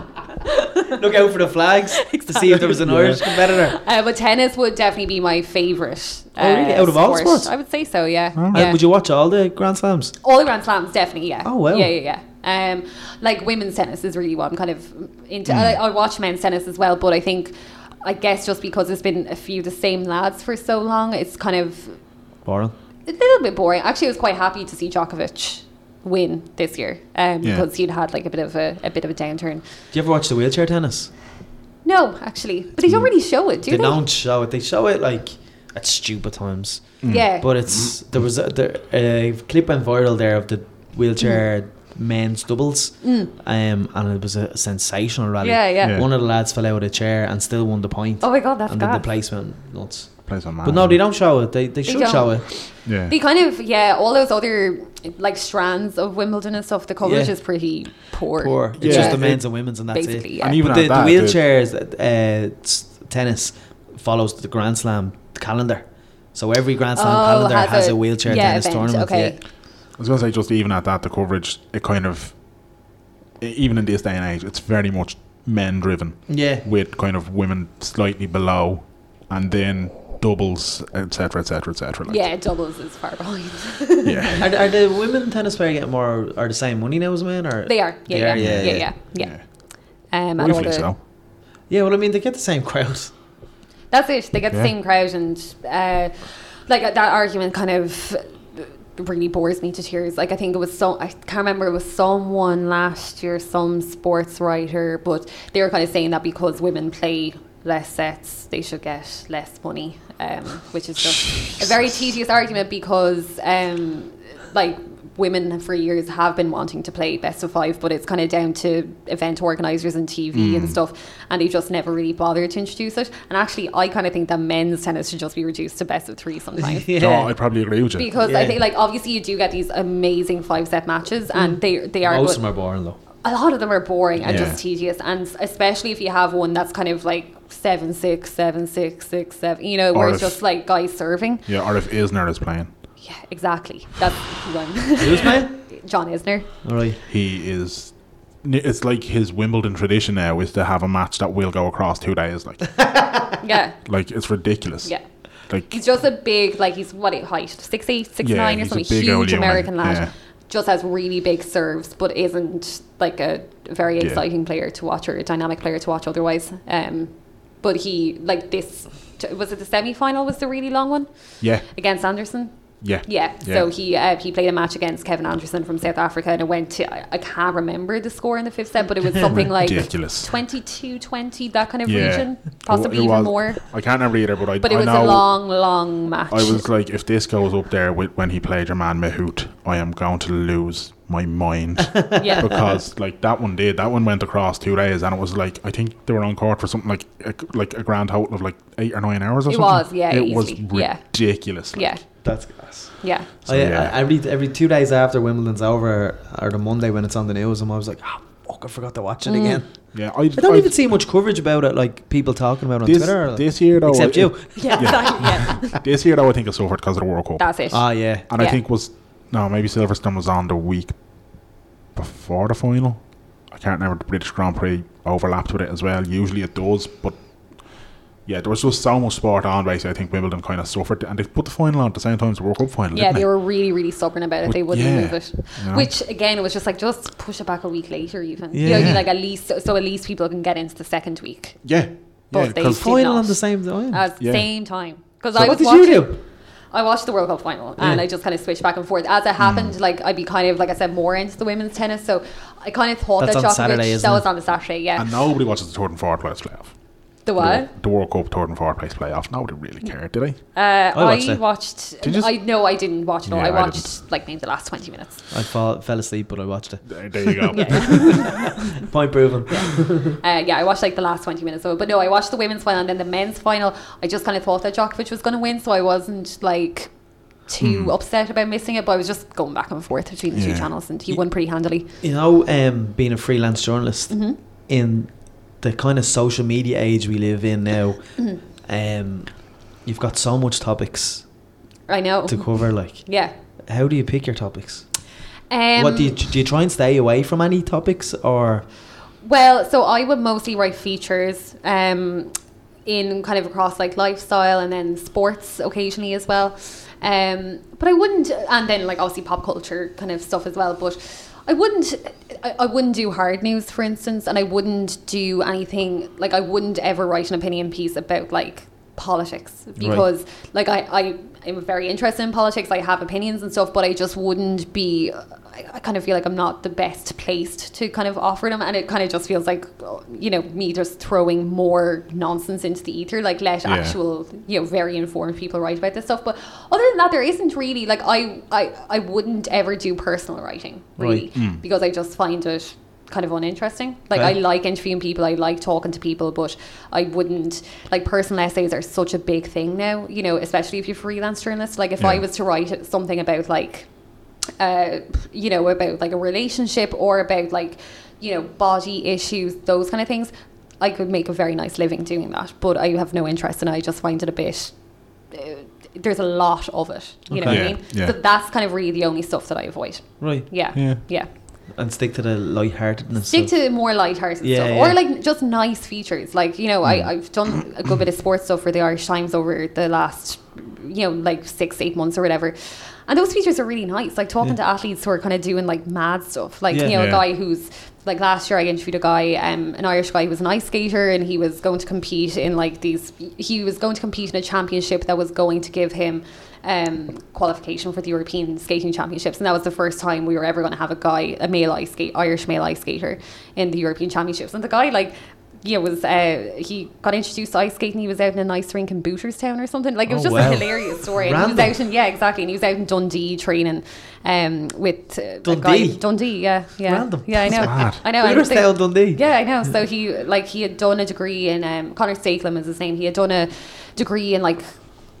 [SPEAKER 2] look out for the flags to see if there was an
[SPEAKER 1] Yeah.
[SPEAKER 2] Irish competitor.
[SPEAKER 3] uh, but tennis would definitely be my favourite.
[SPEAKER 2] Oh, really?
[SPEAKER 3] uh,
[SPEAKER 2] Out of all sports?
[SPEAKER 3] I would say so, yeah.
[SPEAKER 1] Oh.
[SPEAKER 2] Uh,
[SPEAKER 3] yeah.
[SPEAKER 2] would you watch all the Grand Slams?
[SPEAKER 3] all the Grand Slams, definitely, yeah.
[SPEAKER 2] Oh, wow.
[SPEAKER 3] Yeah, yeah, yeah. Um, like women's tennis is really what I'm kind of
[SPEAKER 2] Mm.
[SPEAKER 3] into. I, I watch men's tennis as well, but I think, I guess just because it's been a few the same lads for so long, it's kind of
[SPEAKER 2] Boring.
[SPEAKER 3] a little bit boring. Actually, I was quite happy to see Djokovic win this year um,
[SPEAKER 1] Yeah.
[SPEAKER 3] because he'd had like a bit of a, a bit of a
[SPEAKER 2] Do
[SPEAKER 3] downturn.
[SPEAKER 2] you ever watch the wheelchair tennis?
[SPEAKER 3] No, actually, but they don't really show it, do
[SPEAKER 2] Mm. they
[SPEAKER 3] they?
[SPEAKER 2] don't show it. They show it like at stupid times.
[SPEAKER 3] Yeah,
[SPEAKER 2] But it's there was a, there, a clip went viral there of the wheelchair
[SPEAKER 3] Mm.
[SPEAKER 2] men's doubles, um, and it was a sensational rally.
[SPEAKER 3] yeah, yeah,
[SPEAKER 1] Yeah.
[SPEAKER 2] One of the lads fell out of a chair and still won the point.
[SPEAKER 3] Oh my god, that's
[SPEAKER 2] and then the
[SPEAKER 3] gas.
[SPEAKER 2] place went nuts.
[SPEAKER 1] Plays on man.
[SPEAKER 2] But no, they don't show it. They, they should
[SPEAKER 3] don't.
[SPEAKER 2] show it.
[SPEAKER 1] Yeah.
[SPEAKER 3] They kind of yeah, all those other like strands of Wimbledon and stuff. The coverage
[SPEAKER 2] Yeah.
[SPEAKER 3] is pretty poor.
[SPEAKER 2] Poor. It's
[SPEAKER 1] Yeah.
[SPEAKER 2] just the
[SPEAKER 1] It-
[SPEAKER 2] men's and women's, and that's
[SPEAKER 3] basically,
[SPEAKER 2] it.
[SPEAKER 3] yeah.
[SPEAKER 1] And even
[SPEAKER 2] but
[SPEAKER 1] at
[SPEAKER 2] the, the
[SPEAKER 1] that, the-
[SPEAKER 2] wheelchairs, uh, s- tennis follows the Grand Slam calendar. So every Grand Slam
[SPEAKER 3] Oh,
[SPEAKER 2] calendar has,
[SPEAKER 3] has
[SPEAKER 2] a,
[SPEAKER 3] a-
[SPEAKER 2] wheelchair
[SPEAKER 3] yeah,
[SPEAKER 2] tennis
[SPEAKER 3] event,
[SPEAKER 2] tournament.
[SPEAKER 3] okay.
[SPEAKER 2] yeah.
[SPEAKER 1] I was gonna say just even at that the coverage it kind of e- even in this day and age it's very much men driven
[SPEAKER 2] Yeah.
[SPEAKER 1] with kind of women slightly below and then doubles etc etc etc. like.
[SPEAKER 3] yeah, doubles is far behind.
[SPEAKER 1] yeah.
[SPEAKER 2] Are, the- are the women tennis players getting more are the same money now as men or
[SPEAKER 3] they are. Yeah,
[SPEAKER 2] They
[SPEAKER 3] yeah,
[SPEAKER 2] are,
[SPEAKER 3] yeah,
[SPEAKER 2] yeah,
[SPEAKER 3] yeah, yeah,
[SPEAKER 1] Yeah.
[SPEAKER 3] Um, and all
[SPEAKER 1] Briefly
[SPEAKER 3] the,
[SPEAKER 1] so.
[SPEAKER 2] Yeah, well I mean they get the same crowd.
[SPEAKER 3] That's it. They get
[SPEAKER 1] Yeah.
[SPEAKER 3] the same crowd, and uh, like that argument kind of really bores me to tears. Like I think it was so I can't remember it was someone last year, some sports writer, but they were kind of saying that because women play less sets, they should get less money, um, which is just a very tedious argument because um, like. Women for years have been wanting to play best of five, but it's kind of down to event organisers and TV and
[SPEAKER 1] Mm.
[SPEAKER 3] stuff, and they just never really bothered to introduce it. And actually, I kind of think that men's tennis should just be reduced to best of three sometimes
[SPEAKER 2] yeah.
[SPEAKER 1] No, I probably agree with you.
[SPEAKER 3] because
[SPEAKER 2] Yeah.
[SPEAKER 3] I think like obviously you do get these amazing five set matches and they they are
[SPEAKER 2] Most
[SPEAKER 3] but
[SPEAKER 2] of them are boring though.
[SPEAKER 3] a lot of them are boring and
[SPEAKER 1] Mm. Yeah.
[SPEAKER 3] just tedious and s- especially if you have one that's kind of like seven six seven six six seven you know
[SPEAKER 1] Or
[SPEAKER 3] where it's
[SPEAKER 1] if-
[SPEAKER 3] just like guys serving
[SPEAKER 1] yeah, or if Isner is playing,
[SPEAKER 3] yeah exactly that's who I'm-
[SPEAKER 2] Who's playing?
[SPEAKER 3] John Isner
[SPEAKER 2] All right.
[SPEAKER 1] he is. It's like his Wimbledon tradition now is to have a match that will go across two days. Like,
[SPEAKER 3] yeah
[SPEAKER 1] like it's ridiculous.
[SPEAKER 3] yeah
[SPEAKER 1] Like
[SPEAKER 3] he's just a big like he's what height six eight six
[SPEAKER 1] Yeah,
[SPEAKER 3] nine
[SPEAKER 1] he's a
[SPEAKER 3] or something
[SPEAKER 1] big old
[SPEAKER 3] huge
[SPEAKER 1] young man,
[SPEAKER 3] American lad
[SPEAKER 1] yeah.
[SPEAKER 3] just has really big serves but isn't like a very
[SPEAKER 1] Yeah.
[SPEAKER 3] exciting player to watch or a dynamic player to watch otherwise um but he like this was it the semi final was the really long one
[SPEAKER 1] yeah,
[SPEAKER 3] against Anderson
[SPEAKER 1] yeah,
[SPEAKER 3] yeah. So he uh, he played a match against Kevin Anderson from South Africa, and it went to I, I can't remember the score in the fifth set, but it was something like
[SPEAKER 1] Ridiculous.
[SPEAKER 3] 22-20, that kind of
[SPEAKER 1] Yeah.
[SPEAKER 3] region,
[SPEAKER 1] It wa-
[SPEAKER 3] possibly
[SPEAKER 1] it
[SPEAKER 3] even
[SPEAKER 1] was-
[SPEAKER 3] more.
[SPEAKER 1] I can't remember either, but I,
[SPEAKER 3] But it
[SPEAKER 1] I
[SPEAKER 3] was
[SPEAKER 1] know
[SPEAKER 3] a long, long match.
[SPEAKER 1] I was like, if this goes up there with when he played your man Mahout, I am going to lose my mind
[SPEAKER 3] yeah.
[SPEAKER 1] because like that one did. That one went across two days, and it was like I think they were on court for something like a, like a grand total of like eight or nine hours. Or
[SPEAKER 3] It
[SPEAKER 1] something.
[SPEAKER 3] was, yeah,
[SPEAKER 1] It was
[SPEAKER 3] easily, yeah.
[SPEAKER 1] ridiculous. like.
[SPEAKER 3] yeah,
[SPEAKER 2] That's gas.
[SPEAKER 3] yeah.
[SPEAKER 1] So,
[SPEAKER 2] I,
[SPEAKER 1] yeah.
[SPEAKER 2] I, I read Oh, every two days after Wimbledon's over or the Monday when it's on the news I'm always like, ah, fuck, I forgot to
[SPEAKER 3] Mm.
[SPEAKER 2] watch it again.
[SPEAKER 1] yeah.
[SPEAKER 2] I don't even see much coverage about it, like people talking about it on
[SPEAKER 1] this,
[SPEAKER 2] Twitter. Or,
[SPEAKER 1] this year though.
[SPEAKER 2] except
[SPEAKER 1] I,
[SPEAKER 2] you.
[SPEAKER 3] Yeah, exactly. Yeah,
[SPEAKER 1] This year though, I think it suffered because of the World Cup,
[SPEAKER 3] that's it.
[SPEAKER 2] Ah, yeah.
[SPEAKER 1] and I
[SPEAKER 3] yeah.
[SPEAKER 1] think was no maybe Silverstone was on the week before the final. I can't remember the British Grand Prix overlapped with it as well. Usually it does, but yeah, there was just so much sport on basically. I think Wimbledon kind of suffered, and they put the final on at the same time as the World Cup final.
[SPEAKER 3] Yeah,
[SPEAKER 1] didn't
[SPEAKER 3] they were really, really stubborn about it.
[SPEAKER 1] Well,
[SPEAKER 3] they wouldn't
[SPEAKER 1] yeah,
[SPEAKER 3] move it.
[SPEAKER 1] you know.
[SPEAKER 3] Which again, it was just like just push it back a week later, even. You know,
[SPEAKER 1] Yeah.
[SPEAKER 3] like at least so, so at least people can get into the second week
[SPEAKER 1] yeah,
[SPEAKER 3] But
[SPEAKER 1] yeah,
[SPEAKER 3] they
[SPEAKER 1] 'cause-
[SPEAKER 3] did
[SPEAKER 2] Final
[SPEAKER 3] not.
[SPEAKER 2] on the same time.
[SPEAKER 3] at the
[SPEAKER 1] Yeah.
[SPEAKER 3] same time. Because
[SPEAKER 2] So
[SPEAKER 3] I
[SPEAKER 2] what
[SPEAKER 3] was
[SPEAKER 2] did
[SPEAKER 3] watching,
[SPEAKER 2] you do?
[SPEAKER 3] I watched the World Cup final and
[SPEAKER 2] Yeah.
[SPEAKER 3] I just kind of switched back and forth as it happened. Like I'd be kind of like I said more into the women's tennis, so I kind of thought
[SPEAKER 2] That's
[SPEAKER 3] that
[SPEAKER 2] on
[SPEAKER 3] Djokovic
[SPEAKER 2] Saturday, isn't
[SPEAKER 3] that was
[SPEAKER 2] it?
[SPEAKER 3] on the Saturday. Yeah,
[SPEAKER 1] and nobody watches the third and fourth place playoff.
[SPEAKER 3] the what?
[SPEAKER 1] The World Cup third and fourth place playoff. Nobody really cared, did they?
[SPEAKER 3] Uh,
[SPEAKER 2] I
[SPEAKER 3] I
[SPEAKER 2] watched
[SPEAKER 3] watched.
[SPEAKER 2] it.
[SPEAKER 1] Did you-
[SPEAKER 3] I no, I didn't watch it all.
[SPEAKER 1] Yeah,
[SPEAKER 3] I
[SPEAKER 1] I
[SPEAKER 3] watched like maybe the last twenty minutes.
[SPEAKER 2] I fall, fell asleep, but I watched it.
[SPEAKER 1] There, there you go.
[SPEAKER 2] Point proven.
[SPEAKER 3] Uh, yeah, I watched like the last 20 minutes of it. But no, I watched the women's final and then the men's final. I just kind of thought that Djokovic was going to win, so I wasn't like
[SPEAKER 2] Hmm.
[SPEAKER 3] too upset about missing it. But I was just going back and forth between the
[SPEAKER 1] Yeah.
[SPEAKER 3] two channels and he won pretty handily.
[SPEAKER 2] You know, um, being a freelance journalist
[SPEAKER 3] Mm-hmm.
[SPEAKER 2] in the kind of social media age we live in now,
[SPEAKER 3] Mm-hmm.
[SPEAKER 2] um, you've got so much topics
[SPEAKER 3] I know.
[SPEAKER 2] to cover. Like,
[SPEAKER 3] Yeah.
[SPEAKER 2] how do you pick your topics?
[SPEAKER 3] Um,
[SPEAKER 2] what do you do? You try and stay away from any topics, or
[SPEAKER 3] Well, so I would mostly write features um, in kind of across like lifestyle and then sports occasionally as well. Um, but I wouldn't, and then like obviously pop culture kind of stuff as well. But I wouldn't, I, I wouldn't do hard news, for instance, and I wouldn't do anything like I wouldn't ever write an opinion piece about like politics because like I, I am very interested in politics i have opinions and stuff but i just wouldn't be I, I kind of feel like i'm not the best placed to kind of offer them and it kind of just feels like you know me just throwing more nonsense into the ether like let
[SPEAKER 1] Yeah.
[SPEAKER 3] actual you know very informed people write about this stuff but other than that there isn't really like i i, I wouldn't ever do personal writing really
[SPEAKER 2] Right.
[SPEAKER 3] because i just find it kind of uninteresting like
[SPEAKER 2] Okay.
[SPEAKER 3] i like interviewing people i like talking to people but i wouldn't like personal essays are such a big thing now you know especially if you're a freelance journalist like if i
[SPEAKER 1] Yeah.
[SPEAKER 3] was to write something about like uh, you know about like a relationship or about like you know body issues those kind of things i could make a very nice living doing that but i have no interest and i just find it a bit uh, there's a lot of it you know
[SPEAKER 1] Yeah,
[SPEAKER 2] Okay.
[SPEAKER 3] what i mean
[SPEAKER 1] yeah.
[SPEAKER 3] so that's kind of really the only stuff that i avoid
[SPEAKER 2] right,
[SPEAKER 3] yeah
[SPEAKER 1] Yeah.
[SPEAKER 3] yeah,
[SPEAKER 2] and stick to the lightheartedness.
[SPEAKER 3] stick
[SPEAKER 2] of-
[SPEAKER 3] to more light-hearted
[SPEAKER 2] Yeah,
[SPEAKER 3] stuff
[SPEAKER 2] yeah. Mm.
[SPEAKER 3] or like just nice features like you know I, i've done a good bit of sports stuff for the irish times over the last you know like six eight months or whatever and those features are really nice like talking to athletes who are kind of doing like mad stuff like
[SPEAKER 2] Yeah.
[SPEAKER 3] you know
[SPEAKER 1] Yeah.
[SPEAKER 3] a guy who's like last year i interviewed a guy um, an irish guy who was an ice skater and he was going to compete in like these he was going to compete in a championship that was going to give him um, qualification for the european skating championships and that was the first time we were ever going to have a guy a male ice skate irish male ice skater in the european championships and the guy like yeah, was uh, he got introduced to ice skating? He was out in an ice rink in Booterstown or something. Like it was
[SPEAKER 2] Oh,
[SPEAKER 3] just
[SPEAKER 2] wow.
[SPEAKER 3] a hilarious story. And he was
[SPEAKER 2] Random.
[SPEAKER 3] out in yeah, exactly. And he was out in Dundee training um, with uh, a guy
[SPEAKER 2] Dundee?
[SPEAKER 3] Dundee. Yeah, yeah,
[SPEAKER 2] Random.
[SPEAKER 3] yeah. I know.
[SPEAKER 1] mad.
[SPEAKER 3] I know.
[SPEAKER 2] Booterstown,
[SPEAKER 3] and I think-
[SPEAKER 2] Dundee.
[SPEAKER 3] Yeah, I know. So he like he had done a degree in um, Connor Stakelum is his name. He had done a degree in like.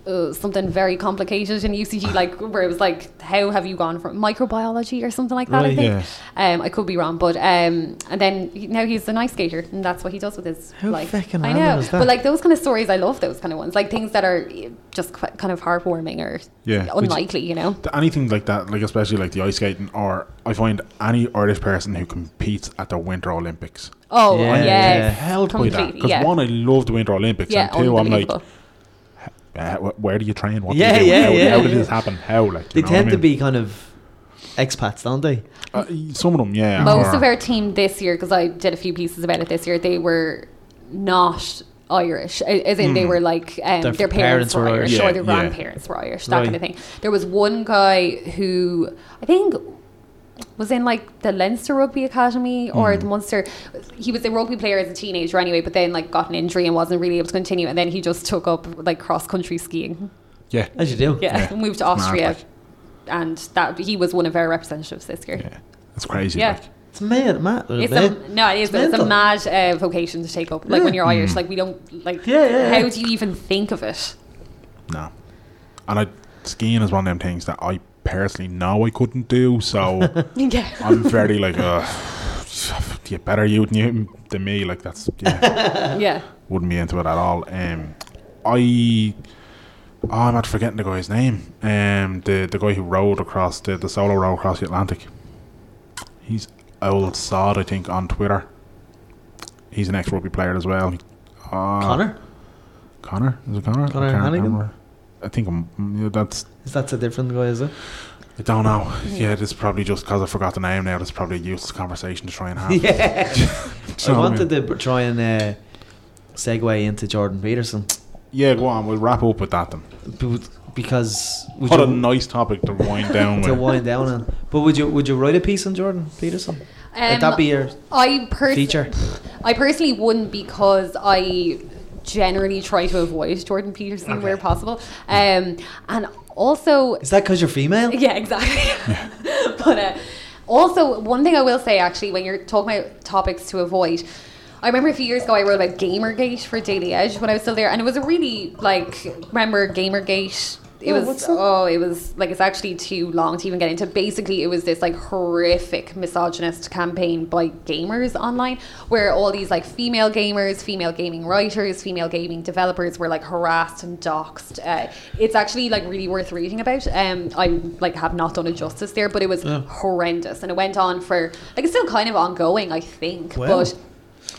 [SPEAKER 3] Uh, something very complicated in UCG, like where it was like, how have you gone from microbiology or something like that?
[SPEAKER 2] Right,
[SPEAKER 3] I think
[SPEAKER 1] yeah.
[SPEAKER 3] um, I could be wrong, but um, and then he- now he's an ice skater, and that's what he does with his
[SPEAKER 2] How
[SPEAKER 3] life.
[SPEAKER 2] feckin'
[SPEAKER 3] I
[SPEAKER 2] random
[SPEAKER 3] know,
[SPEAKER 2] is that?
[SPEAKER 3] but like those kind of stories, I love those kind of ones, like things that are eh, just qu- kind of heartwarming or
[SPEAKER 1] Yeah.
[SPEAKER 3] unlikely, you know.
[SPEAKER 1] Th- anything like that, like especially like the ice skating, or I find any Irish person who competes at the Winter Olympics
[SPEAKER 3] Oh,
[SPEAKER 2] Yeah.
[SPEAKER 3] yeah,
[SPEAKER 2] I'm
[SPEAKER 3] yes,
[SPEAKER 1] held by that
[SPEAKER 3] completely,
[SPEAKER 1] because
[SPEAKER 3] yeah,
[SPEAKER 1] one, I love the Winter Olympics,
[SPEAKER 3] yeah,
[SPEAKER 1] and two, I'm like,
[SPEAKER 3] unbelievable.
[SPEAKER 1] uh, wh- where do you train? What do
[SPEAKER 2] Yeah,
[SPEAKER 1] you do?
[SPEAKER 2] yeah,
[SPEAKER 1] how,
[SPEAKER 2] yeah,
[SPEAKER 1] how did
[SPEAKER 2] yeah.
[SPEAKER 1] this happen? How like
[SPEAKER 2] They tend to be kind of expats, don't they?
[SPEAKER 1] be Uh, some of them, yeah.
[SPEAKER 3] Most
[SPEAKER 1] are-
[SPEAKER 3] of our team this year, because I did a few pieces about it this year, they were not Irish, a- as in they were like um,
[SPEAKER 2] Their
[SPEAKER 3] their,
[SPEAKER 2] f-
[SPEAKER 3] parents, were Irish
[SPEAKER 1] Yeah,
[SPEAKER 3] or their
[SPEAKER 1] yeah.
[SPEAKER 3] grandparents were Irish, that kind of
[SPEAKER 2] Right.
[SPEAKER 3] thing. There was one guy who I think was in like the Leinster Rugby Academy or the Munster. He was a rugby player as a teenager anyway, but then like got an injury and wasn't really able to continue. And then he just took up like cross country skiing.
[SPEAKER 1] yeah,
[SPEAKER 2] As you do.
[SPEAKER 3] Yeah,
[SPEAKER 1] Yeah.
[SPEAKER 3] moved to
[SPEAKER 1] It's mad,
[SPEAKER 3] Austria,
[SPEAKER 1] like.
[SPEAKER 3] and that he was one of our representatives this year.
[SPEAKER 1] yeah, it's crazy.
[SPEAKER 3] Yeah.
[SPEAKER 1] Like,
[SPEAKER 2] It's mad, mad.
[SPEAKER 3] It's a, no, it is.
[SPEAKER 2] It's
[SPEAKER 3] It's, it's
[SPEAKER 2] mental.
[SPEAKER 3] a
[SPEAKER 2] Mm.
[SPEAKER 3] mad uh, vocation to take up. Like when you're Irish, like we don't like.
[SPEAKER 2] Yeah, yeah, yeah.
[SPEAKER 3] How do you even think of it?
[SPEAKER 1] no, and I skiing is one of them things that I personally know I couldn't do, so
[SPEAKER 3] Yeah.
[SPEAKER 1] I'm very like, uh, you better you than you than me. Like that's yeah.
[SPEAKER 3] yeah.
[SPEAKER 1] wouldn't be into it at all. Um, I oh, I'm not forgetting the guy's name. Um, the the guy who rowed across the, the solo row across the Atlantic. He's old sod, I think, on Twitter. He's an ex rugby player as well. He- uh,
[SPEAKER 2] Connor?
[SPEAKER 1] Connor? Is it Connor?
[SPEAKER 2] Connor
[SPEAKER 1] I can't
[SPEAKER 2] Hannigan?
[SPEAKER 1] remember. I think I'm, mm, yeah, that's.
[SPEAKER 2] Is that a different guy, is it?
[SPEAKER 1] I don't know.
[SPEAKER 2] Hmm.
[SPEAKER 1] Yeah, it's probably just because I forgot the name now. That's probably a useless conversation to try and have.
[SPEAKER 2] yeah.
[SPEAKER 1] So,
[SPEAKER 2] I wanted
[SPEAKER 1] mean-
[SPEAKER 2] to b- try and uh, segue into Jordan Peterson
[SPEAKER 1] Yeah, go on. We'll wrap up with that then.
[SPEAKER 2] b- because would
[SPEAKER 1] what
[SPEAKER 2] you,
[SPEAKER 1] a nice topic to wind down
[SPEAKER 2] to
[SPEAKER 1] with.
[SPEAKER 2] wind down on. But would you would you write a piece on Jordan Peterson?
[SPEAKER 3] Um,
[SPEAKER 2] Would that be your
[SPEAKER 3] I pers-
[SPEAKER 2] feature?
[SPEAKER 3] I personally wouldn't because I generally try to avoid Jordan Peterson where possible. Um, and also,
[SPEAKER 2] Is that because you're female?
[SPEAKER 3] yeah, exactly. but uh, also, one thing I will say actually, when you're talking about topics to avoid, I remember a few years ago I wrote about Gamergate for Daily Edge when I was still there, and it was a really like remember Gamergate. It
[SPEAKER 2] Oh,
[SPEAKER 3] was
[SPEAKER 2] what's that?
[SPEAKER 3] oh, it was like it's actually too long to even get into. Basically, it was this like horrific misogynist campaign by gamers online, where all these like female gamers, female gaming writers, female gaming developers were like harassed and doxxed. Uh, it's actually like really worth reading about. Um, I like have not done it justice there, but it was
[SPEAKER 2] Yeah.
[SPEAKER 3] horrendous, and it went on for like it's still kind of ongoing, I think,
[SPEAKER 2] Wow.
[SPEAKER 3] but.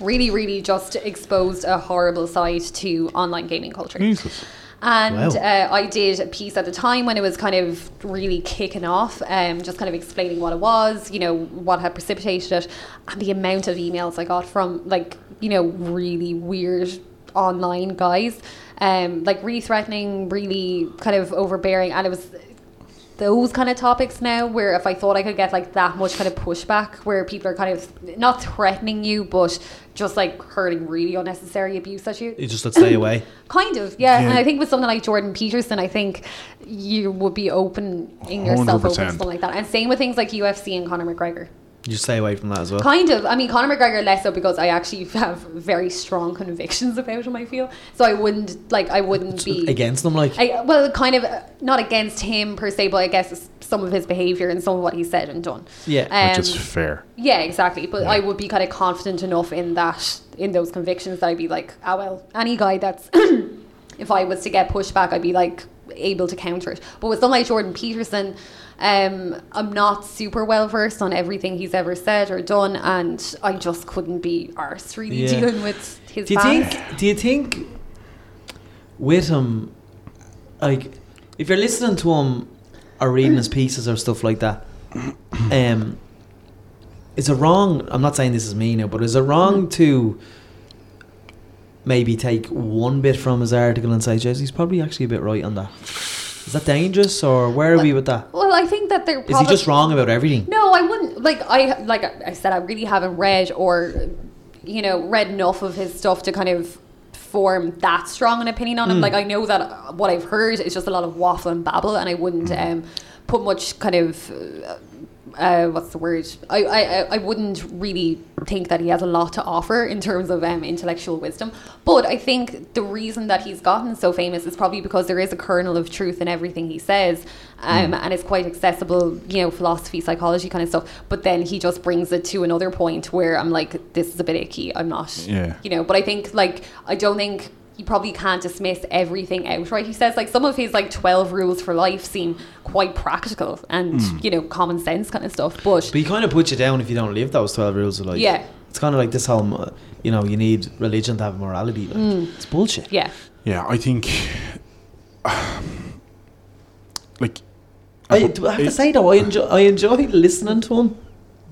[SPEAKER 3] Really, really just exposed a horrible side to online gaming culture.
[SPEAKER 1] Jesus.
[SPEAKER 3] And
[SPEAKER 2] Wow.
[SPEAKER 3] uh, I did a piece at the time when it was kind of really kicking off, um, just kind of explaining what it was, you know, what had precipitated it, and the amount of emails I got from, like, you know, really weird online guys, um, like really threatening, really kind of overbearing. And it was those kind of topics now where if I thought I could get like that much kind of pushback where people are kind of not threatening you, but just like hurling really unnecessary abuse at you.
[SPEAKER 2] You just let stay away.
[SPEAKER 3] Kind of, yeah.
[SPEAKER 1] Yeah.
[SPEAKER 3] And I think with something like Jordan Peterson, I think you would be opening yourself open to
[SPEAKER 1] 100%.
[SPEAKER 3] something like that. And same with things like UFC and Conor McGregor.
[SPEAKER 2] You stay away from that as well.
[SPEAKER 3] Kind of. I mean, Conor McGregor less so because I actually have very strong convictions about him, I feel. So I wouldn't, like, I wouldn't be.
[SPEAKER 2] Against them, like
[SPEAKER 3] I, well, kind of uh, not against him per se, but I guess it's some of his behaviour and some of what he said and done.
[SPEAKER 2] Yeah.
[SPEAKER 1] Which
[SPEAKER 3] Um,
[SPEAKER 1] is fair.
[SPEAKER 3] yeah, exactly. But
[SPEAKER 1] Yeah.
[SPEAKER 3] I would be kind of confident enough in that, in those convictions, that I'd be like, ah, well, any guy that's, if I was to get pushback, I'd be like able to counter it. But with someone like Jordan Peterson, um, I'm not super well versed on everything he's ever said or done, and I just couldn't be arsed really
[SPEAKER 2] Yeah.
[SPEAKER 3] dealing with his.
[SPEAKER 2] Do you
[SPEAKER 3] fans.
[SPEAKER 2] think? Do you think with him, like, if you're listening to him or reading his pieces or stuff like that, um, is it wrong? I'm not saying this is me now, but is it wrong to maybe take one bit from his article and say, "Jesus, he's probably actually a bit right on that"? Is that dangerous, or where are we with that?
[SPEAKER 3] Well, I think that they're.
[SPEAKER 2] Is he just wrong about everything?
[SPEAKER 3] No, I wouldn't. Like I like I said, I really haven't read or you know read enough of his stuff to kind of form that strong an opinion on him. Like I know that uh, what I've heard is just a lot of waffle and babble, and I wouldn't um, put much kind of. Uh, uh, what's the word? I, I I- I wouldn't really think that he has a lot to offer in terms of um, intellectual wisdom, but I think the reason that he's gotten so famous is probably because there is a kernel of truth in everything he says, um, and it's quite accessible, you know, philosophy, psychology kind of stuff. But then he just brings it to another point where I'm like, this is a bit icky. I'm not,
[SPEAKER 1] Yeah.
[SPEAKER 3] you know. But I think like I don't think. You probably can't dismiss everything outright. He says like some of his like twelve rules for life seem quite practical and
[SPEAKER 1] Hmm.
[SPEAKER 3] you know common sense kind of stuff. But
[SPEAKER 2] But he kind of puts you down if you don't live those 12 rules of life.
[SPEAKER 3] Yeah.
[SPEAKER 2] It's kind of like this whole, mo- you know, you need religion to have morality. Like, It's bullshit.
[SPEAKER 3] Hmm. yeah,
[SPEAKER 1] Yeah, I think. like.
[SPEAKER 2] I, do I have to
[SPEAKER 1] it-
[SPEAKER 2] say, though, I enjoy, I enjoy listening to him,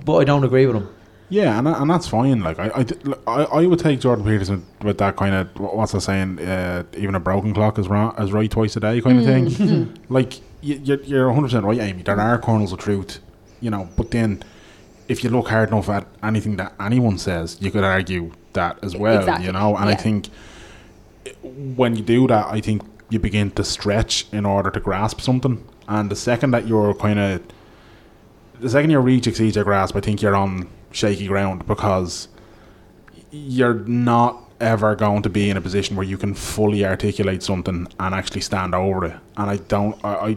[SPEAKER 2] but I don't agree with him.
[SPEAKER 1] Yeah, and and that's fine. Like I, I, d- look, I, I would take Jordan Peterson with that kind of what's I saying? Uh, even a broken clock is wrong, is right twice a day kind of thing.
[SPEAKER 3] Mm-hmm.
[SPEAKER 1] like you, you're you're 100 percent right, Amy. There are kernels of truth, you know. But then, if you look hard enough at anything that anyone says, you could argue that as well,
[SPEAKER 3] Exactly,
[SPEAKER 1] you know. And I
[SPEAKER 3] yeah.
[SPEAKER 1] think when you do that, I think you begin to stretch in order to grasp something. And the second that you're kind of the second you reach exceeds your grasp, I think you're on shaky ground because you're not ever going to be in a position where you can fully articulate something and actually stand over it. And I don't, I,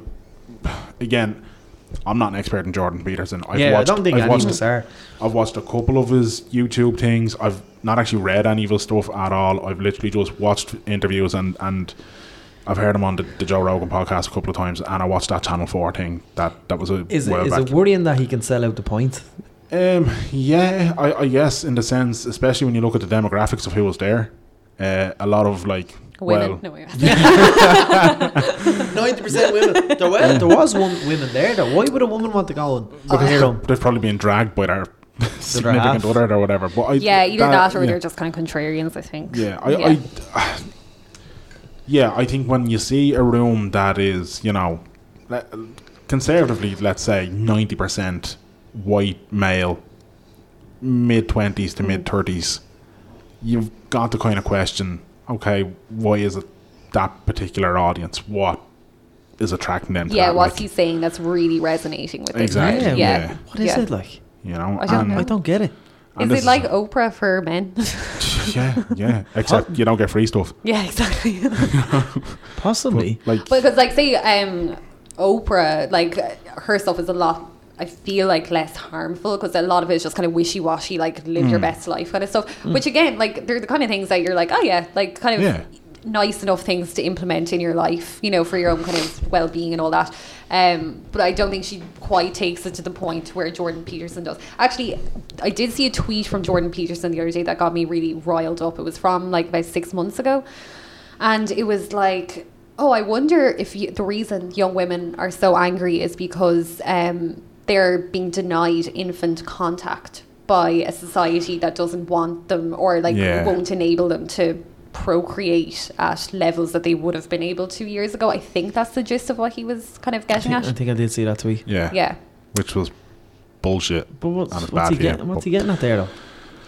[SPEAKER 1] I again, I'm not an expert in Jordan Peterson. I've
[SPEAKER 2] yeah,
[SPEAKER 1] watched,
[SPEAKER 2] I don't think
[SPEAKER 1] I've
[SPEAKER 2] any of
[SPEAKER 1] watched
[SPEAKER 2] us are.
[SPEAKER 1] I've watched a couple of his YouTube things. I've not actually read any of his stuff at all. I've literally just watched interviews and and I've heard him on the, the Joe Rogan podcast a couple of times. And I watched that Channel Four thing that that was a
[SPEAKER 2] Is, it
[SPEAKER 1] while
[SPEAKER 2] is
[SPEAKER 1] back.
[SPEAKER 2] it worrying that he can sell out the point?
[SPEAKER 1] Um, yeah, I, I guess in the sense, especially when you look at the demographics of who was there, uh, a lot of like
[SPEAKER 3] Women.
[SPEAKER 1] well,
[SPEAKER 3] no, way.
[SPEAKER 2] Ninety percent women. There was there was one women there. Though why would a woman want to go and
[SPEAKER 1] because they're,
[SPEAKER 2] hear them?
[SPEAKER 1] they're probably being dragged by their significant
[SPEAKER 2] half.
[SPEAKER 1] other or whatever. But I,
[SPEAKER 3] yeah, either that, or
[SPEAKER 1] yeah.
[SPEAKER 3] they're just kind of contrarians, I think.
[SPEAKER 1] Yeah, I, I, yeah, I think when you see a room that is, you know, le- conservatively, let's say ninety percent white male, mid twenties
[SPEAKER 3] Hmm.
[SPEAKER 1] to mid thirties, you've got to kind of question, okay, why is it that particular audience? What is attracting them? To
[SPEAKER 3] Yeah,
[SPEAKER 1] that?
[SPEAKER 3] what's
[SPEAKER 1] like,
[SPEAKER 3] he saying that's really resonating with them?
[SPEAKER 1] Exactly,
[SPEAKER 3] Yeah.
[SPEAKER 1] yeah.
[SPEAKER 2] What is
[SPEAKER 3] Yeah.
[SPEAKER 2] it like?
[SPEAKER 1] you know?
[SPEAKER 3] I don't
[SPEAKER 1] and-
[SPEAKER 3] know.
[SPEAKER 2] I don't get it.
[SPEAKER 1] and this
[SPEAKER 3] is it like Oprah for men?
[SPEAKER 1] yeah, yeah. Except you don't get free stuff.
[SPEAKER 3] yeah, exactly.
[SPEAKER 2] Possibly.
[SPEAKER 1] Like,
[SPEAKER 3] because, like, say um, Oprah, like her stuff is a lot. I feel like less harmful because a lot of it is just kind of wishy washy, like live your best life kind of stuff. Which again, like they're the kind of things that you're like, oh yeah, like kind of
[SPEAKER 1] Yeah.
[SPEAKER 3] nice enough things to implement in your life, you know, for your own kind of well being and all that. Um, but I don't think she quite takes it to the point where Jordan Peterson does. Actually, I did see a tweet from Jordan Peterson the other day that got me really riled up. It was from like about six months ago. And it was like, oh, I wonder if you, the reason young women are so angry is because um, they're being denied infant contact by a society that doesn't want them or like
[SPEAKER 1] Yeah.
[SPEAKER 3] won't enable them to procreate at levels that they would have been able to years ago. I think that's the gist of what he was kind of
[SPEAKER 2] I
[SPEAKER 3] getting
[SPEAKER 2] think, I
[SPEAKER 3] at.
[SPEAKER 2] think I did see that tweet.
[SPEAKER 1] yeah,
[SPEAKER 3] Yeah.
[SPEAKER 1] which was bullshit.
[SPEAKER 2] But what's,
[SPEAKER 1] And it's bad
[SPEAKER 2] what's he
[SPEAKER 1] for you,
[SPEAKER 2] getting? What's
[SPEAKER 1] but-
[SPEAKER 2] he getting at there though?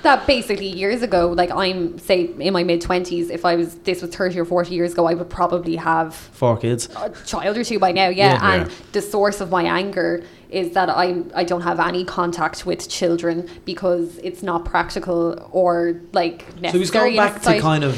[SPEAKER 3] That basically years ago, like I'm say in my mid twenties, if I was this was thirty or forty years ago, I would probably have
[SPEAKER 2] Four kids.
[SPEAKER 3] a child or two by now, yeah.
[SPEAKER 1] Yeah.
[SPEAKER 3] And
[SPEAKER 1] Yeah.
[SPEAKER 3] the source of my anger is that I I don't have any contact with children because it's not practical or like necessary.
[SPEAKER 2] So he's going
[SPEAKER 3] in
[SPEAKER 2] back to
[SPEAKER 3] society.
[SPEAKER 2] kind of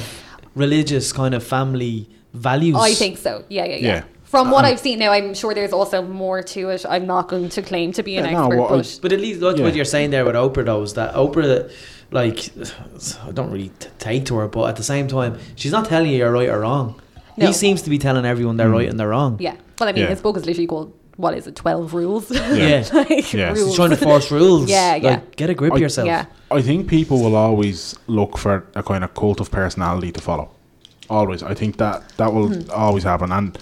[SPEAKER 2] religious, kind of family values.
[SPEAKER 3] I think so. Yeah, yeah, yeah.
[SPEAKER 1] Yeah.
[SPEAKER 3] From what
[SPEAKER 1] Um,
[SPEAKER 3] I've seen now, I'm sure there's also more to it. I'm not going to claim to be an
[SPEAKER 1] Yeah, no,
[SPEAKER 3] expert,
[SPEAKER 1] what I-
[SPEAKER 3] but
[SPEAKER 2] But at least that's what
[SPEAKER 1] Yeah.
[SPEAKER 2] you're saying there with Oprah, though, is that Oprah, like, I don't really t- take to her, but at the same time, she's not telling you you're right or wrong.
[SPEAKER 3] No.
[SPEAKER 2] He seems to be telling everyone they're right and they're wrong.
[SPEAKER 3] yeah. Well, I mean,
[SPEAKER 1] Yeah.
[SPEAKER 3] his book is literally called "What Is It? Twelve Rules."
[SPEAKER 2] Yeah.
[SPEAKER 3] like,
[SPEAKER 1] Yeah.
[SPEAKER 2] He's trying to force rules.
[SPEAKER 3] Yeah, yeah.
[SPEAKER 2] Like, get a grip
[SPEAKER 1] I-
[SPEAKER 2] yourself.
[SPEAKER 3] Yeah.
[SPEAKER 1] I think people will always look for a kind of cult of personality to follow. Always, I think that that will always happen, and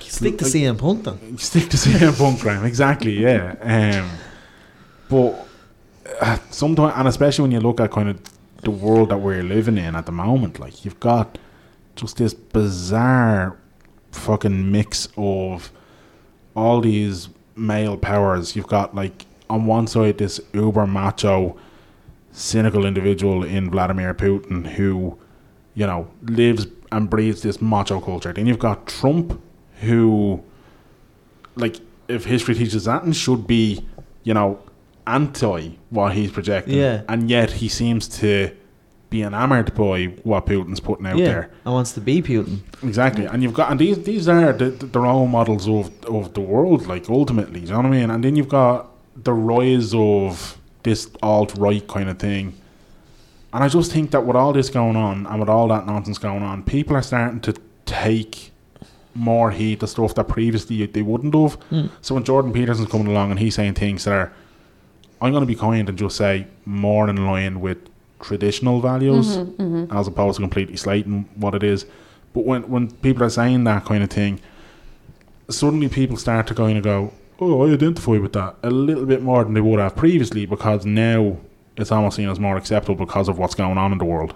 [SPEAKER 2] Stick to CM Punk then.
[SPEAKER 1] you stick to CM Punk, Graham. Exactly, yeah. Um, but uh, sometimes, and especially when you look at kind of the world that we're living in at the moment, like you've got just this bizarre fucking mix of all these male powers. You've got like on one side this uber macho, cynical individual in Vladimir Putin who, you know, lives and breathes this macho culture. Then you've got Trump who like if history teaches that and should be, you know, anti what he's projecting.
[SPEAKER 2] Yeah.
[SPEAKER 1] And yet he seems to be enamored by what Putin's putting out
[SPEAKER 2] yeah.
[SPEAKER 1] there.
[SPEAKER 2] And wants to be Putin.
[SPEAKER 1] Exactly, and you've got and these these are the, the role models of of the world, like ultimately, do you know what I mean? And then you've got the rise of this alt right kind of thing, and I just think that with all this going on and with all that nonsense going on, people are starting to take more heed to stuff that previously they wouldn't have. So when Jordan Peterson's coming along and he's saying things that are, I'm going to be kind and just say more in line with traditional values as opposed to completely slating what it is. But when, when people are saying that kind of thing, suddenly people start to kind of go, oh, I identify with that a little bit more than they would have previously because now it's almost seen as more acceptable because of what's going on in the world.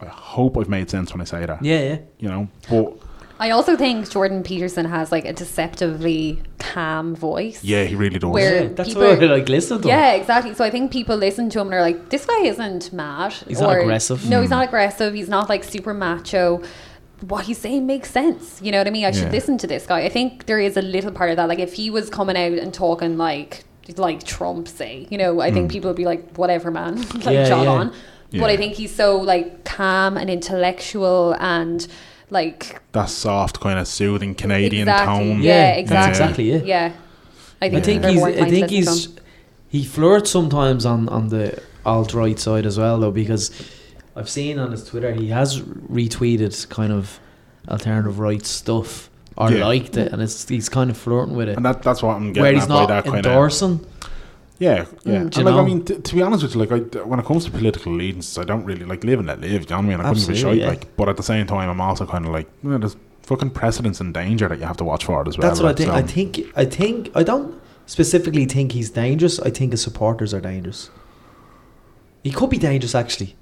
[SPEAKER 1] I hope I've made sense when I say that.
[SPEAKER 2] Yeah, yeah.
[SPEAKER 1] You know, but
[SPEAKER 3] I also think Jordan Peterson has like a deceptively calm voice.
[SPEAKER 1] yeah, he really does.
[SPEAKER 3] Where-
[SPEAKER 2] yeah that's
[SPEAKER 3] people-
[SPEAKER 2] why I like listen to him.
[SPEAKER 3] Yeah, exactly. So I think people listen to him and are like, this guy isn't mad.
[SPEAKER 2] He's not aggressive. Hmm.
[SPEAKER 3] No, he's not aggressive. He's not like super macho. What he's saying makes sense. You know what I mean? I should
[SPEAKER 1] Yeah.
[SPEAKER 3] listen to this guy. I think there is a little part of that. Like if he was coming out and talking like like Trump say, you know, I think people would be like, whatever, man, like
[SPEAKER 2] Hmm. Yeah,
[SPEAKER 3] jog
[SPEAKER 2] yeah.
[SPEAKER 3] on. But I
[SPEAKER 1] Yeah.
[SPEAKER 3] think he's so like calm and intellectual and like
[SPEAKER 1] that soft kind of soothing Canadian
[SPEAKER 3] exactly.
[SPEAKER 1] tone.
[SPEAKER 3] Yeah,
[SPEAKER 2] Yeah,
[SPEAKER 3] exactly.
[SPEAKER 1] that's exactly
[SPEAKER 2] it.
[SPEAKER 3] Yeah. I
[SPEAKER 2] I
[SPEAKER 3] think,
[SPEAKER 2] think
[SPEAKER 3] they're
[SPEAKER 2] he's.
[SPEAKER 3] more
[SPEAKER 2] I think
[SPEAKER 3] mindless than
[SPEAKER 2] he's. He flirts sometimes on on the alt right side as well, though, because I've seen on his Twitter he has retweeted kind of alternative right stuff or
[SPEAKER 1] Yeah.
[SPEAKER 2] liked it, and it's he's kind of flirting with it,
[SPEAKER 1] And that, that's what I'm getting
[SPEAKER 2] where
[SPEAKER 1] at
[SPEAKER 2] he's
[SPEAKER 1] by
[SPEAKER 2] not
[SPEAKER 1] that kind of
[SPEAKER 2] endorsing.
[SPEAKER 1] Yeah, yeah. And
[SPEAKER 2] Do you
[SPEAKER 1] like, I
[SPEAKER 2] know?
[SPEAKER 1] mean, t- to be honest with you, like, I, when it comes to political allegiances, I don't really like live and let live. Do you know what I mean? I couldn't give a
[SPEAKER 2] Absolutely,
[SPEAKER 1] shit.
[SPEAKER 2] yeah.
[SPEAKER 1] Like, but at the same time, I'm also kind of like, eh, there's fucking precedents and danger that you have to watch for it as well.
[SPEAKER 2] That's what I
[SPEAKER 1] like,
[SPEAKER 2] think. I
[SPEAKER 1] so-
[SPEAKER 2] think. I think. I don't specifically think he's dangerous. I think his supporters are dangerous. He could be dangerous, actually.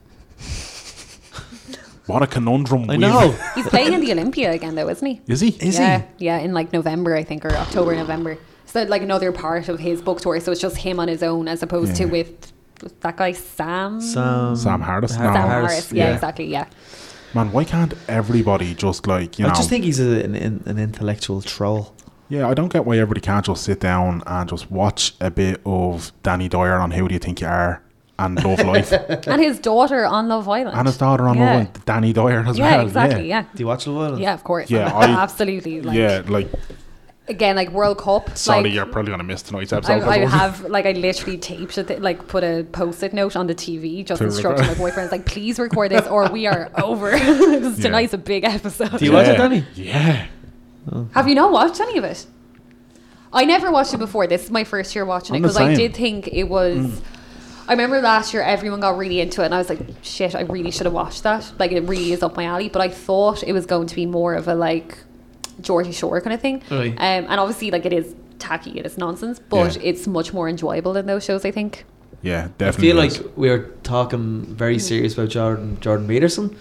[SPEAKER 1] What a conundrum.
[SPEAKER 2] I
[SPEAKER 1] we've-
[SPEAKER 2] know.
[SPEAKER 3] He's playing in the Olympia again, though, isn't he?
[SPEAKER 1] Is he?
[SPEAKER 2] Is
[SPEAKER 3] yeah,
[SPEAKER 2] he?
[SPEAKER 3] yeah, in like November, I think, or October, November. So like another part of his book tour. So it's just him on his own, as opposed
[SPEAKER 1] Yeah.
[SPEAKER 3] to with with that guy Sam.
[SPEAKER 2] Sam.
[SPEAKER 1] Sam Harris?
[SPEAKER 2] Har-
[SPEAKER 1] No.
[SPEAKER 3] Sam Harris. Yeah,
[SPEAKER 1] yeah.
[SPEAKER 3] exactly. Yeah,
[SPEAKER 1] Man, why can't everybody just like you
[SPEAKER 2] I
[SPEAKER 1] know?
[SPEAKER 2] just think he's a, an, an an intellectual troll.
[SPEAKER 1] yeah, I don't get why everybody can't just sit down and just watch a bit of Danny Dyer on Who Do You Think You Are and Love Life
[SPEAKER 3] and his daughter on Love Island.
[SPEAKER 1] and his daughter on
[SPEAKER 3] Yeah.
[SPEAKER 1] Love Island, Danny Dyer as
[SPEAKER 3] Yeah,
[SPEAKER 1] well.
[SPEAKER 3] exactly. Yeah.
[SPEAKER 2] Do you watch Love Island?
[SPEAKER 3] yeah, of course.
[SPEAKER 1] Yeah, I-
[SPEAKER 3] absolutely. Like,
[SPEAKER 1] yeah, like
[SPEAKER 3] again, like World Cup.
[SPEAKER 1] sorry,
[SPEAKER 3] like,
[SPEAKER 1] you're probably gonna miss tonight's
[SPEAKER 3] I,
[SPEAKER 1] episode.
[SPEAKER 3] I have like I literally taped it, like put a post-it note on the TV, just
[SPEAKER 1] To
[SPEAKER 3] instructing my
[SPEAKER 1] record.
[SPEAKER 3] boyfriend, like, please record this or we are over. 'Cause
[SPEAKER 1] Yeah.
[SPEAKER 3] tonight's a big episode.
[SPEAKER 2] Do you watch it, Danny?
[SPEAKER 1] Yeah.
[SPEAKER 3] Have you not watched any of it? I never watched it before. This is my first year watching it
[SPEAKER 1] I'm the
[SPEAKER 3] because
[SPEAKER 1] same.
[SPEAKER 3] I
[SPEAKER 1] Mm.
[SPEAKER 3] did think it was. I remember last year everyone got really into it, and I was like, "Shit, I really should have watched that." Like, it really is up my alley. But I thought it was going to be more of a like Geordie Shore kind of thing.
[SPEAKER 2] Right.
[SPEAKER 3] Um, and obviously, like it is tacky, it is nonsense, but
[SPEAKER 1] Yeah.
[SPEAKER 3] it's much more enjoyable than those shows. I think.
[SPEAKER 1] Yeah,
[SPEAKER 2] I
[SPEAKER 1] definitely.
[SPEAKER 2] feel
[SPEAKER 1] is.
[SPEAKER 2] like we are talking very serious about Jordan Jordan Peterson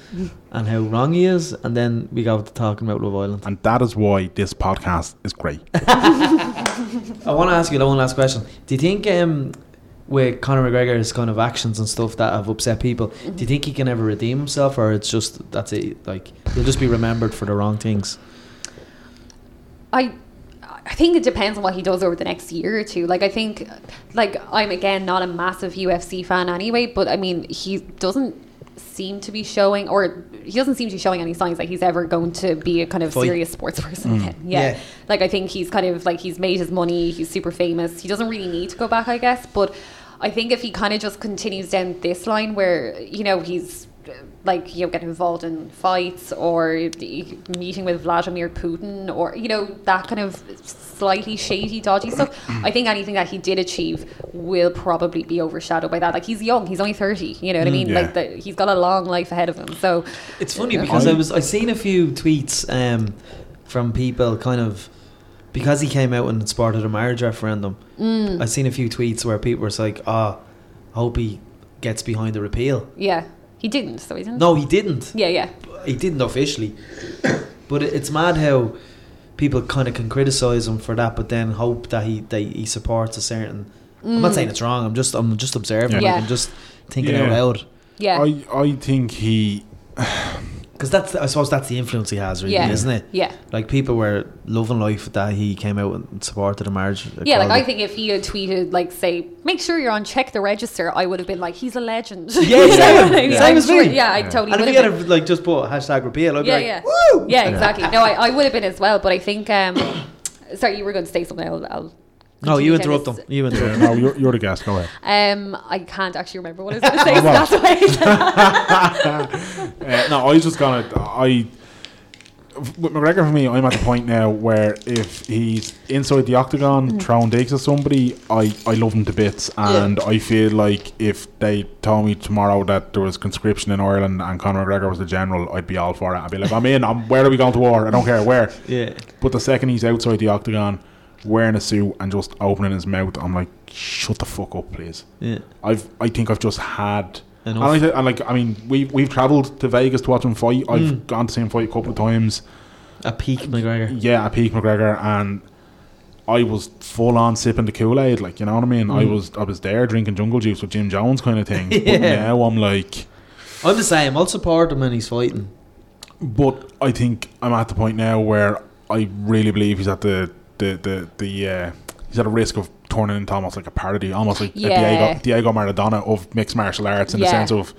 [SPEAKER 2] and how wrong he is, and then we got to talking about Love Island.
[SPEAKER 1] and that is why this podcast is great.
[SPEAKER 2] I want to ask you the one last question. Do you think um, with Conor McGregor's kind of actions and stuff that have upset people, do you think he can ever redeem himself, or it's just that's it? Like he'll just be remembered for the wrong things.
[SPEAKER 3] I I think it depends on what he does over the next year or two. Like I think like I'm again not a massive UFC fan anyway, but I mean he doesn't seem to be showing or he doesn't seem to be showing any signs that he's ever going to be a kind of
[SPEAKER 2] Fight.
[SPEAKER 3] serious sports person again. Yeah.
[SPEAKER 2] Yeah.
[SPEAKER 3] Like I think he's kind of like he's made his money, he's super famous. He doesn't really need to go back, I guess, but I think if he kind of just continues down this line where, you know, he's uh, like you know getting involved in fights or the- meeting with Vladimir Putin or you know that kind of slightly shady dodgy stuff I think anything that he did achieve will probably be overshadowed by that like he's young he's only 30 you know what I mean
[SPEAKER 1] yeah.
[SPEAKER 3] like the, he's got a long life ahead of him so
[SPEAKER 2] It's funny because I was I seen a few tweets um, from people kind of because he came out and supported a marriage referendum.
[SPEAKER 3] Mm.
[SPEAKER 2] I seen a few tweets where people was like, "Ah, hope he gets behind the repeal."
[SPEAKER 3] yeah he didn't so he didn't
[SPEAKER 2] No, he didn't.
[SPEAKER 3] yeah yeah
[SPEAKER 2] he didn't officially, but it, it's mad how people kind of can criticize him for that, but then hope that he that he supports a certain. I'm not saying it's wrong. I'm just I'm just observing.
[SPEAKER 3] Mm. Yeah.
[SPEAKER 2] Like, I'm just thinking out
[SPEAKER 1] Yeah.
[SPEAKER 2] loud
[SPEAKER 3] yeah
[SPEAKER 1] I, I think he
[SPEAKER 2] because that's I suppose that's the influence he has, really,
[SPEAKER 3] yeah
[SPEAKER 2] isn't it?
[SPEAKER 3] yeah
[SPEAKER 2] Like people were loving life that he came out and supported a marriage.
[SPEAKER 3] Yeah, like I
[SPEAKER 2] equality.
[SPEAKER 3] think if he had tweeted, like, say, make sure you're on check the register, I would have been like, he's a legend.
[SPEAKER 2] Yeah,
[SPEAKER 3] You know
[SPEAKER 2] same,
[SPEAKER 3] what I mean?
[SPEAKER 2] yeah.
[SPEAKER 3] I'm
[SPEAKER 2] Same as
[SPEAKER 3] sure-
[SPEAKER 2] me.
[SPEAKER 3] Yeah, I
[SPEAKER 2] And
[SPEAKER 3] totally
[SPEAKER 2] if
[SPEAKER 3] would
[SPEAKER 2] he
[SPEAKER 3] have
[SPEAKER 2] had
[SPEAKER 3] been.
[SPEAKER 2] have, like just put hashtag repeal, I'd be
[SPEAKER 3] Yeah,
[SPEAKER 2] like,
[SPEAKER 3] yeah.
[SPEAKER 2] woo!
[SPEAKER 3] Yeah, exactly. No, I, I would have been as well, but I think. um Sorry, you were going to say something. I'll. I'll
[SPEAKER 2] No, you
[SPEAKER 3] continue down
[SPEAKER 2] interrupt
[SPEAKER 3] this-
[SPEAKER 2] him. You interrupt.
[SPEAKER 1] yeah, no, you're, you're the guest. Go ahead.
[SPEAKER 3] Um, I can't actually remember what I was going to say, so
[SPEAKER 1] well.
[SPEAKER 3] that's why. I said-
[SPEAKER 1] Uh, no, I was just gonna. I with McGregor for me, I'm at the point now where if he's inside the octagon throwing digs at somebody, I I love him to bits, and I feel like if they told me tomorrow that there was conscription in Ireland and Conor McGregor was the general, I'd be all for it. I'd be like, I'm in. I'm, where are we going to war? I don't care where.
[SPEAKER 2] Yeah.
[SPEAKER 1] But the second he's outside the octagon, wearing a suit and just opening his mouth, I'm like, shut the fuck up, please.
[SPEAKER 2] Yeah.
[SPEAKER 1] I've I think I've just had and
[SPEAKER 2] Enough.
[SPEAKER 1] I, thi- and like I mean we we've traveled to Vegas to watch him fight. I've
[SPEAKER 2] Hmm.
[SPEAKER 1] gone to see him fight a couple of times.
[SPEAKER 2] A peak McGregor.
[SPEAKER 1] Yeah, at peak McGregor and I was full on sipping the Kool Aid, like you know what I mean. I was I was there drinking jungle juice with Jim Jones kind of thing.
[SPEAKER 2] Hmm. Yeah.
[SPEAKER 1] But now I'm like,
[SPEAKER 2] I'm the same. I'll support him when he's fighting.
[SPEAKER 1] but I think I'm at the point now where I really believe he's at the the the the uh, he's at a risk of turning into almost like a parody, almost like
[SPEAKER 3] Yeah.
[SPEAKER 1] a Diego Diego Maradona of mixed martial arts in the
[SPEAKER 3] Yeah.
[SPEAKER 1] sense of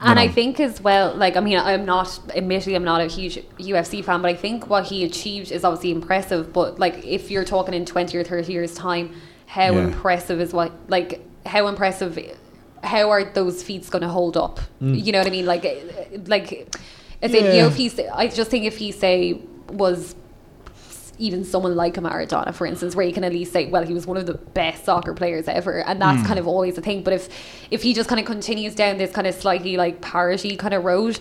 [SPEAKER 3] and
[SPEAKER 1] know.
[SPEAKER 3] I think as well, like, I mean, I'm not, admittedly, I'm not a huge UFC fan, but I think what he achieved is obviously impressive. But, like, if you're talking in 20 or 30 years' time, how
[SPEAKER 1] Yeah.
[SPEAKER 3] impressive is what, like, how impressive, how are those feats going to hold up? You know what I mean? Like, eh, like, I said, you
[SPEAKER 1] Mm. Yeah.
[SPEAKER 3] know, if he's, I just think if he, say, was even someone like a Maradona, for instance, where you can at least say, well, he was one of the best soccer players ever,
[SPEAKER 2] Hmm.
[SPEAKER 3] and that's kind of always a thing. But if if he just kind of continues down this kind of slightly like parity kind of road.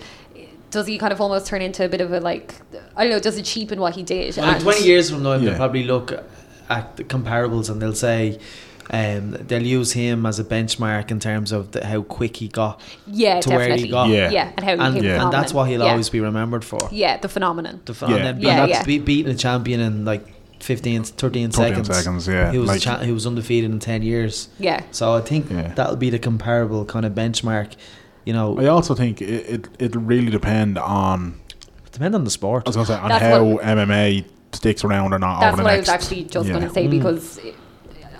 [SPEAKER 3] Does he kind of almost turn into a bit of a like I don't know? Does it cheapen what he did?
[SPEAKER 2] Well, like
[SPEAKER 3] And-
[SPEAKER 2] 20 years from now,
[SPEAKER 1] Yeah.
[SPEAKER 2] they'll probably look at the comparables and they'll say, um, they'll use him as a benchmark in terms of the, how quick he got.
[SPEAKER 3] yeah,
[SPEAKER 2] to where he
[SPEAKER 3] definitely.
[SPEAKER 2] got.
[SPEAKER 1] Yeah.
[SPEAKER 3] yeah. and how
[SPEAKER 2] And,
[SPEAKER 3] he became a
[SPEAKER 1] Yeah.
[SPEAKER 2] and
[SPEAKER 3] phenomenon.
[SPEAKER 2] that's what he'll
[SPEAKER 3] yeah.
[SPEAKER 2] always be remembered for.
[SPEAKER 3] Yeah, the phenomenon.
[SPEAKER 2] The,
[SPEAKER 1] Yeah.
[SPEAKER 2] And then
[SPEAKER 1] And
[SPEAKER 2] beat,
[SPEAKER 3] that's-
[SPEAKER 2] be- beating a champion in like 15, 13
[SPEAKER 1] 13
[SPEAKER 2] seconds.
[SPEAKER 1] seconds, yeah,
[SPEAKER 2] He was, a
[SPEAKER 1] like-
[SPEAKER 2] cha- he was undefeated in 10 years.
[SPEAKER 3] Yeah,
[SPEAKER 2] So I think
[SPEAKER 1] Yeah. Oh,
[SPEAKER 2] that'll be the comparable kind of benchmark. You know,
[SPEAKER 1] I also think it, it it'll really depend on
[SPEAKER 2] depend on the sport.
[SPEAKER 1] I was gonna say on
[SPEAKER 3] That's
[SPEAKER 1] how
[SPEAKER 3] what-
[SPEAKER 1] MMA sticks around or not.
[SPEAKER 3] that's
[SPEAKER 1] over the
[SPEAKER 3] what I
[SPEAKER 1] next,
[SPEAKER 3] was actually just
[SPEAKER 1] yeah.
[SPEAKER 3] going to say
[SPEAKER 2] Hmm.
[SPEAKER 3] because it,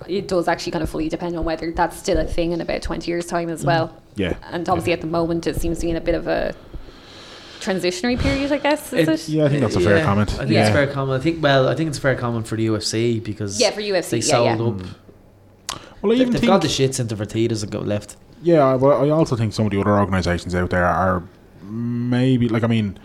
[SPEAKER 3] it does actually kind of fully depend on whether that's still a thing in about twenty years' time
[SPEAKER 2] Hmm.
[SPEAKER 3] as well.
[SPEAKER 1] Yeah.
[SPEAKER 3] and obviously at the moment it seems to be in a bit of a transitionary period, I guess. Is it?
[SPEAKER 1] Yeah, I think that's a fair comment.
[SPEAKER 2] I think
[SPEAKER 1] yeah.
[SPEAKER 2] it's fair comment. I think well, I think it's a fair comment for the UFC because
[SPEAKER 3] Yeah, for UFC,
[SPEAKER 2] they
[SPEAKER 3] yeah,
[SPEAKER 2] sold
[SPEAKER 3] yeah.
[SPEAKER 2] up.
[SPEAKER 1] Well, I
[SPEAKER 2] They,
[SPEAKER 1] Mm. even
[SPEAKER 2] have
[SPEAKER 1] think
[SPEAKER 2] got the shits into Fertitas and go left.
[SPEAKER 1] Yeah, I- well, I also think some of the other organisations out there are maybe like I mean,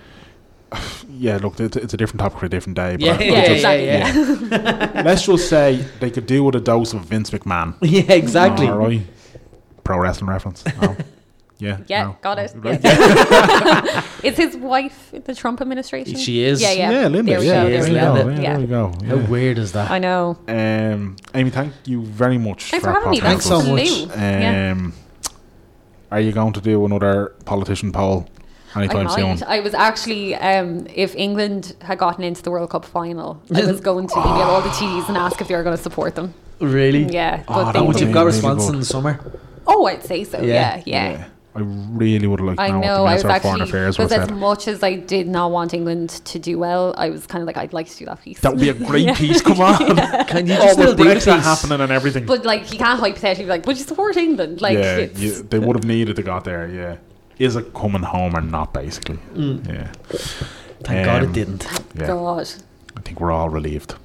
[SPEAKER 1] yeah. Look, it's, it's a different topic for a different day. But I-
[SPEAKER 3] yeah,
[SPEAKER 1] I just-
[SPEAKER 3] exactly.
[SPEAKER 1] let's just say they could do with a dose of Vince McMahon.
[SPEAKER 2] yeah. Yeah, exactly.
[SPEAKER 1] All right. Pro wrestling reference. No. Yeah.
[SPEAKER 3] Yeah,
[SPEAKER 1] no.
[SPEAKER 3] got it.
[SPEAKER 1] Right.
[SPEAKER 3] Is his wife in the Trump administration?
[SPEAKER 2] She is.
[SPEAKER 3] Yeah, yeah.
[SPEAKER 1] Yeah, Linda.
[SPEAKER 3] There we
[SPEAKER 1] yeah,
[SPEAKER 3] go,
[SPEAKER 1] there
[SPEAKER 2] is
[SPEAKER 1] we
[SPEAKER 3] we go.
[SPEAKER 1] go. Yeah,
[SPEAKER 2] Linda.
[SPEAKER 3] Yeah.
[SPEAKER 1] there we go.
[SPEAKER 2] How
[SPEAKER 3] Oh,
[SPEAKER 1] yeah.
[SPEAKER 2] weird is that?
[SPEAKER 3] I know.
[SPEAKER 1] Um, Amy, thank you very much
[SPEAKER 3] Thanks
[SPEAKER 1] for
[SPEAKER 3] for having me.
[SPEAKER 1] popping
[SPEAKER 2] Thanks
[SPEAKER 1] out
[SPEAKER 2] so
[SPEAKER 1] with
[SPEAKER 2] much.
[SPEAKER 1] us.
[SPEAKER 3] much. Yeah.
[SPEAKER 1] Um, are you going to do another politician poll
[SPEAKER 3] I
[SPEAKER 1] anytime
[SPEAKER 3] might.
[SPEAKER 1] soon?
[SPEAKER 3] I was actually, um, if England had gotten into the World Cup final, I was going to email all the TDs and ask if they were going to support them.
[SPEAKER 2] Really?
[SPEAKER 3] Yeah,
[SPEAKER 1] Oh,
[SPEAKER 3] but
[SPEAKER 1] that
[SPEAKER 3] they
[SPEAKER 1] would
[SPEAKER 2] Once
[SPEAKER 1] be
[SPEAKER 2] you've
[SPEAKER 3] didn't.
[SPEAKER 2] got
[SPEAKER 1] Really
[SPEAKER 2] response
[SPEAKER 1] good.
[SPEAKER 2] in the summer,
[SPEAKER 3] Oh, I'd say so.
[SPEAKER 2] Yeah.
[SPEAKER 3] Yeah, yeah.
[SPEAKER 1] I really would have liked to
[SPEAKER 3] I
[SPEAKER 1] know,
[SPEAKER 3] know.
[SPEAKER 1] what the
[SPEAKER 3] I was
[SPEAKER 1] Minister of Foreign
[SPEAKER 3] actually
[SPEAKER 1] Affairs would
[SPEAKER 3] because
[SPEAKER 1] have
[SPEAKER 3] as
[SPEAKER 1] said.
[SPEAKER 3] much as I did not want England to do well, I was kind of like, I'd like to do that piece.
[SPEAKER 1] That would be a great piece. Come on.
[SPEAKER 2] can you
[SPEAKER 1] Oh,
[SPEAKER 2] just still
[SPEAKER 1] with
[SPEAKER 2] do this?
[SPEAKER 1] Brexit happening and everything.
[SPEAKER 3] but like, you can't hypothetically be like, would you support England? Like,
[SPEAKER 1] yeah,
[SPEAKER 3] it's,
[SPEAKER 1] you- they would have needed to got there. Yeah, is it coming home or not? Basically,
[SPEAKER 3] Mm.
[SPEAKER 1] yeah,
[SPEAKER 2] Thank God
[SPEAKER 1] Um,
[SPEAKER 2] it didn't.
[SPEAKER 1] yeah.
[SPEAKER 3] God.
[SPEAKER 1] I think we're all relieved.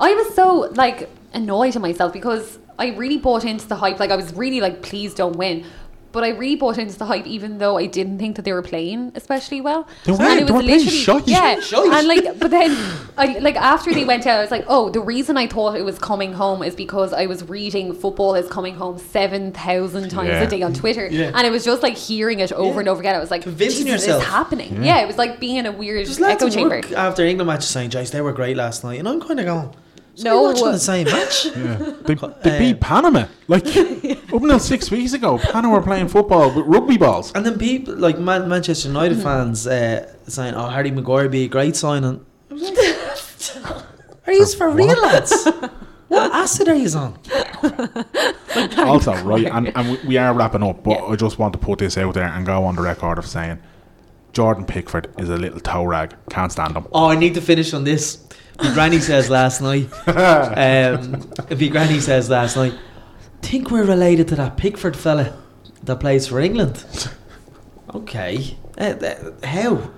[SPEAKER 3] I was so like annoyed at myself because I really bought into the hype. Like I was really like, please don't win. But I really bought into the hype, even though I didn't think that they were playing especially well.
[SPEAKER 1] They weren't.
[SPEAKER 3] And
[SPEAKER 1] They were playing shite.
[SPEAKER 3] yeah.
[SPEAKER 2] Shite.
[SPEAKER 3] And like, but then, I like after they went out, I was like, oh, the reason I thought it was coming home is because I was reading football is coming home seven thousand times
[SPEAKER 1] Yeah.
[SPEAKER 3] a day on Twitter,
[SPEAKER 2] Yeah.
[SPEAKER 3] and it was just like hearing it over
[SPEAKER 2] Yeah.
[SPEAKER 3] and over again. I was like,
[SPEAKER 2] Convincing
[SPEAKER 3] Jesus,
[SPEAKER 2] yourself.
[SPEAKER 3] it's happening. Yeah. it was like being in a weird
[SPEAKER 2] There's lads
[SPEAKER 3] echo
[SPEAKER 2] at
[SPEAKER 3] chamber.
[SPEAKER 2] work after England match saying, "Guys, they were great last night," and I'm kind of going, so
[SPEAKER 3] No,
[SPEAKER 2] "No, Hmm. watching
[SPEAKER 3] what-
[SPEAKER 2] the same match."
[SPEAKER 1] Yeah. They, they beat
[SPEAKER 3] Um,
[SPEAKER 2] Uh,
[SPEAKER 1] Panama like up until six weeks ago. Panama were playing football with rugby balls.
[SPEAKER 2] And then people like Man- Manchester United fans uh, saying, "Oh, Harry Maguire be a great signing." I was like, Are you for real, lads? What acid are you on?
[SPEAKER 1] also, right, and, and we- we are wrapping up, but
[SPEAKER 3] Yeah.
[SPEAKER 1] I just want to put this out there and go on the record of saying Jordan Pickford is a little toe rag. Can't stand him.
[SPEAKER 2] Oh, I need to finish on this. My granny says last night.
[SPEAKER 3] Uh,
[SPEAKER 2] Um, my granny says last night. Think we're related to that Pickford fella that plays for England. Okay, Uh, th- how?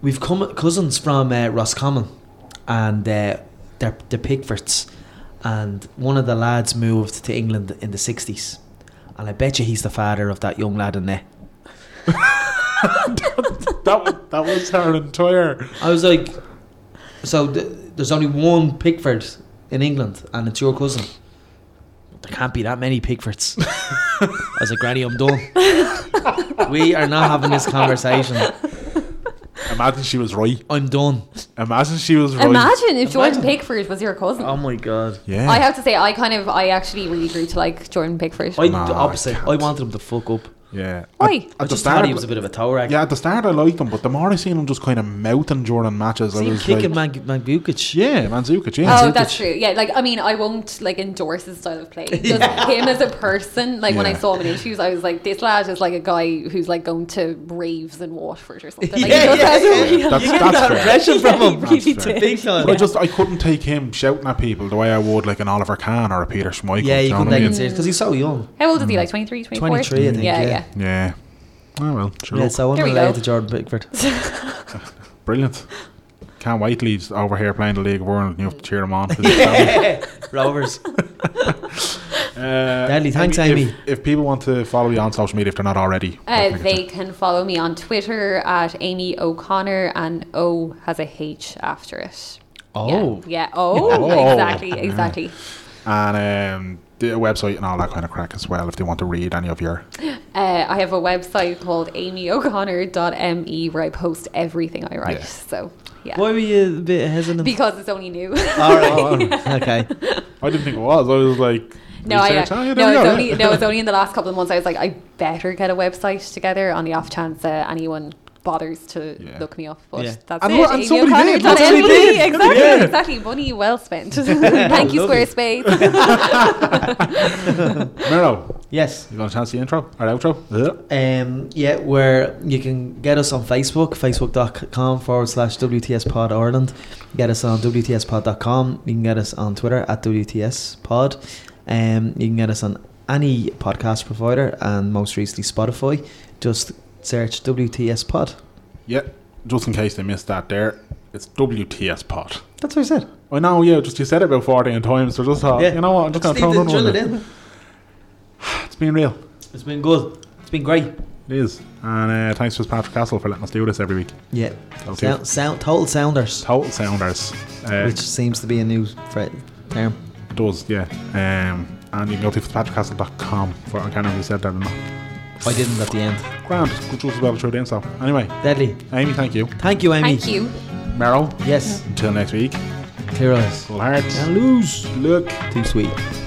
[SPEAKER 2] We've come cousins from uh, Roscommon, and uh, they're the Pickfords, and one of the lads moved to England in the sixties, and I bet you he's the father of that young lad in there.
[SPEAKER 1] That was, that was her entire.
[SPEAKER 2] I was like, so th- there's only one Pickford in England, and it's your cousin. There can't be that many Pickfords. I was like, Granny, I'm done. we are not having this conversation.
[SPEAKER 1] Imagine she was right.
[SPEAKER 2] I'm done.
[SPEAKER 1] Imagine she was right.
[SPEAKER 3] Imagine if Jordan
[SPEAKER 2] Imagine. Oh,
[SPEAKER 3] Pickford was your cousin.
[SPEAKER 2] my god.
[SPEAKER 1] Yeah.
[SPEAKER 3] I have to say, I kind of, I actually really grew to like Jordan Pickford.
[SPEAKER 2] I
[SPEAKER 1] Nah,
[SPEAKER 2] the opposite.
[SPEAKER 1] I
[SPEAKER 2] I,
[SPEAKER 1] can't.
[SPEAKER 2] wanted him to fuck up.
[SPEAKER 1] Yeah.
[SPEAKER 3] Oi.
[SPEAKER 1] At, at
[SPEAKER 2] I
[SPEAKER 1] the
[SPEAKER 2] just thought
[SPEAKER 1] start,
[SPEAKER 2] he was a bit of a toe rag.
[SPEAKER 1] yeah, at the start I liked him, but the more I seen him just kind of mouthing during matches, I
[SPEAKER 2] See him
[SPEAKER 1] was
[SPEAKER 2] kicking
[SPEAKER 1] like,
[SPEAKER 2] like, Man- Mangukic.
[SPEAKER 1] yeah, Mandzukic, yeah.
[SPEAKER 3] oh,
[SPEAKER 2] Zizic.
[SPEAKER 3] that's true. Yeah, like I mean, I won't like endorse his style of play. Just him as a person, like when I
[SPEAKER 1] Yeah.
[SPEAKER 3] saw him in interviews, I was like, this lad is like a guy who's like going to raves in Watford or something. Like,
[SPEAKER 2] Yeah,
[SPEAKER 3] he just
[SPEAKER 2] yeah,
[SPEAKER 3] has a
[SPEAKER 2] yeah.
[SPEAKER 3] real-
[SPEAKER 1] That's-
[SPEAKER 2] You get
[SPEAKER 1] that's
[SPEAKER 2] that
[SPEAKER 1] fair.
[SPEAKER 2] impression from
[SPEAKER 3] Yeah, he
[SPEAKER 2] him.
[SPEAKER 3] really
[SPEAKER 1] That's fair.
[SPEAKER 3] did.
[SPEAKER 2] Big time.
[SPEAKER 1] But I just I couldn't take him shouting at people the way I would like an Oliver Kahn or a Peter Schmeichel.
[SPEAKER 2] yeah, you
[SPEAKER 1] do know
[SPEAKER 2] couldn't
[SPEAKER 1] what I
[SPEAKER 2] take
[SPEAKER 1] mean?
[SPEAKER 2] it serious because he's so young.
[SPEAKER 3] How old is he? Like 23, 24?
[SPEAKER 2] 23, Mm. I think,
[SPEAKER 3] Yeah,
[SPEAKER 2] yeah.
[SPEAKER 3] yeah.
[SPEAKER 1] Yeah. Oh well, sure.
[SPEAKER 2] Yeah, so I'm
[SPEAKER 3] There we
[SPEAKER 2] related
[SPEAKER 3] go.
[SPEAKER 2] to Jordan Pickford.
[SPEAKER 1] Brilliant. Can't wait leaves over here playing the League of Ireland and you have to cheer him on.
[SPEAKER 2] Rovers.
[SPEAKER 1] Uh,
[SPEAKER 2] Deadly. Thanks,
[SPEAKER 1] If,
[SPEAKER 2] Amy.
[SPEAKER 1] if people want to follow you on social media if they're not already, I
[SPEAKER 3] Uh,
[SPEAKER 1] think
[SPEAKER 3] they
[SPEAKER 1] it's
[SPEAKER 3] can follow me on Twitter at Amy O'Connor, and O has a H after it.
[SPEAKER 1] a
[SPEAKER 2] Oh.
[SPEAKER 3] Yeah. yeah. Oh,
[SPEAKER 1] Oh.
[SPEAKER 3] exactly. Exactly.
[SPEAKER 1] and um, the website and all that kind of crack as well if they want to read any of your.
[SPEAKER 3] Uh, I have a website called amyoconnor.me where I post everything I write.
[SPEAKER 1] Yeah. um,
[SPEAKER 3] So, yeah.
[SPEAKER 2] Why were you a bit hesitant?
[SPEAKER 3] Because it's only new.
[SPEAKER 2] All right. okay.
[SPEAKER 1] I didn't think it was. I was like,
[SPEAKER 3] No, I,
[SPEAKER 1] research.
[SPEAKER 3] uh,
[SPEAKER 1] Oh, yeah,
[SPEAKER 3] no,
[SPEAKER 1] there we
[SPEAKER 3] it's
[SPEAKER 1] go,
[SPEAKER 3] only,
[SPEAKER 1] yeah.
[SPEAKER 3] no, it's only in the last couple of months I was like, I better get a website together on the off chance that anyone bothers to
[SPEAKER 1] Yeah.
[SPEAKER 3] look me up. But
[SPEAKER 2] Yeah.
[SPEAKER 3] that's
[SPEAKER 1] And
[SPEAKER 3] it.
[SPEAKER 1] what- and
[SPEAKER 3] Amy
[SPEAKER 1] somebody
[SPEAKER 3] O'Connor
[SPEAKER 1] did,
[SPEAKER 3] dot
[SPEAKER 1] somebody
[SPEAKER 3] ME.
[SPEAKER 1] did.
[SPEAKER 3] Exactly,
[SPEAKER 1] Yeah.
[SPEAKER 3] exactly. Money well spent. Thank you,
[SPEAKER 2] Lovely.
[SPEAKER 3] Squarespace.
[SPEAKER 1] Miro,
[SPEAKER 2] Yes.
[SPEAKER 1] you want a chance to the intro or outro? Yeah.
[SPEAKER 2] Um, yeah, where you can get us on Facebook, facebook.com forward slash WTS Pod Ireland. Get us on WTSpod.com. You can get us on Twitter at WTS Pod. Um, you can get us on any podcast provider and most recently Spotify. Just search WTS Pod.
[SPEAKER 1] Yeah, just in case they missed that there, it's WTS Pod.
[SPEAKER 2] That's what I said.
[SPEAKER 1] I know, yeah, just you said it about 14 times, so just thought, you know what, I'm just going to throw another one. in. It's been real.
[SPEAKER 2] It's been good. It's been great.
[SPEAKER 1] It is. And uh, thanks to Patrick Castle for letting us do this every week.
[SPEAKER 2] Yeah.
[SPEAKER 1] Total
[SPEAKER 2] Sound, sound, total sounders,
[SPEAKER 1] Total sounders. Uh,
[SPEAKER 2] which seems to be a new fre- term.
[SPEAKER 1] it does, yeah. Um, and you can go to fitzpatrickcastle.com for I can't remember if you said that or not.
[SPEAKER 2] I didn't at the end.
[SPEAKER 1] Grand, good just about through the info. Anyway,
[SPEAKER 2] Deadly.
[SPEAKER 1] Amy, thank you.
[SPEAKER 2] Thank you, Amy.
[SPEAKER 3] Thank you.
[SPEAKER 1] Meryl,
[SPEAKER 2] Yes.
[SPEAKER 1] until next week.
[SPEAKER 2] Clear eyes.
[SPEAKER 1] Full hearts.
[SPEAKER 2] And lose.
[SPEAKER 1] Look.
[SPEAKER 2] Too sweet.